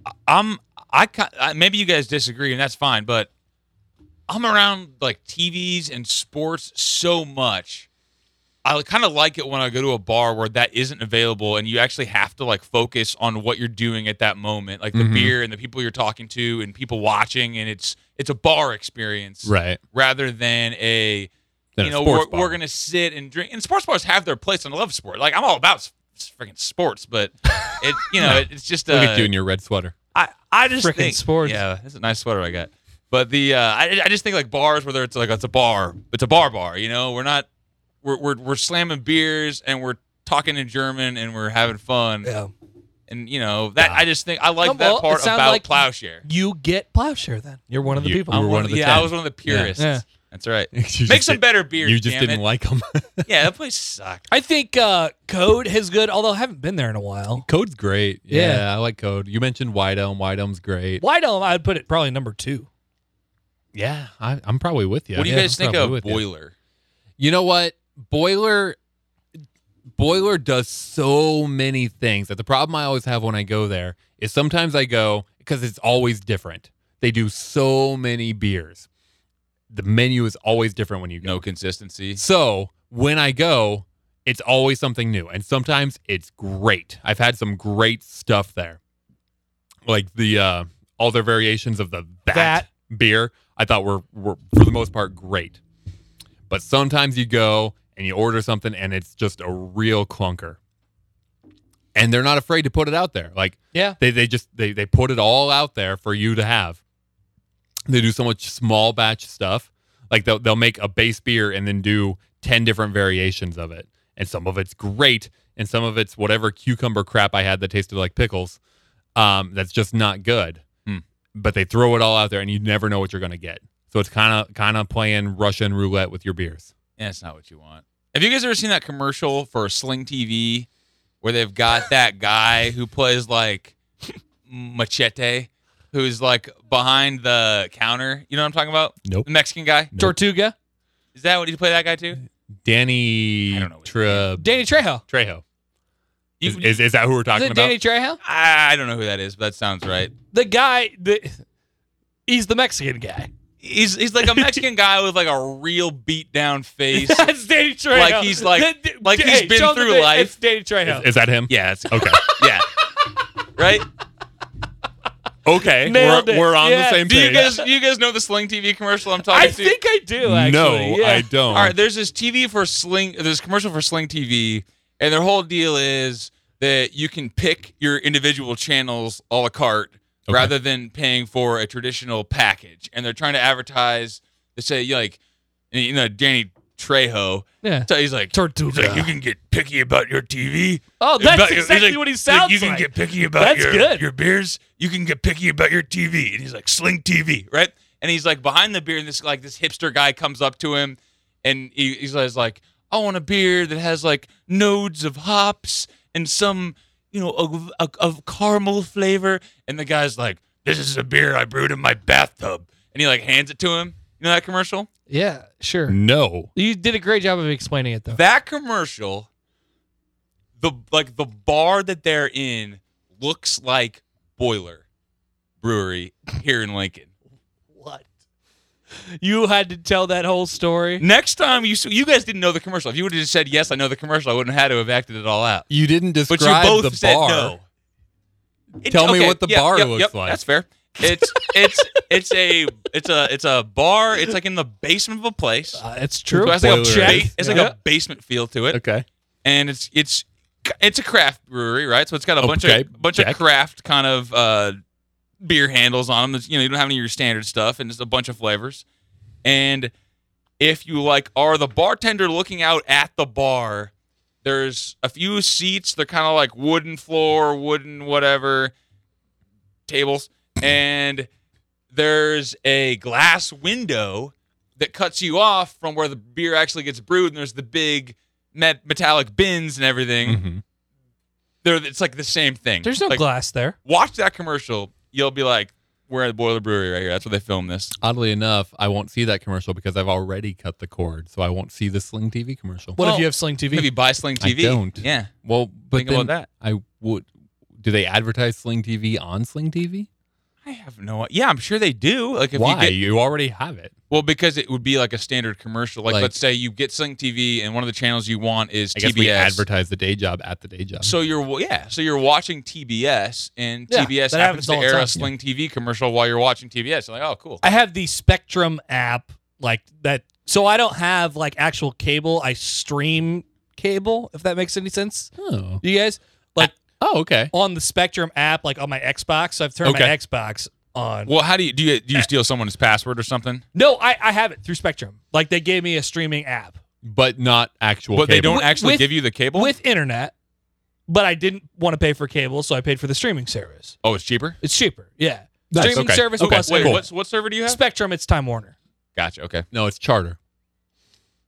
Speaker 3: I- I'm I, ki- I maybe you guys disagree and that's fine, but I'm around like TVs and sports so much. I kind of like it when I go to a bar where that isn't available and you actually have to like focus on what you're doing at that moment, like the
Speaker 1: Mhm.
Speaker 3: beer and the people you're talking to and people watching and it's it's a bar experience
Speaker 1: right.
Speaker 3: rather than a
Speaker 1: Then
Speaker 3: you
Speaker 1: a
Speaker 3: know,
Speaker 1: sports
Speaker 3: we're,
Speaker 1: bar.
Speaker 3: we're gonna sit and drink. And sports bars have their place, and I love sport. Like I'm all about s- s- freaking sports, but it, you know, it, it's just. Uh,
Speaker 1: look at you in your red sweater.
Speaker 3: I, I just
Speaker 2: Frickin'
Speaker 3: think
Speaker 2: sports.
Speaker 3: Yeah, that's a nice sweater I got. But the uh, I, I just think like bars, whether it's like it's a bar, it's a bar bar. You know, we're not we're we're, we're slamming beers and we're talking in German and we're having fun.
Speaker 2: Yeah.
Speaker 3: And you know that
Speaker 1: Yeah.
Speaker 3: I just think I like
Speaker 2: Um,
Speaker 3: that
Speaker 2: well,
Speaker 3: part
Speaker 2: it sounds
Speaker 3: about
Speaker 2: like-
Speaker 3: plowshare.
Speaker 2: You get plowshare then. You're one of the
Speaker 1: You-
Speaker 2: people.
Speaker 1: you
Speaker 3: I'm
Speaker 1: were
Speaker 3: one
Speaker 1: one
Speaker 3: of
Speaker 1: of the
Speaker 3: yeah, I
Speaker 1: 10.
Speaker 3: was one of the purists.
Speaker 2: Yeah.
Speaker 3: That's right.
Speaker 1: You just
Speaker 3: Make some
Speaker 1: di-
Speaker 3: better beers.
Speaker 1: You just
Speaker 3: damn
Speaker 1: didn't
Speaker 3: it.
Speaker 1: like them.
Speaker 3: Yeah, that place sucked.
Speaker 2: I think uh, Code has good, although I haven't been there in a while.
Speaker 1: Code's great. Yeah,
Speaker 2: Yeah.
Speaker 1: I like Code. You mentioned White Elm. White Elm's great.
Speaker 2: White Elm, I'd put it probably number two.
Speaker 1: Yeah, I, I'm probably with you.
Speaker 3: what do you
Speaker 1: Yeah,
Speaker 3: guys
Speaker 1: I'm
Speaker 3: think
Speaker 1: probably with
Speaker 3: of
Speaker 1: you.
Speaker 3: Boiler?
Speaker 1: You know what? Boiler Boiler does so many things that the problem I always have when I go there is sometimes I go because it's always different. They do so many beers. The menu is always different when you go.
Speaker 3: No consistency.
Speaker 1: So when I go, it's always something new. And sometimes it's great. I've had some great stuff there. Like the uh all their variations of the bat,
Speaker 2: Bat.
Speaker 1: beer, I thought were were for the most part great. But sometimes you go and you order something and it's just a real clunker. And they're not afraid to put it out there. Like
Speaker 2: Yeah.
Speaker 1: they they just they they put it all out there for you to have. They do so much small batch stuff. Like they'll they'll make a base beer and then do ten different variations of it. And some of it's great, and some of it's whatever cucumber crap I had that tasted like pickles. Um, that's just not good.
Speaker 3: Hmm.
Speaker 1: But they throw it all out there, and you never know what you're gonna get. So it's kind of kind of playing Russian roulette with your beers.
Speaker 3: Yeah, that's not what you want. Have you guys ever seen that commercial for Sling TV where they've got that guy who plays like machete who's like behind the counter. You know what I'm talking about?
Speaker 1: Nope.
Speaker 3: The Mexican guy.
Speaker 1: Nope.
Speaker 2: Tortuga,
Speaker 3: Is that what you play that guy too?
Speaker 1: Danny
Speaker 3: I don't know what his
Speaker 1: Tre-
Speaker 2: Danny Trejo.
Speaker 1: Trejo.
Speaker 3: You,
Speaker 1: Is, is, is that who we're
Speaker 2: Is
Speaker 1: talking
Speaker 2: it
Speaker 1: about?
Speaker 2: Danny Trejo?
Speaker 3: I, I don't know who that is, but that sounds right.
Speaker 2: The guy that he's the Mexican guy.
Speaker 3: He's he's like a Mexican guy with like a real beat down face.
Speaker 2: That's Danny Trejo.
Speaker 3: Like he's like-
Speaker 2: That- that-
Speaker 3: like he's
Speaker 2: hey,
Speaker 3: been
Speaker 2: show him the
Speaker 3: through
Speaker 2: bit.
Speaker 3: life.
Speaker 2: It's Danny Trejo.
Speaker 1: Is, is that him?
Speaker 3: yeah, it's,
Speaker 1: Okay.
Speaker 3: yeah, right.
Speaker 1: Okay.
Speaker 2: Nailed
Speaker 1: we're,
Speaker 2: it.
Speaker 1: we're on
Speaker 2: Yeah.
Speaker 1: the same
Speaker 3: Do you
Speaker 1: page.
Speaker 3: guys you guys know the Sling TV commercial I'm talking
Speaker 2: I
Speaker 3: to?
Speaker 2: think I do. Actually.
Speaker 1: no,
Speaker 2: yeah.
Speaker 1: I don't.
Speaker 3: All right, there's this TV for Sling. There's a commercial for Sling TV, and their whole deal is that you can pick your individual channels a la carte
Speaker 1: Okay.
Speaker 3: rather than paying for a traditional package. And they're trying to advertise to say you like, you know, Danny Trejo.
Speaker 2: Yeah.
Speaker 3: So he's like, he's
Speaker 2: Tortuga.
Speaker 3: like, you can get picky about your TV.
Speaker 2: oh, that's
Speaker 3: About your- he's
Speaker 2: exactly
Speaker 3: like,
Speaker 2: what he
Speaker 3: he's like,
Speaker 2: sounds
Speaker 3: You can
Speaker 2: like.
Speaker 3: get picky about
Speaker 2: That's
Speaker 3: your,
Speaker 2: good.
Speaker 3: your beers. You can get picky about your TV. And he's like, Sling TV, right? And he's like behind the beer, and this like this hipster guy comes up to him, and he, he's like- he's like, I want a beer that has like nodes of hops and some you know of, of, of caramel flavor. And the guy's like, This is a beer I brewed in my bathtub, and he like hands it to him. You know that commercial?
Speaker 2: yeah, sure.
Speaker 1: No.
Speaker 2: You did a great job of explaining it, though.
Speaker 3: That commercial, the like the bar that they're in looks like Boiler Brewery here in Lincoln.
Speaker 2: what? You had to tell that whole story.
Speaker 3: Next time you s- you guys didn't know the commercial. If you would have just said yes, I know the commercial, I wouldn't have had to have acted it all out.
Speaker 1: You didn't
Speaker 3: But
Speaker 1: describe
Speaker 3: you both
Speaker 1: the
Speaker 3: said
Speaker 1: bar.
Speaker 3: no. It-
Speaker 1: Tell me what the
Speaker 3: yeah,
Speaker 1: bar
Speaker 3: yep,
Speaker 1: looks
Speaker 3: yep,
Speaker 1: like.
Speaker 3: That's fair. It's it's it's a it's a it's a bar. It's like in the basement of a place.
Speaker 2: Uh, it's true.
Speaker 3: So it has like a,
Speaker 1: Boiler
Speaker 3: ba-
Speaker 1: Check.
Speaker 3: it's like
Speaker 2: Yeah.
Speaker 3: a basement feel to it.
Speaker 1: Okay.
Speaker 3: and it's it's it's a craft brewery, right? So it's got a bunch
Speaker 1: Okay,
Speaker 3: of bunch of
Speaker 1: check.
Speaker 3: craft kind of uh, beer handles on them. That's- You know, you don't have any of your standard stuff, and it's a bunch of flavors. And if you like, are the bartender looking out at the bar? There's a few seats. They're kind of like wooden floor, wooden whatever tables, and there's a glass window that cuts you off from where the beer actually gets brewed. And there's the big met- metallic bins and everything.
Speaker 1: Mhm.
Speaker 3: They're, it's like the same thing.
Speaker 2: There's no
Speaker 3: like,
Speaker 2: glass there.
Speaker 3: Watch that commercial. You'll be like, we're at Boiler Brewery right here. That's where they filmed this.
Speaker 1: Oddly enough, I won't see that commercial because I've already cut the cord, so I won't see the Sling TV commercial.
Speaker 2: What if
Speaker 3: Well,
Speaker 2: you have Sling TV?
Speaker 3: Maybe buy Sling
Speaker 1: I
Speaker 3: TV.
Speaker 1: don't.
Speaker 3: Yeah.
Speaker 1: Well, but
Speaker 3: Think
Speaker 1: then
Speaker 3: about that.
Speaker 1: I would. Do they advertise Sling TV on Sling TV?
Speaker 3: I have no idea. Yeah, I'm sure they do. Like if
Speaker 1: Why?
Speaker 3: you
Speaker 1: You,
Speaker 3: get
Speaker 1: already have it.
Speaker 3: well, because it would be like a standard commercial. Like,
Speaker 1: Like-
Speaker 3: let's say you get Sling TV and one of the channels you want is
Speaker 1: I
Speaker 3: TBS.
Speaker 1: guess we advertise the day job at the day job.
Speaker 3: So you're wa- yeah, so you're watching TBS and
Speaker 2: Yeah,
Speaker 3: TBS
Speaker 2: that happens
Speaker 3: happens to
Speaker 2: all the
Speaker 3: air
Speaker 2: time.
Speaker 3: a Sling TV commercial while you're watching TBS. You're like, oh, cool.
Speaker 2: I have the Spectrum app, like that. So I don't have like actual cable. I stream cable, if that makes any sense.
Speaker 1: oh.
Speaker 2: You guys like
Speaker 1: oh, okay.
Speaker 2: on the Spectrum app, like on my Xbox. So I've turned my
Speaker 1: Okay.
Speaker 2: Xbox on.
Speaker 3: Well, how do you do? You, do you steal someone's password or something?
Speaker 2: No, I, I have it through Spectrum. Like they gave me a streaming app
Speaker 1: But not actual.
Speaker 3: but they
Speaker 1: cable.
Speaker 3: don't
Speaker 2: With-
Speaker 3: actually
Speaker 2: with-
Speaker 3: give you the cable.
Speaker 2: with internet, but I didn't want to pay for cable, so I paid for the streaming service.
Speaker 3: oh, it's cheaper.
Speaker 2: It's cheaper. Yeah.
Speaker 1: Nice.
Speaker 2: Streaming
Speaker 1: Okay.
Speaker 2: service
Speaker 1: Okay.
Speaker 2: plus
Speaker 3: Wait,
Speaker 2: internet.
Speaker 3: what's what server do you have?
Speaker 2: Spectrum, it's Time Warner.
Speaker 3: gotcha. Okay.
Speaker 1: No, it's Charter.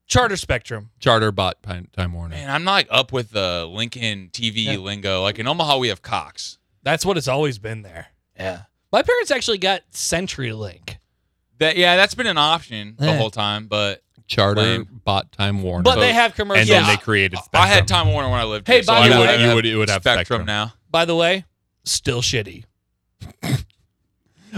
Speaker 2: Charter Spectrum.
Speaker 1: Charter bought Pine- Time Warner.
Speaker 3: Man, I'm not like, up with the Lincoln TV
Speaker 2: Yeah.
Speaker 3: lingo. Like in Omaha, we have Cox.
Speaker 2: That's what it's always been there. Yeah. My parents actually got CenturyLink.
Speaker 3: That yeah, that's been an option the
Speaker 2: Yeah.
Speaker 3: whole time. But
Speaker 1: Charter
Speaker 3: Lame.
Speaker 1: bought Time Warner.
Speaker 2: But they
Speaker 3: So-
Speaker 2: have
Speaker 1: and
Speaker 2: commercials.
Speaker 1: then
Speaker 3: Yeah.
Speaker 1: they created Spectrum.
Speaker 3: I had Time Warner when I lived.
Speaker 2: Hey,
Speaker 3: here, so
Speaker 2: by
Speaker 3: I
Speaker 2: the
Speaker 3: would-
Speaker 2: way-
Speaker 3: I
Speaker 1: You
Speaker 3: have
Speaker 1: would- you would have Spectrum.
Speaker 3: now.
Speaker 2: By the way, still shitty.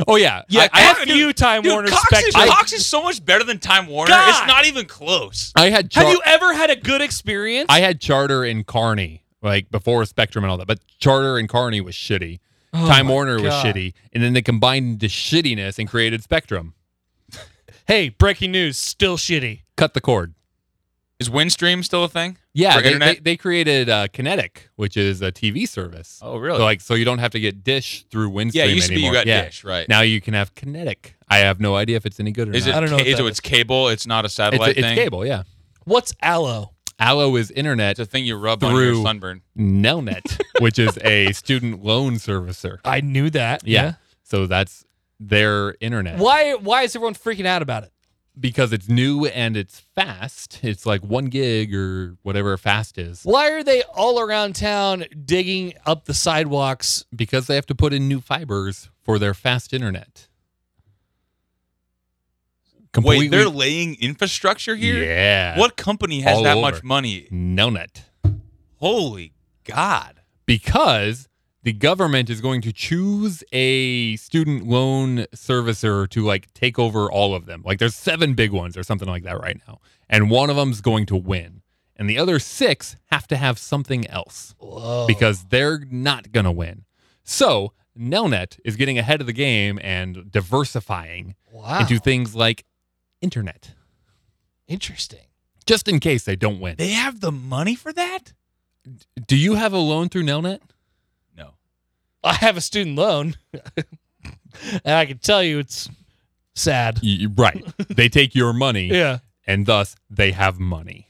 Speaker 1: Oh yeah.
Speaker 3: Yeah,
Speaker 2: I,
Speaker 3: I
Speaker 2: have
Speaker 3: have-
Speaker 2: you, Time
Speaker 3: Dude,
Speaker 2: Warner
Speaker 3: Cox, is,
Speaker 2: Spectrum.
Speaker 3: Cox is so much better than Time Warner.
Speaker 2: God!
Speaker 3: It's not even close.
Speaker 1: I, I had. Char-
Speaker 2: have you ever had a good experience?
Speaker 1: I had Charter and Carney, like before Spectrum and all that. But Charter and Carney was shitty.
Speaker 2: Oh
Speaker 1: Time
Speaker 2: my
Speaker 1: Warner was
Speaker 2: God.
Speaker 1: shitty, and then they combined the shittiness and created Spectrum.
Speaker 2: Hey, breaking news, still shitty.
Speaker 1: Cut the cord.
Speaker 3: Is Windstream still a thing?
Speaker 1: Yeah,
Speaker 3: For
Speaker 1: they,
Speaker 3: internet?
Speaker 1: they, they created uh, Kinetic, which is a TV service.
Speaker 3: Oh, really?
Speaker 1: So, like, so you don't have to get Dish through Windstream
Speaker 3: yeah, it used to be
Speaker 1: anymore.
Speaker 3: you got
Speaker 1: yeah.
Speaker 3: Dish, right?
Speaker 1: Now you can have Kinetic. I have no idea if it's any good or
Speaker 3: is it?
Speaker 1: not.
Speaker 2: I don't know
Speaker 3: ca-
Speaker 2: what
Speaker 3: is
Speaker 2: that
Speaker 3: it-
Speaker 2: is.
Speaker 3: It's cable. It's not a
Speaker 1: It's,
Speaker 3: satellite
Speaker 1: it's
Speaker 3: thing.
Speaker 1: cable. Yeah.
Speaker 2: What's aloe?
Speaker 1: Allo is internet.
Speaker 3: It's a thing you rub on your
Speaker 1: Through-
Speaker 3: sunburn.
Speaker 1: Nelnet, which is a student loan servicer.
Speaker 2: I knew that.
Speaker 1: Yeah. So that's their internet.
Speaker 2: Why why is everyone freaking out about it?
Speaker 1: Because it's new and it's fast. It's like one gig or whatever fast is.
Speaker 2: Why are they all around town digging up the sidewalks?
Speaker 1: Because they have to put in new fibers for their fast internet.
Speaker 3: Wait, they're laying infrastructure here?
Speaker 1: Yeah.
Speaker 3: What company has
Speaker 1: All
Speaker 3: that
Speaker 1: over.
Speaker 3: much money?
Speaker 1: No net.
Speaker 3: Holy God.
Speaker 1: Because the government is going to choose a student loan servicer to like take over all of them. Like there's seven big ones or something like that right now. And one of them's going to win. And the other six have to have something else.
Speaker 3: Oh.
Speaker 2: Whoa.
Speaker 1: because they're not going to win. So Nelnet is getting ahead of the game and diversifying
Speaker 3: Ah.
Speaker 2: wow.
Speaker 1: into things like internet,
Speaker 2: Interesting.
Speaker 1: just in case they don't win.
Speaker 3: They have the money for that?
Speaker 1: Do you have a loan through Nelnet?
Speaker 3: No.
Speaker 2: I have a student loan, and I can tell you it's sad.
Speaker 1: Y- y- Right. they take your money,
Speaker 2: Yeah.
Speaker 1: and thus they have money.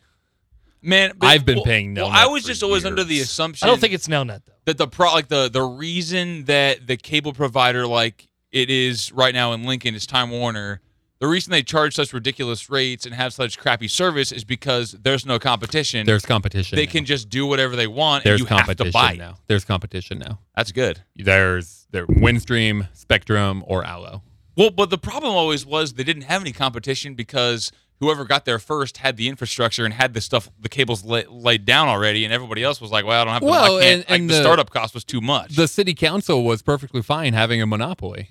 Speaker 3: Man,
Speaker 1: I've been paying
Speaker 3: no.
Speaker 1: no
Speaker 3: Well, I
Speaker 1: net
Speaker 3: was
Speaker 1: for
Speaker 3: just always under the
Speaker 1: years.
Speaker 3: assumption
Speaker 2: I don't think it's Nelnet though.
Speaker 3: that the pro like the the reason that the cable provider like it is right now in Lincoln is Time Warner. The reason they charge such ridiculous rates and have such crappy service is because there's no competition.
Speaker 1: There's competition.
Speaker 3: they
Speaker 1: now.
Speaker 3: can just do whatever they want
Speaker 1: There's
Speaker 3: and you have
Speaker 1: competition
Speaker 3: to buy. it.
Speaker 1: now. There's competition now.
Speaker 3: That's good.
Speaker 1: There's there Windstream, Spectrum, or Allo.
Speaker 3: Well, but the problem always was they didn't have any competition because whoever got there first had the infrastructure and had the stuff, the cables la- laid down already, and everybody else was like, "Well, I don't have to."
Speaker 1: Well,
Speaker 3: I can't,
Speaker 1: and-
Speaker 3: like,
Speaker 1: and
Speaker 3: the,
Speaker 1: the-
Speaker 3: startup cost was too much.
Speaker 1: the city council was perfectly fine having a monopoly.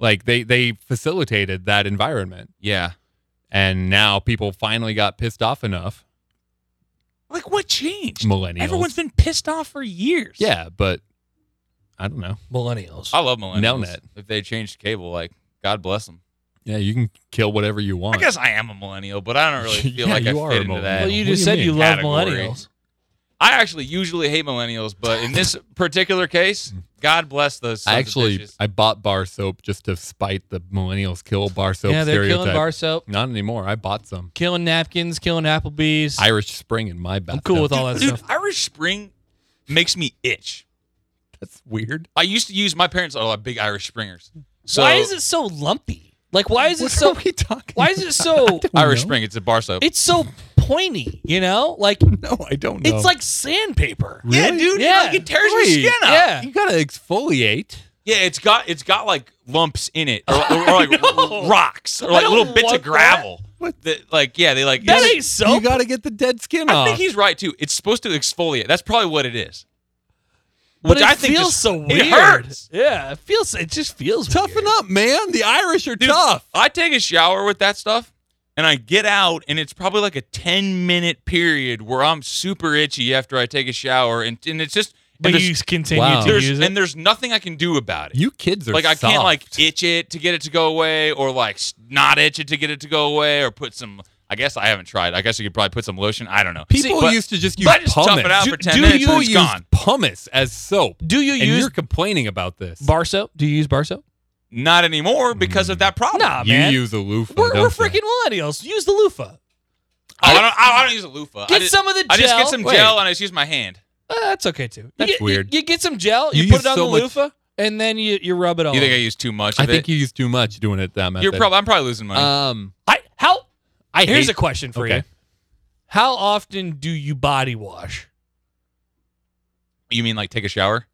Speaker 1: Like they they facilitated that environment,
Speaker 3: yeah,
Speaker 1: and now people finally got pissed off enough.
Speaker 3: like what changed?
Speaker 1: Millennials,
Speaker 3: Everyone's been pissed off for years.
Speaker 1: yeah, but I don't know.
Speaker 2: Millennials.
Speaker 1: Oh,
Speaker 3: I love millennials.
Speaker 1: Nelnet.
Speaker 3: If they changed cable, like God bless them.
Speaker 1: Yeah, you can kill whatever you want.
Speaker 3: I guess I am a millennial, but I don't really feel
Speaker 1: Yeah,
Speaker 3: like I
Speaker 1: you are
Speaker 3: fit
Speaker 1: a
Speaker 3: into
Speaker 1: millennial.
Speaker 3: that.
Speaker 2: well,
Speaker 1: what
Speaker 2: you
Speaker 1: do
Speaker 2: just
Speaker 1: you
Speaker 2: said
Speaker 1: mean?
Speaker 2: you love
Speaker 3: Category.
Speaker 2: millennials.
Speaker 3: I actually usually hate millennials, but in this particular case, God bless those. sons
Speaker 1: I
Speaker 3: of
Speaker 1: actually
Speaker 3: bitches.
Speaker 1: I bought bar soap just to spite the millennials kill bar soap
Speaker 2: yeah, they're
Speaker 1: stereotype.
Speaker 2: killing bar soap,
Speaker 1: Not anymore. I bought some
Speaker 2: killing napkins, killing Applebee's.
Speaker 1: Irish Spring in my bathtub.
Speaker 2: cool with all that
Speaker 3: dude,
Speaker 2: stuff.
Speaker 3: Irish Spring makes me itch.
Speaker 1: That's weird.
Speaker 3: I used to use my parents are like big Irish Springers. So
Speaker 2: why is it so lumpy? Like, why is it
Speaker 1: What
Speaker 2: so?
Speaker 1: are we talking?
Speaker 2: Why is it so?
Speaker 3: Irish
Speaker 1: No.
Speaker 3: Spring? It's a bar soap.
Speaker 2: It's so pointy. You know, like
Speaker 1: No, I don't know.
Speaker 2: it's like sandpaper.
Speaker 1: Really?
Speaker 3: Yeah, dude.
Speaker 2: Yeah.
Speaker 3: Like it tears
Speaker 1: Wait.
Speaker 3: your skin up.
Speaker 2: Yeah.
Speaker 1: you gotta exfoliate.
Speaker 3: Yeah, it's got it's got like lumps in it, or, or, or, like rocks, or like
Speaker 2: don't
Speaker 3: little bits
Speaker 2: want
Speaker 3: of gravel. That, like yeah, they like.
Speaker 2: That
Speaker 3: it's-
Speaker 2: ain't soap.
Speaker 1: You gotta get the dead skin
Speaker 3: I
Speaker 1: off.
Speaker 3: think he's right too. It's supposed to exfoliate. That's probably what it is.
Speaker 2: but
Speaker 3: Which
Speaker 2: it
Speaker 3: I think
Speaker 2: feels
Speaker 3: just-
Speaker 2: so
Speaker 3: it
Speaker 2: weird.
Speaker 3: hurts.
Speaker 2: Yeah, it feels. It just feels
Speaker 1: Toughen
Speaker 2: weird.
Speaker 1: up, man. The Irish are
Speaker 3: Dude,
Speaker 1: tough.
Speaker 3: I take a shower with that stuff, and I get out, and it's probably like a ten minute period where I'm super itchy after I take a shower, and and it's just.
Speaker 2: But
Speaker 3: and there's-
Speaker 2: you continue
Speaker 1: Wow.
Speaker 2: to
Speaker 3: there's,
Speaker 2: use it.
Speaker 3: and there's nothing I can do about it.
Speaker 1: You kids are
Speaker 3: like I can't
Speaker 1: soft.
Speaker 3: like itch it to get it to go away, or like s- not itch it to get it to go away, or put some. I guess I haven't tried. I guess you could probably put some lotion. I don't know.
Speaker 1: people
Speaker 3: See, but
Speaker 1: used to just use
Speaker 3: but I just tough
Speaker 1: pumice.
Speaker 3: it out
Speaker 1: You-
Speaker 3: for ten
Speaker 2: do
Speaker 3: minutes,
Speaker 1: people
Speaker 3: and it's
Speaker 1: used
Speaker 3: gone.
Speaker 1: pumice as soap,
Speaker 2: do you
Speaker 1: and
Speaker 2: use
Speaker 1: you're complaining about this.
Speaker 2: bar soap? Do you use bar soap?
Speaker 3: Not anymore because of that problem.
Speaker 2: Mm. Nah,
Speaker 1: you
Speaker 2: man.
Speaker 1: use a loofah.
Speaker 2: we're
Speaker 1: don't
Speaker 2: we're
Speaker 1: you?
Speaker 2: freaking millennials. Use the loofah.
Speaker 3: I don't. I, I don't use a loofah. I
Speaker 2: Get
Speaker 3: just,
Speaker 2: some of the gel.
Speaker 3: I just get some
Speaker 1: Wait.
Speaker 3: gel and I just use my hand.
Speaker 2: Uh, that's okay too.
Speaker 1: That's
Speaker 2: you, get-
Speaker 1: weird.
Speaker 2: You, you get some gel. You,
Speaker 1: You
Speaker 2: put
Speaker 1: use
Speaker 2: it on
Speaker 1: so
Speaker 2: the
Speaker 1: much-
Speaker 2: loofah, and then you, you rub it all.
Speaker 3: You think I
Speaker 2: over.
Speaker 3: use too much?
Speaker 1: Oh. I
Speaker 3: of
Speaker 1: think
Speaker 3: it?
Speaker 1: you use too much doing it that method.
Speaker 3: You're probably. I'm probably losing money.
Speaker 2: Uh,
Speaker 1: Um,
Speaker 2: I how?
Speaker 1: I
Speaker 2: here's
Speaker 1: hate,
Speaker 2: a question for
Speaker 1: okay.
Speaker 2: you. How often do you body wash?
Speaker 3: you mean like take a shower?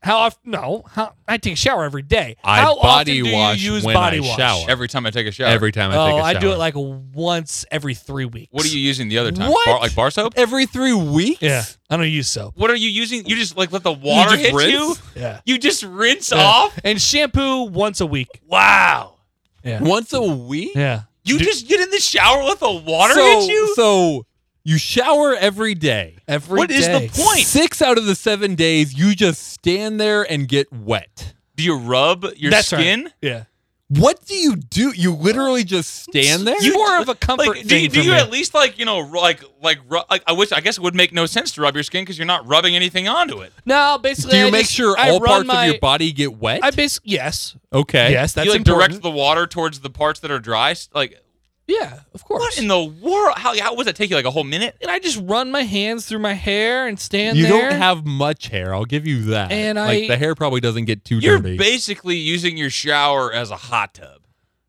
Speaker 2: How often? No, how, I take a shower every day.
Speaker 1: I
Speaker 2: how
Speaker 1: body
Speaker 2: often do
Speaker 1: wash
Speaker 2: you use
Speaker 1: when
Speaker 2: body
Speaker 1: I
Speaker 2: wash?
Speaker 1: shower.
Speaker 3: Every time I take a shower.
Speaker 1: every time I
Speaker 2: oh,
Speaker 1: take a shower.
Speaker 2: I do it like once every three weeks.
Speaker 3: What are you using the other time?
Speaker 1: What?
Speaker 3: Bar, like bar soap?
Speaker 1: every three weeks.
Speaker 2: Yeah, I don't use soap.
Speaker 3: What are you using? You just like let the water
Speaker 1: just
Speaker 3: hit
Speaker 1: rinse?
Speaker 3: you.
Speaker 2: Yeah,
Speaker 3: You just rinse
Speaker 2: Yeah.
Speaker 3: off.
Speaker 2: and shampoo once a week.
Speaker 3: Wow.
Speaker 2: Yeah,
Speaker 1: once a week.
Speaker 2: yeah.
Speaker 3: You
Speaker 2: Do-
Speaker 3: just get in the shower let the water
Speaker 1: so,
Speaker 3: hit you?
Speaker 1: So you shower every day.
Speaker 2: Every
Speaker 3: What is the
Speaker 2: day.
Speaker 3: point?
Speaker 1: Six out of the seven days, you just stand there and get wet.
Speaker 3: Do you rub your
Speaker 2: That's right.
Speaker 3: skin?
Speaker 2: Yeah,
Speaker 1: What do you do? You literally just stand there.
Speaker 2: it's more of a comfort
Speaker 3: Like, do
Speaker 2: thing
Speaker 3: you, do
Speaker 2: for
Speaker 3: you
Speaker 2: me.
Speaker 3: at least like you know ru- like like ru- like I wish I guess it would make no sense to rub your skin because you're not rubbing anything onto it.
Speaker 2: No, basically,
Speaker 1: do you
Speaker 2: I
Speaker 1: make
Speaker 2: just-
Speaker 1: sure
Speaker 2: I
Speaker 1: all parts
Speaker 2: run my,
Speaker 1: of your body get wet?
Speaker 2: I basically yes,
Speaker 1: okay.
Speaker 2: yes, that's
Speaker 3: you like
Speaker 2: important.
Speaker 3: direct the water towards the parts that are dry. S- Like
Speaker 2: yeah, of course.
Speaker 3: what in the world? How how was that take you like a whole minute?
Speaker 2: and I just run my hands through my hair and stand
Speaker 1: You
Speaker 2: there.
Speaker 1: don't have much hair. I'll give you that.
Speaker 2: And
Speaker 1: like
Speaker 2: I-
Speaker 1: the hair probably doesn't get too
Speaker 3: You're
Speaker 1: dirty.
Speaker 3: basically using your shower as a hot tub.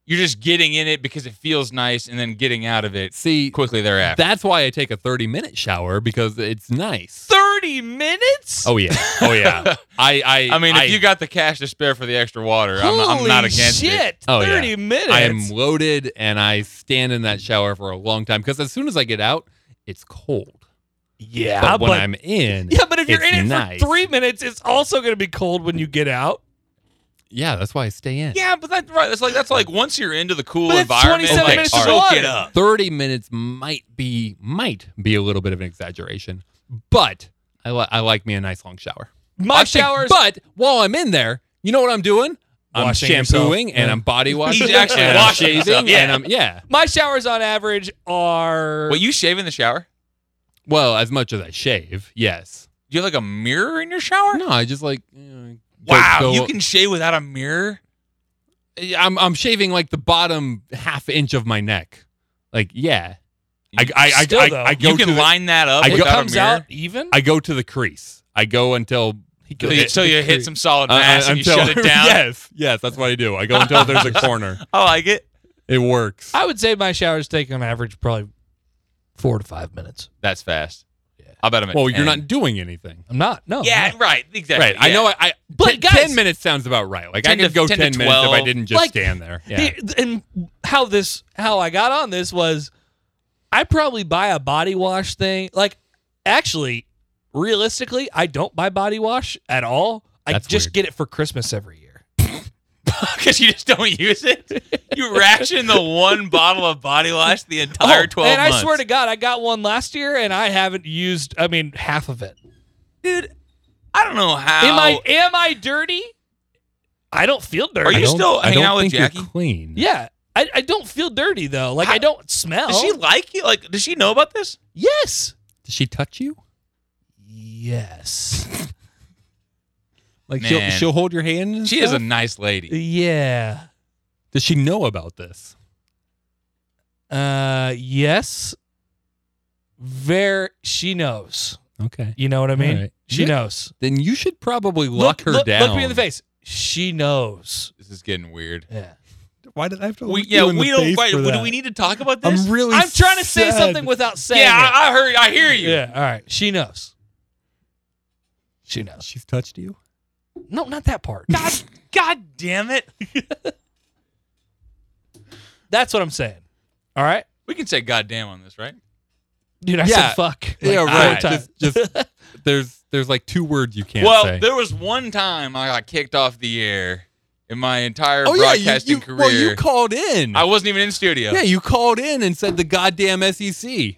Speaker 3: You're just getting in it because it feels nice and then getting out of it
Speaker 1: See,
Speaker 3: quickly thereafter.
Speaker 1: that's why I take a 30 minute shower because it's nice.
Speaker 2: 30 minutes?
Speaker 1: Oh yeah, oh yeah. I I
Speaker 3: I mean, if you got the cash to spare for the extra water, I'm, I'm
Speaker 2: Holy
Speaker 3: not against
Speaker 2: shit.
Speaker 3: it.
Speaker 1: Oh, yeah.
Speaker 2: 30 minutes.
Speaker 1: I am loaded and I stand in that shower for a long time because as soon as I get out, it's cold.
Speaker 2: yeah,
Speaker 3: Ah,
Speaker 1: but,
Speaker 2: but,
Speaker 1: when I'm in,
Speaker 2: yeah, but if you're
Speaker 1: it's
Speaker 2: in it
Speaker 1: nice.
Speaker 2: for three minutes, it's also going to be cold when you get out.
Speaker 1: yeah, that's why I stay in.
Speaker 3: Yeah, but that's right. That's like that's like once you're into the cool
Speaker 2: But it's
Speaker 3: environment,
Speaker 2: 27
Speaker 3: like,
Speaker 2: minutes
Speaker 1: of
Speaker 3: soak
Speaker 2: water.
Speaker 3: it up.
Speaker 1: 30 minutes might be might be a little bit of an exaggeration, but I, li- I like me a nice long shower.
Speaker 2: My
Speaker 1: I think-
Speaker 2: showers.
Speaker 1: but while I'm in there, you know what I'm doing? I'm
Speaker 2: Washing
Speaker 1: shampooing
Speaker 2: yourself.
Speaker 1: and
Speaker 2: Yeah.
Speaker 1: I'm body washing.
Speaker 3: He's actually
Speaker 1: and I'm
Speaker 3: washing
Speaker 1: shaving
Speaker 3: himself. Yeah.
Speaker 1: and I'm yeah.
Speaker 2: my showers on average are.
Speaker 3: Well, you shave in the shower?
Speaker 1: Well, as much as I shave, yes.
Speaker 3: Do you have like a mirror in your shower?
Speaker 1: No, I just like you know, go-
Speaker 3: Wow,
Speaker 1: go-
Speaker 3: you can shave without a mirror.
Speaker 1: I'm I'm shaving like the bottom half inch of my neck. Like yeah, I I I,
Speaker 2: Still,
Speaker 1: I,
Speaker 2: though,
Speaker 1: I go
Speaker 3: you
Speaker 1: to
Speaker 3: can
Speaker 1: the,
Speaker 3: line that up
Speaker 1: I go-
Speaker 2: it
Speaker 3: without
Speaker 2: comes
Speaker 3: a mirror.
Speaker 2: out even.
Speaker 1: I go to the crease. I go until he
Speaker 3: Till you, till you hit Uh, some solid mass and you
Speaker 1: until-
Speaker 3: shut it down.
Speaker 1: yes, yes, that's what I do. I go until there's a corner.
Speaker 3: I like it.
Speaker 1: It works.
Speaker 2: I would say my showers take on average probably four to five minutes.
Speaker 3: That's fast.
Speaker 2: Yeah.
Speaker 3: I bet I'm at
Speaker 1: well, you're
Speaker 3: 10.
Speaker 1: not doing anything.
Speaker 2: I'm not. No. I'm
Speaker 3: Yeah,
Speaker 2: not.
Speaker 3: right. Exactly.
Speaker 1: Right. I
Speaker 3: yeah.
Speaker 1: know. I, I
Speaker 2: But
Speaker 1: ten,
Speaker 2: guys-
Speaker 1: ten minutes sounds about right. Like I
Speaker 3: 10
Speaker 1: could
Speaker 3: to-
Speaker 1: go
Speaker 3: 10
Speaker 1: ten,
Speaker 3: to
Speaker 1: minutes if I
Speaker 3: 12.
Speaker 1: didn't just
Speaker 2: Like,
Speaker 1: stand there. Yeah.
Speaker 2: The- and how this how I got on this was I probably buy a body wash thing. Like actually, realistically, I don't buy body wash at all. I
Speaker 1: That's
Speaker 2: just
Speaker 1: weird.
Speaker 2: get it for Christmas every year.
Speaker 3: because you just don't use it. You ration the one bottle of body wash the entire
Speaker 2: Oh,
Speaker 3: twelve.
Speaker 2: and I
Speaker 3: months.
Speaker 2: swear to God, I got one last year and I haven't used I mean half of it.
Speaker 3: dude, I don't know how.
Speaker 2: Am I am I dirty? I don't feel dirty.
Speaker 3: Are you
Speaker 1: I don't-
Speaker 3: still
Speaker 1: I
Speaker 3: hanging
Speaker 1: don't
Speaker 3: out with
Speaker 1: think
Speaker 3: Jackie?
Speaker 1: You're clean.
Speaker 2: Yeah. I, I don't feel dirty though. Like
Speaker 3: How-
Speaker 2: I don't smell.
Speaker 3: Does she like you? Like, does she know about this?
Speaker 2: yes.
Speaker 1: Does she touch you?
Speaker 2: Yes.
Speaker 1: Like
Speaker 3: Man.
Speaker 1: she'll she'll hold your hand. and
Speaker 3: She is a
Speaker 1: stuff?
Speaker 3: nice lady.
Speaker 2: yeah.
Speaker 1: Does she know about this?
Speaker 2: Uh yes. Ver she knows.
Speaker 1: Okay.
Speaker 2: You know what I mean?
Speaker 1: All right.
Speaker 2: She
Speaker 1: Yeah.
Speaker 2: knows.
Speaker 1: Then you should probably lock
Speaker 2: look,
Speaker 1: her
Speaker 2: look,
Speaker 1: down.
Speaker 2: Look me in the face. She knows.
Speaker 3: This is getting weird.
Speaker 2: Yeah.
Speaker 1: Why did I have to
Speaker 3: We
Speaker 1: look
Speaker 3: yeah,
Speaker 1: you in
Speaker 3: we
Speaker 1: the
Speaker 3: don't.
Speaker 1: face
Speaker 3: Right,
Speaker 1: for
Speaker 3: do
Speaker 1: that?
Speaker 3: we need to talk about this?
Speaker 1: I'm really.
Speaker 2: I'm trying to say
Speaker 1: sad.
Speaker 2: something without saying
Speaker 3: yeah,
Speaker 2: it.
Speaker 3: I, I heard. I hear you.
Speaker 2: yeah. All right. She knows. She knows.
Speaker 1: She's touched you.
Speaker 2: No, not that part.
Speaker 3: God, God damn it.
Speaker 2: That's what I'm saying. All right.
Speaker 3: We can say God damn on this, right?
Speaker 2: Dude, I
Speaker 1: Yeah.
Speaker 2: said fuck.
Speaker 1: yeah,
Speaker 2: like,
Speaker 1: right.
Speaker 2: four times.
Speaker 1: Just, just there's there's like two words you can't
Speaker 3: well,
Speaker 1: say.
Speaker 3: there was one time I got kicked off the air in my entire
Speaker 1: Oh yeah, you,
Speaker 3: broadcasting
Speaker 1: you-
Speaker 3: career.
Speaker 1: well you called in.
Speaker 3: I wasn't even in studio.
Speaker 1: yeah, you called in and said the goddamn E SEC. You,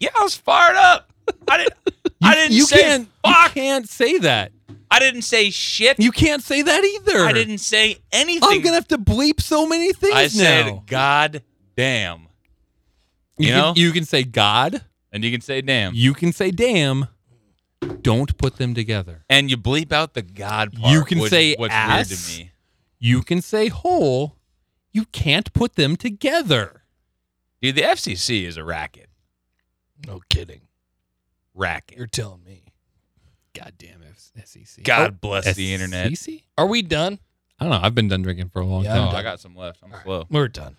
Speaker 3: Yeah, I was fired up. I didn't. I didn't
Speaker 1: you
Speaker 3: say
Speaker 1: can't,
Speaker 3: fuck.
Speaker 1: You can't say that.
Speaker 3: I didn't say shit.
Speaker 1: You can't say that either.
Speaker 3: I didn't say anything.
Speaker 1: I'm gonna have to bleep so many things
Speaker 3: I said
Speaker 1: now.
Speaker 3: God damn,
Speaker 1: You,
Speaker 3: you
Speaker 1: can,
Speaker 3: know?
Speaker 1: you can say God.
Speaker 3: and you can say damn,
Speaker 1: You can say damn. Don't put them together.
Speaker 3: and you bleep out the God part.
Speaker 1: You can
Speaker 3: which-
Speaker 1: say
Speaker 3: what's weird
Speaker 1: ass.
Speaker 3: to me,
Speaker 1: You can say whole. You can't put them together.
Speaker 3: dude. The FCC is a racket.
Speaker 2: No kidding.
Speaker 3: Racket.
Speaker 2: You're telling me.
Speaker 1: Goddamn E SEC.
Speaker 3: God bless the internet.
Speaker 1: SEC?
Speaker 2: Are we done?
Speaker 1: I don't know. I've been done drinking for a long
Speaker 2: Yeah,
Speaker 3: Oh,
Speaker 2: I'm
Speaker 3: I
Speaker 1: time.
Speaker 3: got some left. I'm slow.
Speaker 2: We're done.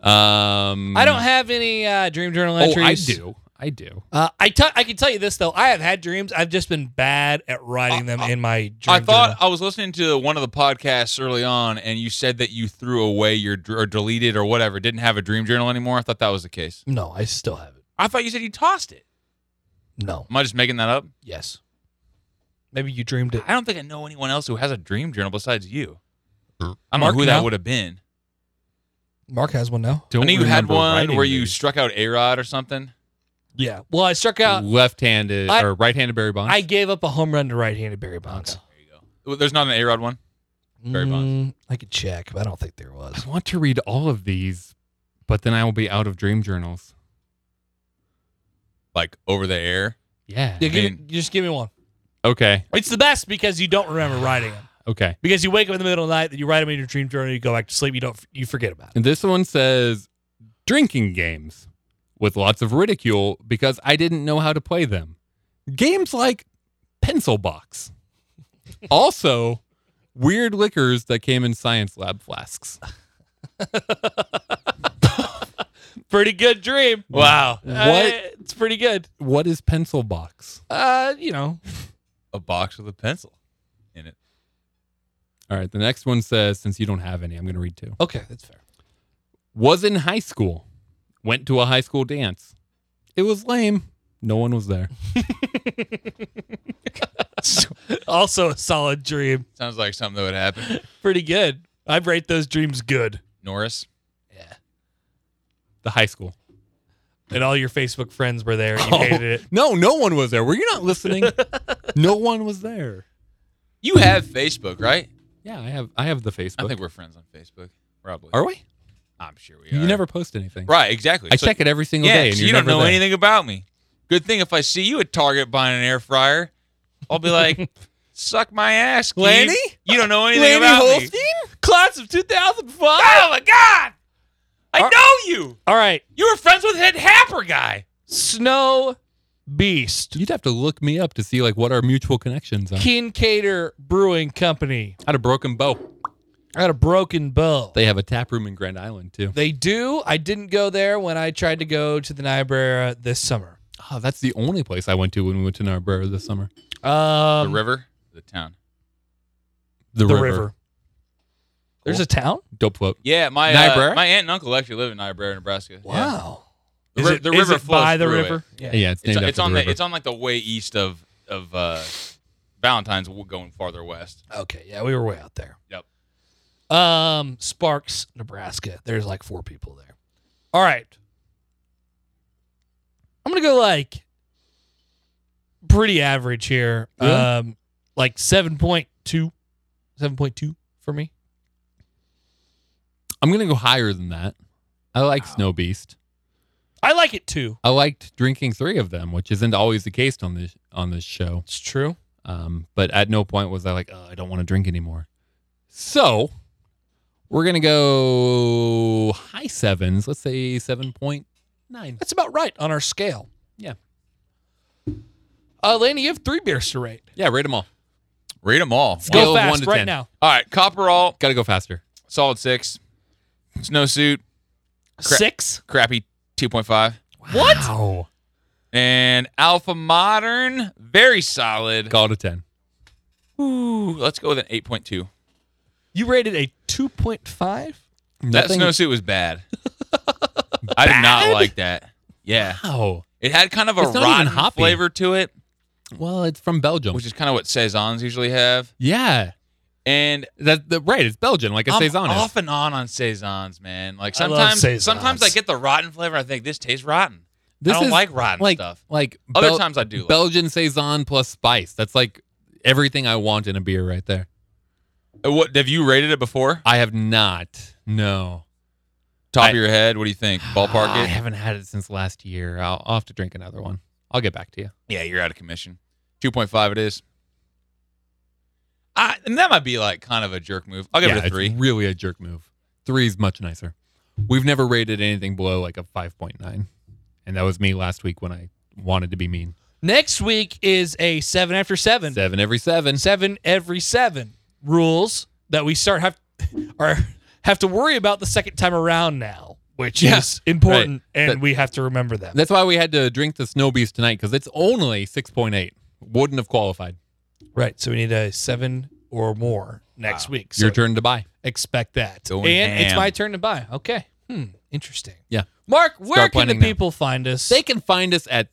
Speaker 1: Um,
Speaker 2: I don't have any uh, dream journal
Speaker 1: Oh, I
Speaker 2: entries.
Speaker 1: do. I do.
Speaker 2: Uh, I t- I can tell you this though. I have had dreams. I've just been bad at writing them in my dream
Speaker 3: I thought
Speaker 2: journal.
Speaker 3: I was listening to one of the podcasts early on, and you said that you threw away your dr- or deleted or whatever, didn't have a dream journal anymore. I thought that was the case.
Speaker 2: No, I still have it.
Speaker 3: I thought you said you tossed it.
Speaker 2: No.
Speaker 3: Am I just making that up?
Speaker 2: Yes. Maybe you dreamed it.
Speaker 3: I don't think I know anyone else who has a dream journal besides you. I don't
Speaker 2: Mark,
Speaker 3: know who
Speaker 2: no?
Speaker 3: that would have been.
Speaker 2: Mark has one now.
Speaker 1: Don't
Speaker 3: I know you had
Speaker 1: remember
Speaker 3: one
Speaker 1: writing
Speaker 3: where you
Speaker 1: these.
Speaker 3: struck out A Rod or something.
Speaker 2: Yeah. Well, I struck out.
Speaker 1: left-handed
Speaker 2: I-
Speaker 1: or right-handed Barry Bonds.
Speaker 2: I gave up a home run to right-handed Barry Bonds.
Speaker 3: There you go. Well, There's not an A Rod one. Barry Bonds.
Speaker 2: Mm, I could check, but I don't think there was.
Speaker 1: I want to read all of these, but then I will be out of dream journals.
Speaker 3: Like over the air.
Speaker 1: Yeah.
Speaker 2: Yeah, give,
Speaker 3: mean-
Speaker 2: you just give me one.
Speaker 1: Okay.
Speaker 2: It's the best because you don't remember writing them.
Speaker 1: Okay.
Speaker 2: Because you wake up in the middle of the night, you write them in your dream journal, you go back to sleep, you don't, you forget about it.
Speaker 1: And this one says drinking games with lots of ridicule because I didn't know how to play them. Games like Pencil Box. also, weird liquors that came in science lab flasks.
Speaker 2: pretty good dream.
Speaker 3: Wow.
Speaker 2: What?
Speaker 1: What?
Speaker 2: Uh, it's pretty good.
Speaker 1: What is pencil box?
Speaker 2: Uh, you know,
Speaker 3: A box with a pencil in it.
Speaker 1: All right, the next one says, since you don't have any, I'm going to read two.
Speaker 2: okay, that's fair.
Speaker 1: Was in high school, went to a high school dance. It was lame. No one was there.
Speaker 2: also a solid dream.
Speaker 3: Sounds like something that would happen.
Speaker 2: Pretty good. I rate those dreams good.
Speaker 3: Norris.
Speaker 1: The high school. Oh,
Speaker 2: And all your Facebook friends were there.
Speaker 3: Oh.
Speaker 2: And you hated it.
Speaker 1: No, no one was there. Were you not listening? no one was there.
Speaker 3: You have Facebook, right?
Speaker 1: Yeah, I have. I have the Facebook.
Speaker 3: I think we're friends on Facebook. Probably.
Speaker 1: are we?
Speaker 3: I'm sure we are.
Speaker 1: You never post anything.
Speaker 3: Right, exactly.
Speaker 1: I
Speaker 3: So-
Speaker 1: check it every single
Speaker 3: yeah,
Speaker 1: day. And
Speaker 3: so
Speaker 1: you're
Speaker 3: you don't
Speaker 1: never
Speaker 3: know
Speaker 1: there.
Speaker 3: anything about me. Good thing if I see you at Target buying an air fryer, I'll be like, suck my ass, Keith.
Speaker 1: Lanny?
Speaker 3: You don't know anything
Speaker 1: Lanny
Speaker 3: about me.
Speaker 1: Holstein?
Speaker 2: Class of 2005.
Speaker 3: Oh my god! I
Speaker 2: Are-
Speaker 3: know you.
Speaker 2: All right.
Speaker 3: You were friends with that Happer guy.
Speaker 2: Snow Beast.
Speaker 1: You'd have to look me up to see like what our mutual connections are.
Speaker 2: Kincaider Brewing Company.
Speaker 1: I had a broken bow.
Speaker 2: I got a broken bow.
Speaker 1: They have a tap room in Grand Island too.
Speaker 2: They do. I didn't go there when I tried to go to the Niobrara this summer.
Speaker 1: Oh, that's the only place I went to when we went to Narborough this summer.
Speaker 2: Um,
Speaker 3: the river, the town.
Speaker 1: The,
Speaker 2: the river. There's
Speaker 3: Cool.
Speaker 2: a town.
Speaker 1: Dope float.
Speaker 3: Yeah, my
Speaker 1: Niobrara?
Speaker 3: uh, my aunt and uncle actually live in Niobrara, Nebraska. Yeah. The,
Speaker 2: Is
Speaker 3: ri-
Speaker 2: it-
Speaker 3: the
Speaker 2: is
Speaker 3: river
Speaker 2: it
Speaker 3: flows
Speaker 2: by the
Speaker 3: through
Speaker 2: river?
Speaker 3: It. Yeah.
Speaker 1: Yeah, it's
Speaker 3: It's,
Speaker 1: named
Speaker 3: it's
Speaker 1: after
Speaker 3: on
Speaker 1: the
Speaker 3: the,
Speaker 1: river.
Speaker 3: it's on like the way east of of uh, Valentine's w- going farther west.
Speaker 2: Okay, yeah, we were way out there. Yep. Um, Sparks, Nebraska. There's like four people there. All right. I'm gonna go like pretty average here.
Speaker 1: Really?
Speaker 2: Um, like 7.2. 7.2 for me.
Speaker 1: I'm gonna go higher than that. I like Snow Beast.
Speaker 2: I like it too.
Speaker 1: I liked drinking three of them, which isn't always the case on this on this show.
Speaker 2: It's true.
Speaker 1: Um, but at no point was I like, oh, I don't want to drink anymore. So we're gonna go high sevens. Let's say seven point nine.
Speaker 2: That's about right on our scale.
Speaker 1: Yeah.
Speaker 2: Uh, Laney, you have three beers to rate.
Speaker 1: Yeah, rate them all.
Speaker 3: Read them all.
Speaker 1: Scale
Speaker 2: go
Speaker 1: of
Speaker 2: fast
Speaker 1: one to
Speaker 2: right
Speaker 1: 10.
Speaker 2: now.
Speaker 3: All right, Copperall,
Speaker 1: Gotta go faster.
Speaker 3: solid six. Snowsuit, Cra-
Speaker 2: Six.
Speaker 3: crappy two point five.
Speaker 2: What?
Speaker 1: Wow.
Speaker 3: And Alpha Modern, very solid.
Speaker 1: Call it a ten.
Speaker 3: Ooh, let's go with an eight point two.
Speaker 2: You rated a 2.5?
Speaker 3: That
Speaker 1: Nothing.
Speaker 3: snowsuit was bad. I did
Speaker 1: Bad?
Speaker 3: not like that. Yeah,
Speaker 1: wow.
Speaker 3: it had kind of a
Speaker 1: It's not even
Speaker 3: rotten
Speaker 1: hoppy.
Speaker 3: flavor to it,
Speaker 1: Well, it's from Belgium.
Speaker 3: which is kind of what saisons usually have.
Speaker 1: yeah.
Speaker 3: And
Speaker 1: That the right, it's Belgian, like a
Speaker 3: I'm
Speaker 1: saison is.
Speaker 3: off and on on saisons, man. Like
Speaker 2: I love
Speaker 3: sometimes,
Speaker 2: Saisons.
Speaker 3: sometimes I get the rotten flavor. I think this tastes rotten.
Speaker 1: This
Speaker 3: I don't
Speaker 1: is
Speaker 3: like rotten
Speaker 1: like
Speaker 3: stuff.
Speaker 1: like
Speaker 3: Other
Speaker 1: Bel-
Speaker 3: times I do. Like.
Speaker 1: Belgian saison plus spice. That's like everything I want in a beer right there.
Speaker 3: Uh, what have you rated it before?
Speaker 1: I have not. No.
Speaker 3: Top
Speaker 1: I-
Speaker 3: of your head, what do you think?
Speaker 1: Ah, I
Speaker 3: Ballpark it?
Speaker 1: haven't had it since last year. I'll, I'll have to drink another one. I'll get back to you.
Speaker 3: Yeah, you're out of commission. Two point five, it is. I, and that might be like kind of a jerk move. I'll give
Speaker 1: yeah,
Speaker 3: it a three.
Speaker 1: It's really a jerk move. Three is much nicer. We've never rated anything below like a 5.9. And that was me last week when I wanted to be mean.
Speaker 2: Next week is a seven after seven. Seven,
Speaker 1: Seven every seven.
Speaker 2: every seven rules that we start have are have to worry about the second time around now, which
Speaker 1: Yeah,
Speaker 2: is important, and
Speaker 1: That-
Speaker 2: we have to remember them.
Speaker 1: That's why we had to drink the Snow Beast tonight because it's only 6.8. Wouldn't have qualified.
Speaker 2: right. So we need a seven or more next week. So
Speaker 1: Your turn to buy.
Speaker 2: expect that.
Speaker 3: Going
Speaker 2: and it's
Speaker 3: ham.
Speaker 2: my turn to buy. Okay. Hmm. Interesting.
Speaker 1: Yeah.
Speaker 2: Mark, where can the
Speaker 1: planning now.
Speaker 2: people find us?
Speaker 1: They can find us at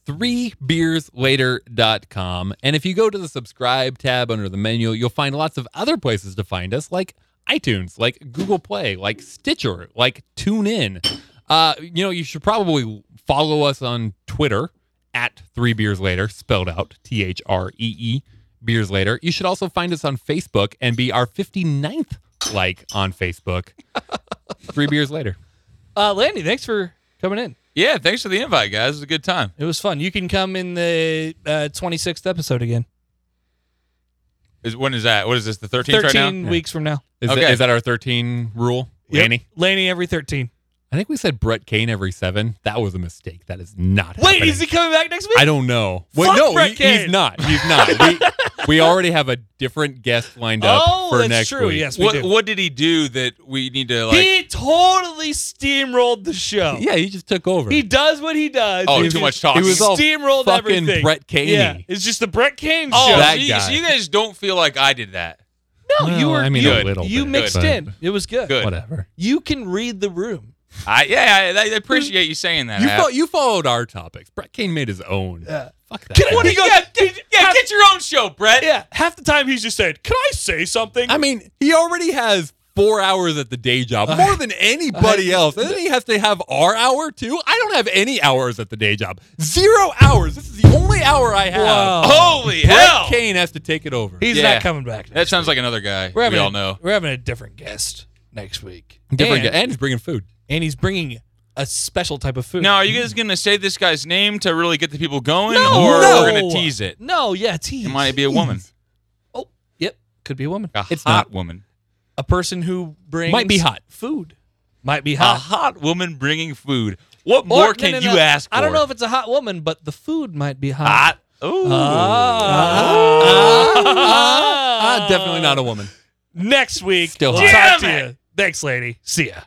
Speaker 1: 3beerslater.com. And if you go to the subscribe tab under the menu, you'll find lots of other places to find us, like iTunes, like Google Play, like Stitcher, like TuneIn. Uh, you know, you should probably follow us on Twitter at 3beerslater, spelled out T H R E E, beers later. You should also find us on Facebook and be our 59th like on Facebook. Three beers later.
Speaker 2: uh, Landy, thanks for coming in.
Speaker 3: Yeah, thanks for the invite, guys. It was a good time.
Speaker 2: It was fun. You can come in the uh, 26th episode again.
Speaker 3: Is when is that? What is this? The thirteenth right now?
Speaker 2: 13 weeks from now.
Speaker 1: Is, that,
Speaker 3: Okay.
Speaker 1: is that our 13 rule,
Speaker 2: Yep.
Speaker 1: Annie?
Speaker 2: Laney every 13.
Speaker 1: I think we said Brett Kane every seven. That was a mistake. That is not.
Speaker 2: Wait,
Speaker 1: happening.
Speaker 2: is he coming back next week?
Speaker 1: I don't know. Wait,
Speaker 2: Fuck
Speaker 1: no,
Speaker 2: Brett
Speaker 1: he-
Speaker 2: Kane.
Speaker 1: he's not. He's not. we, we already have a different guest lined up
Speaker 2: Oh,
Speaker 1: for
Speaker 2: that's
Speaker 1: next
Speaker 2: true.
Speaker 1: week.
Speaker 2: Yes, we
Speaker 3: What
Speaker 2: do.
Speaker 3: what did he do that we need to like?
Speaker 2: he totally steamrolled the show.
Speaker 1: Yeah, he just took over.
Speaker 2: He does what he does.
Speaker 3: oh,
Speaker 2: He
Speaker 3: too
Speaker 2: just
Speaker 3: much talking.
Speaker 1: He was all
Speaker 2: steamrolled
Speaker 1: fucking
Speaker 2: everything.
Speaker 1: Brett Kaney.
Speaker 2: Yeah, it's just the Brett Kane
Speaker 3: oh,
Speaker 2: show.
Speaker 1: that
Speaker 3: so you,
Speaker 1: guy.
Speaker 3: so you guys don't feel like I did that.
Speaker 2: no,
Speaker 1: Well,
Speaker 2: you were
Speaker 1: I mean,
Speaker 2: you,
Speaker 1: a little
Speaker 2: you
Speaker 1: bit,
Speaker 2: mixed
Speaker 1: but-
Speaker 2: in. It was good.
Speaker 3: Good.
Speaker 1: Whatever.
Speaker 2: You can read the room.
Speaker 3: I yeah, I, I appreciate you saying that.
Speaker 1: You,
Speaker 3: Ab.
Speaker 1: fo- you followed our topics. Brett Kane made his own.
Speaker 2: Yeah.
Speaker 1: Fuck that.
Speaker 2: Can
Speaker 1: guy.
Speaker 2: I-
Speaker 3: What do you
Speaker 2: Yeah,
Speaker 3: got?
Speaker 2: did-
Speaker 3: Yeah,
Speaker 2: have-
Speaker 3: get your own show, Brett.
Speaker 2: Yeah, half the time he's just saying, "Can I say something?"
Speaker 1: I mean, he already has four hours at the day job, more than anybody else. And then he has to have our hour too. I don't have any hours at the day job. Zero hours. This is the only hour I have.
Speaker 2: Wow.
Speaker 3: Holy
Speaker 2: Oh,
Speaker 1: Brett
Speaker 3: hell!
Speaker 1: Kane has to take it over.
Speaker 2: he's
Speaker 3: Yeah.
Speaker 2: not coming back.
Speaker 3: That sounds like another guy
Speaker 2: we're
Speaker 3: we
Speaker 2: having
Speaker 3: all
Speaker 2: a-
Speaker 3: know.
Speaker 2: We're having a different guest next week.
Speaker 1: Different
Speaker 2: and,
Speaker 1: guy. and he's bringing food.
Speaker 2: and he's bringing a special type of food.
Speaker 3: Now, are you guys gonna say this guy's name to really get the people going,
Speaker 2: No,
Speaker 3: or
Speaker 1: no.
Speaker 3: we're gonna tease it?
Speaker 2: No, yeah, tease.
Speaker 3: It might be a woman,
Speaker 2: Oh, yep, could be a woman.
Speaker 3: a
Speaker 1: It's
Speaker 3: hot
Speaker 1: not.
Speaker 3: woman,
Speaker 2: A person who brings
Speaker 1: Might be hot.
Speaker 2: food. Might be
Speaker 3: a
Speaker 2: hot.
Speaker 3: hot woman bringing food. What
Speaker 2: Or-
Speaker 3: more
Speaker 2: no,
Speaker 3: can
Speaker 2: no,
Speaker 3: you
Speaker 2: no,
Speaker 3: ask? For?
Speaker 2: I don't know if it's a hot woman, but the food might be hot.
Speaker 3: hot. Ooh.
Speaker 1: Ah, ah, ah, definitely not a woman.
Speaker 2: Next week,
Speaker 1: Still
Speaker 2: we'll
Speaker 1: hot.
Speaker 2: talk
Speaker 3: Damn
Speaker 2: to you. Thanks, lady. See ya.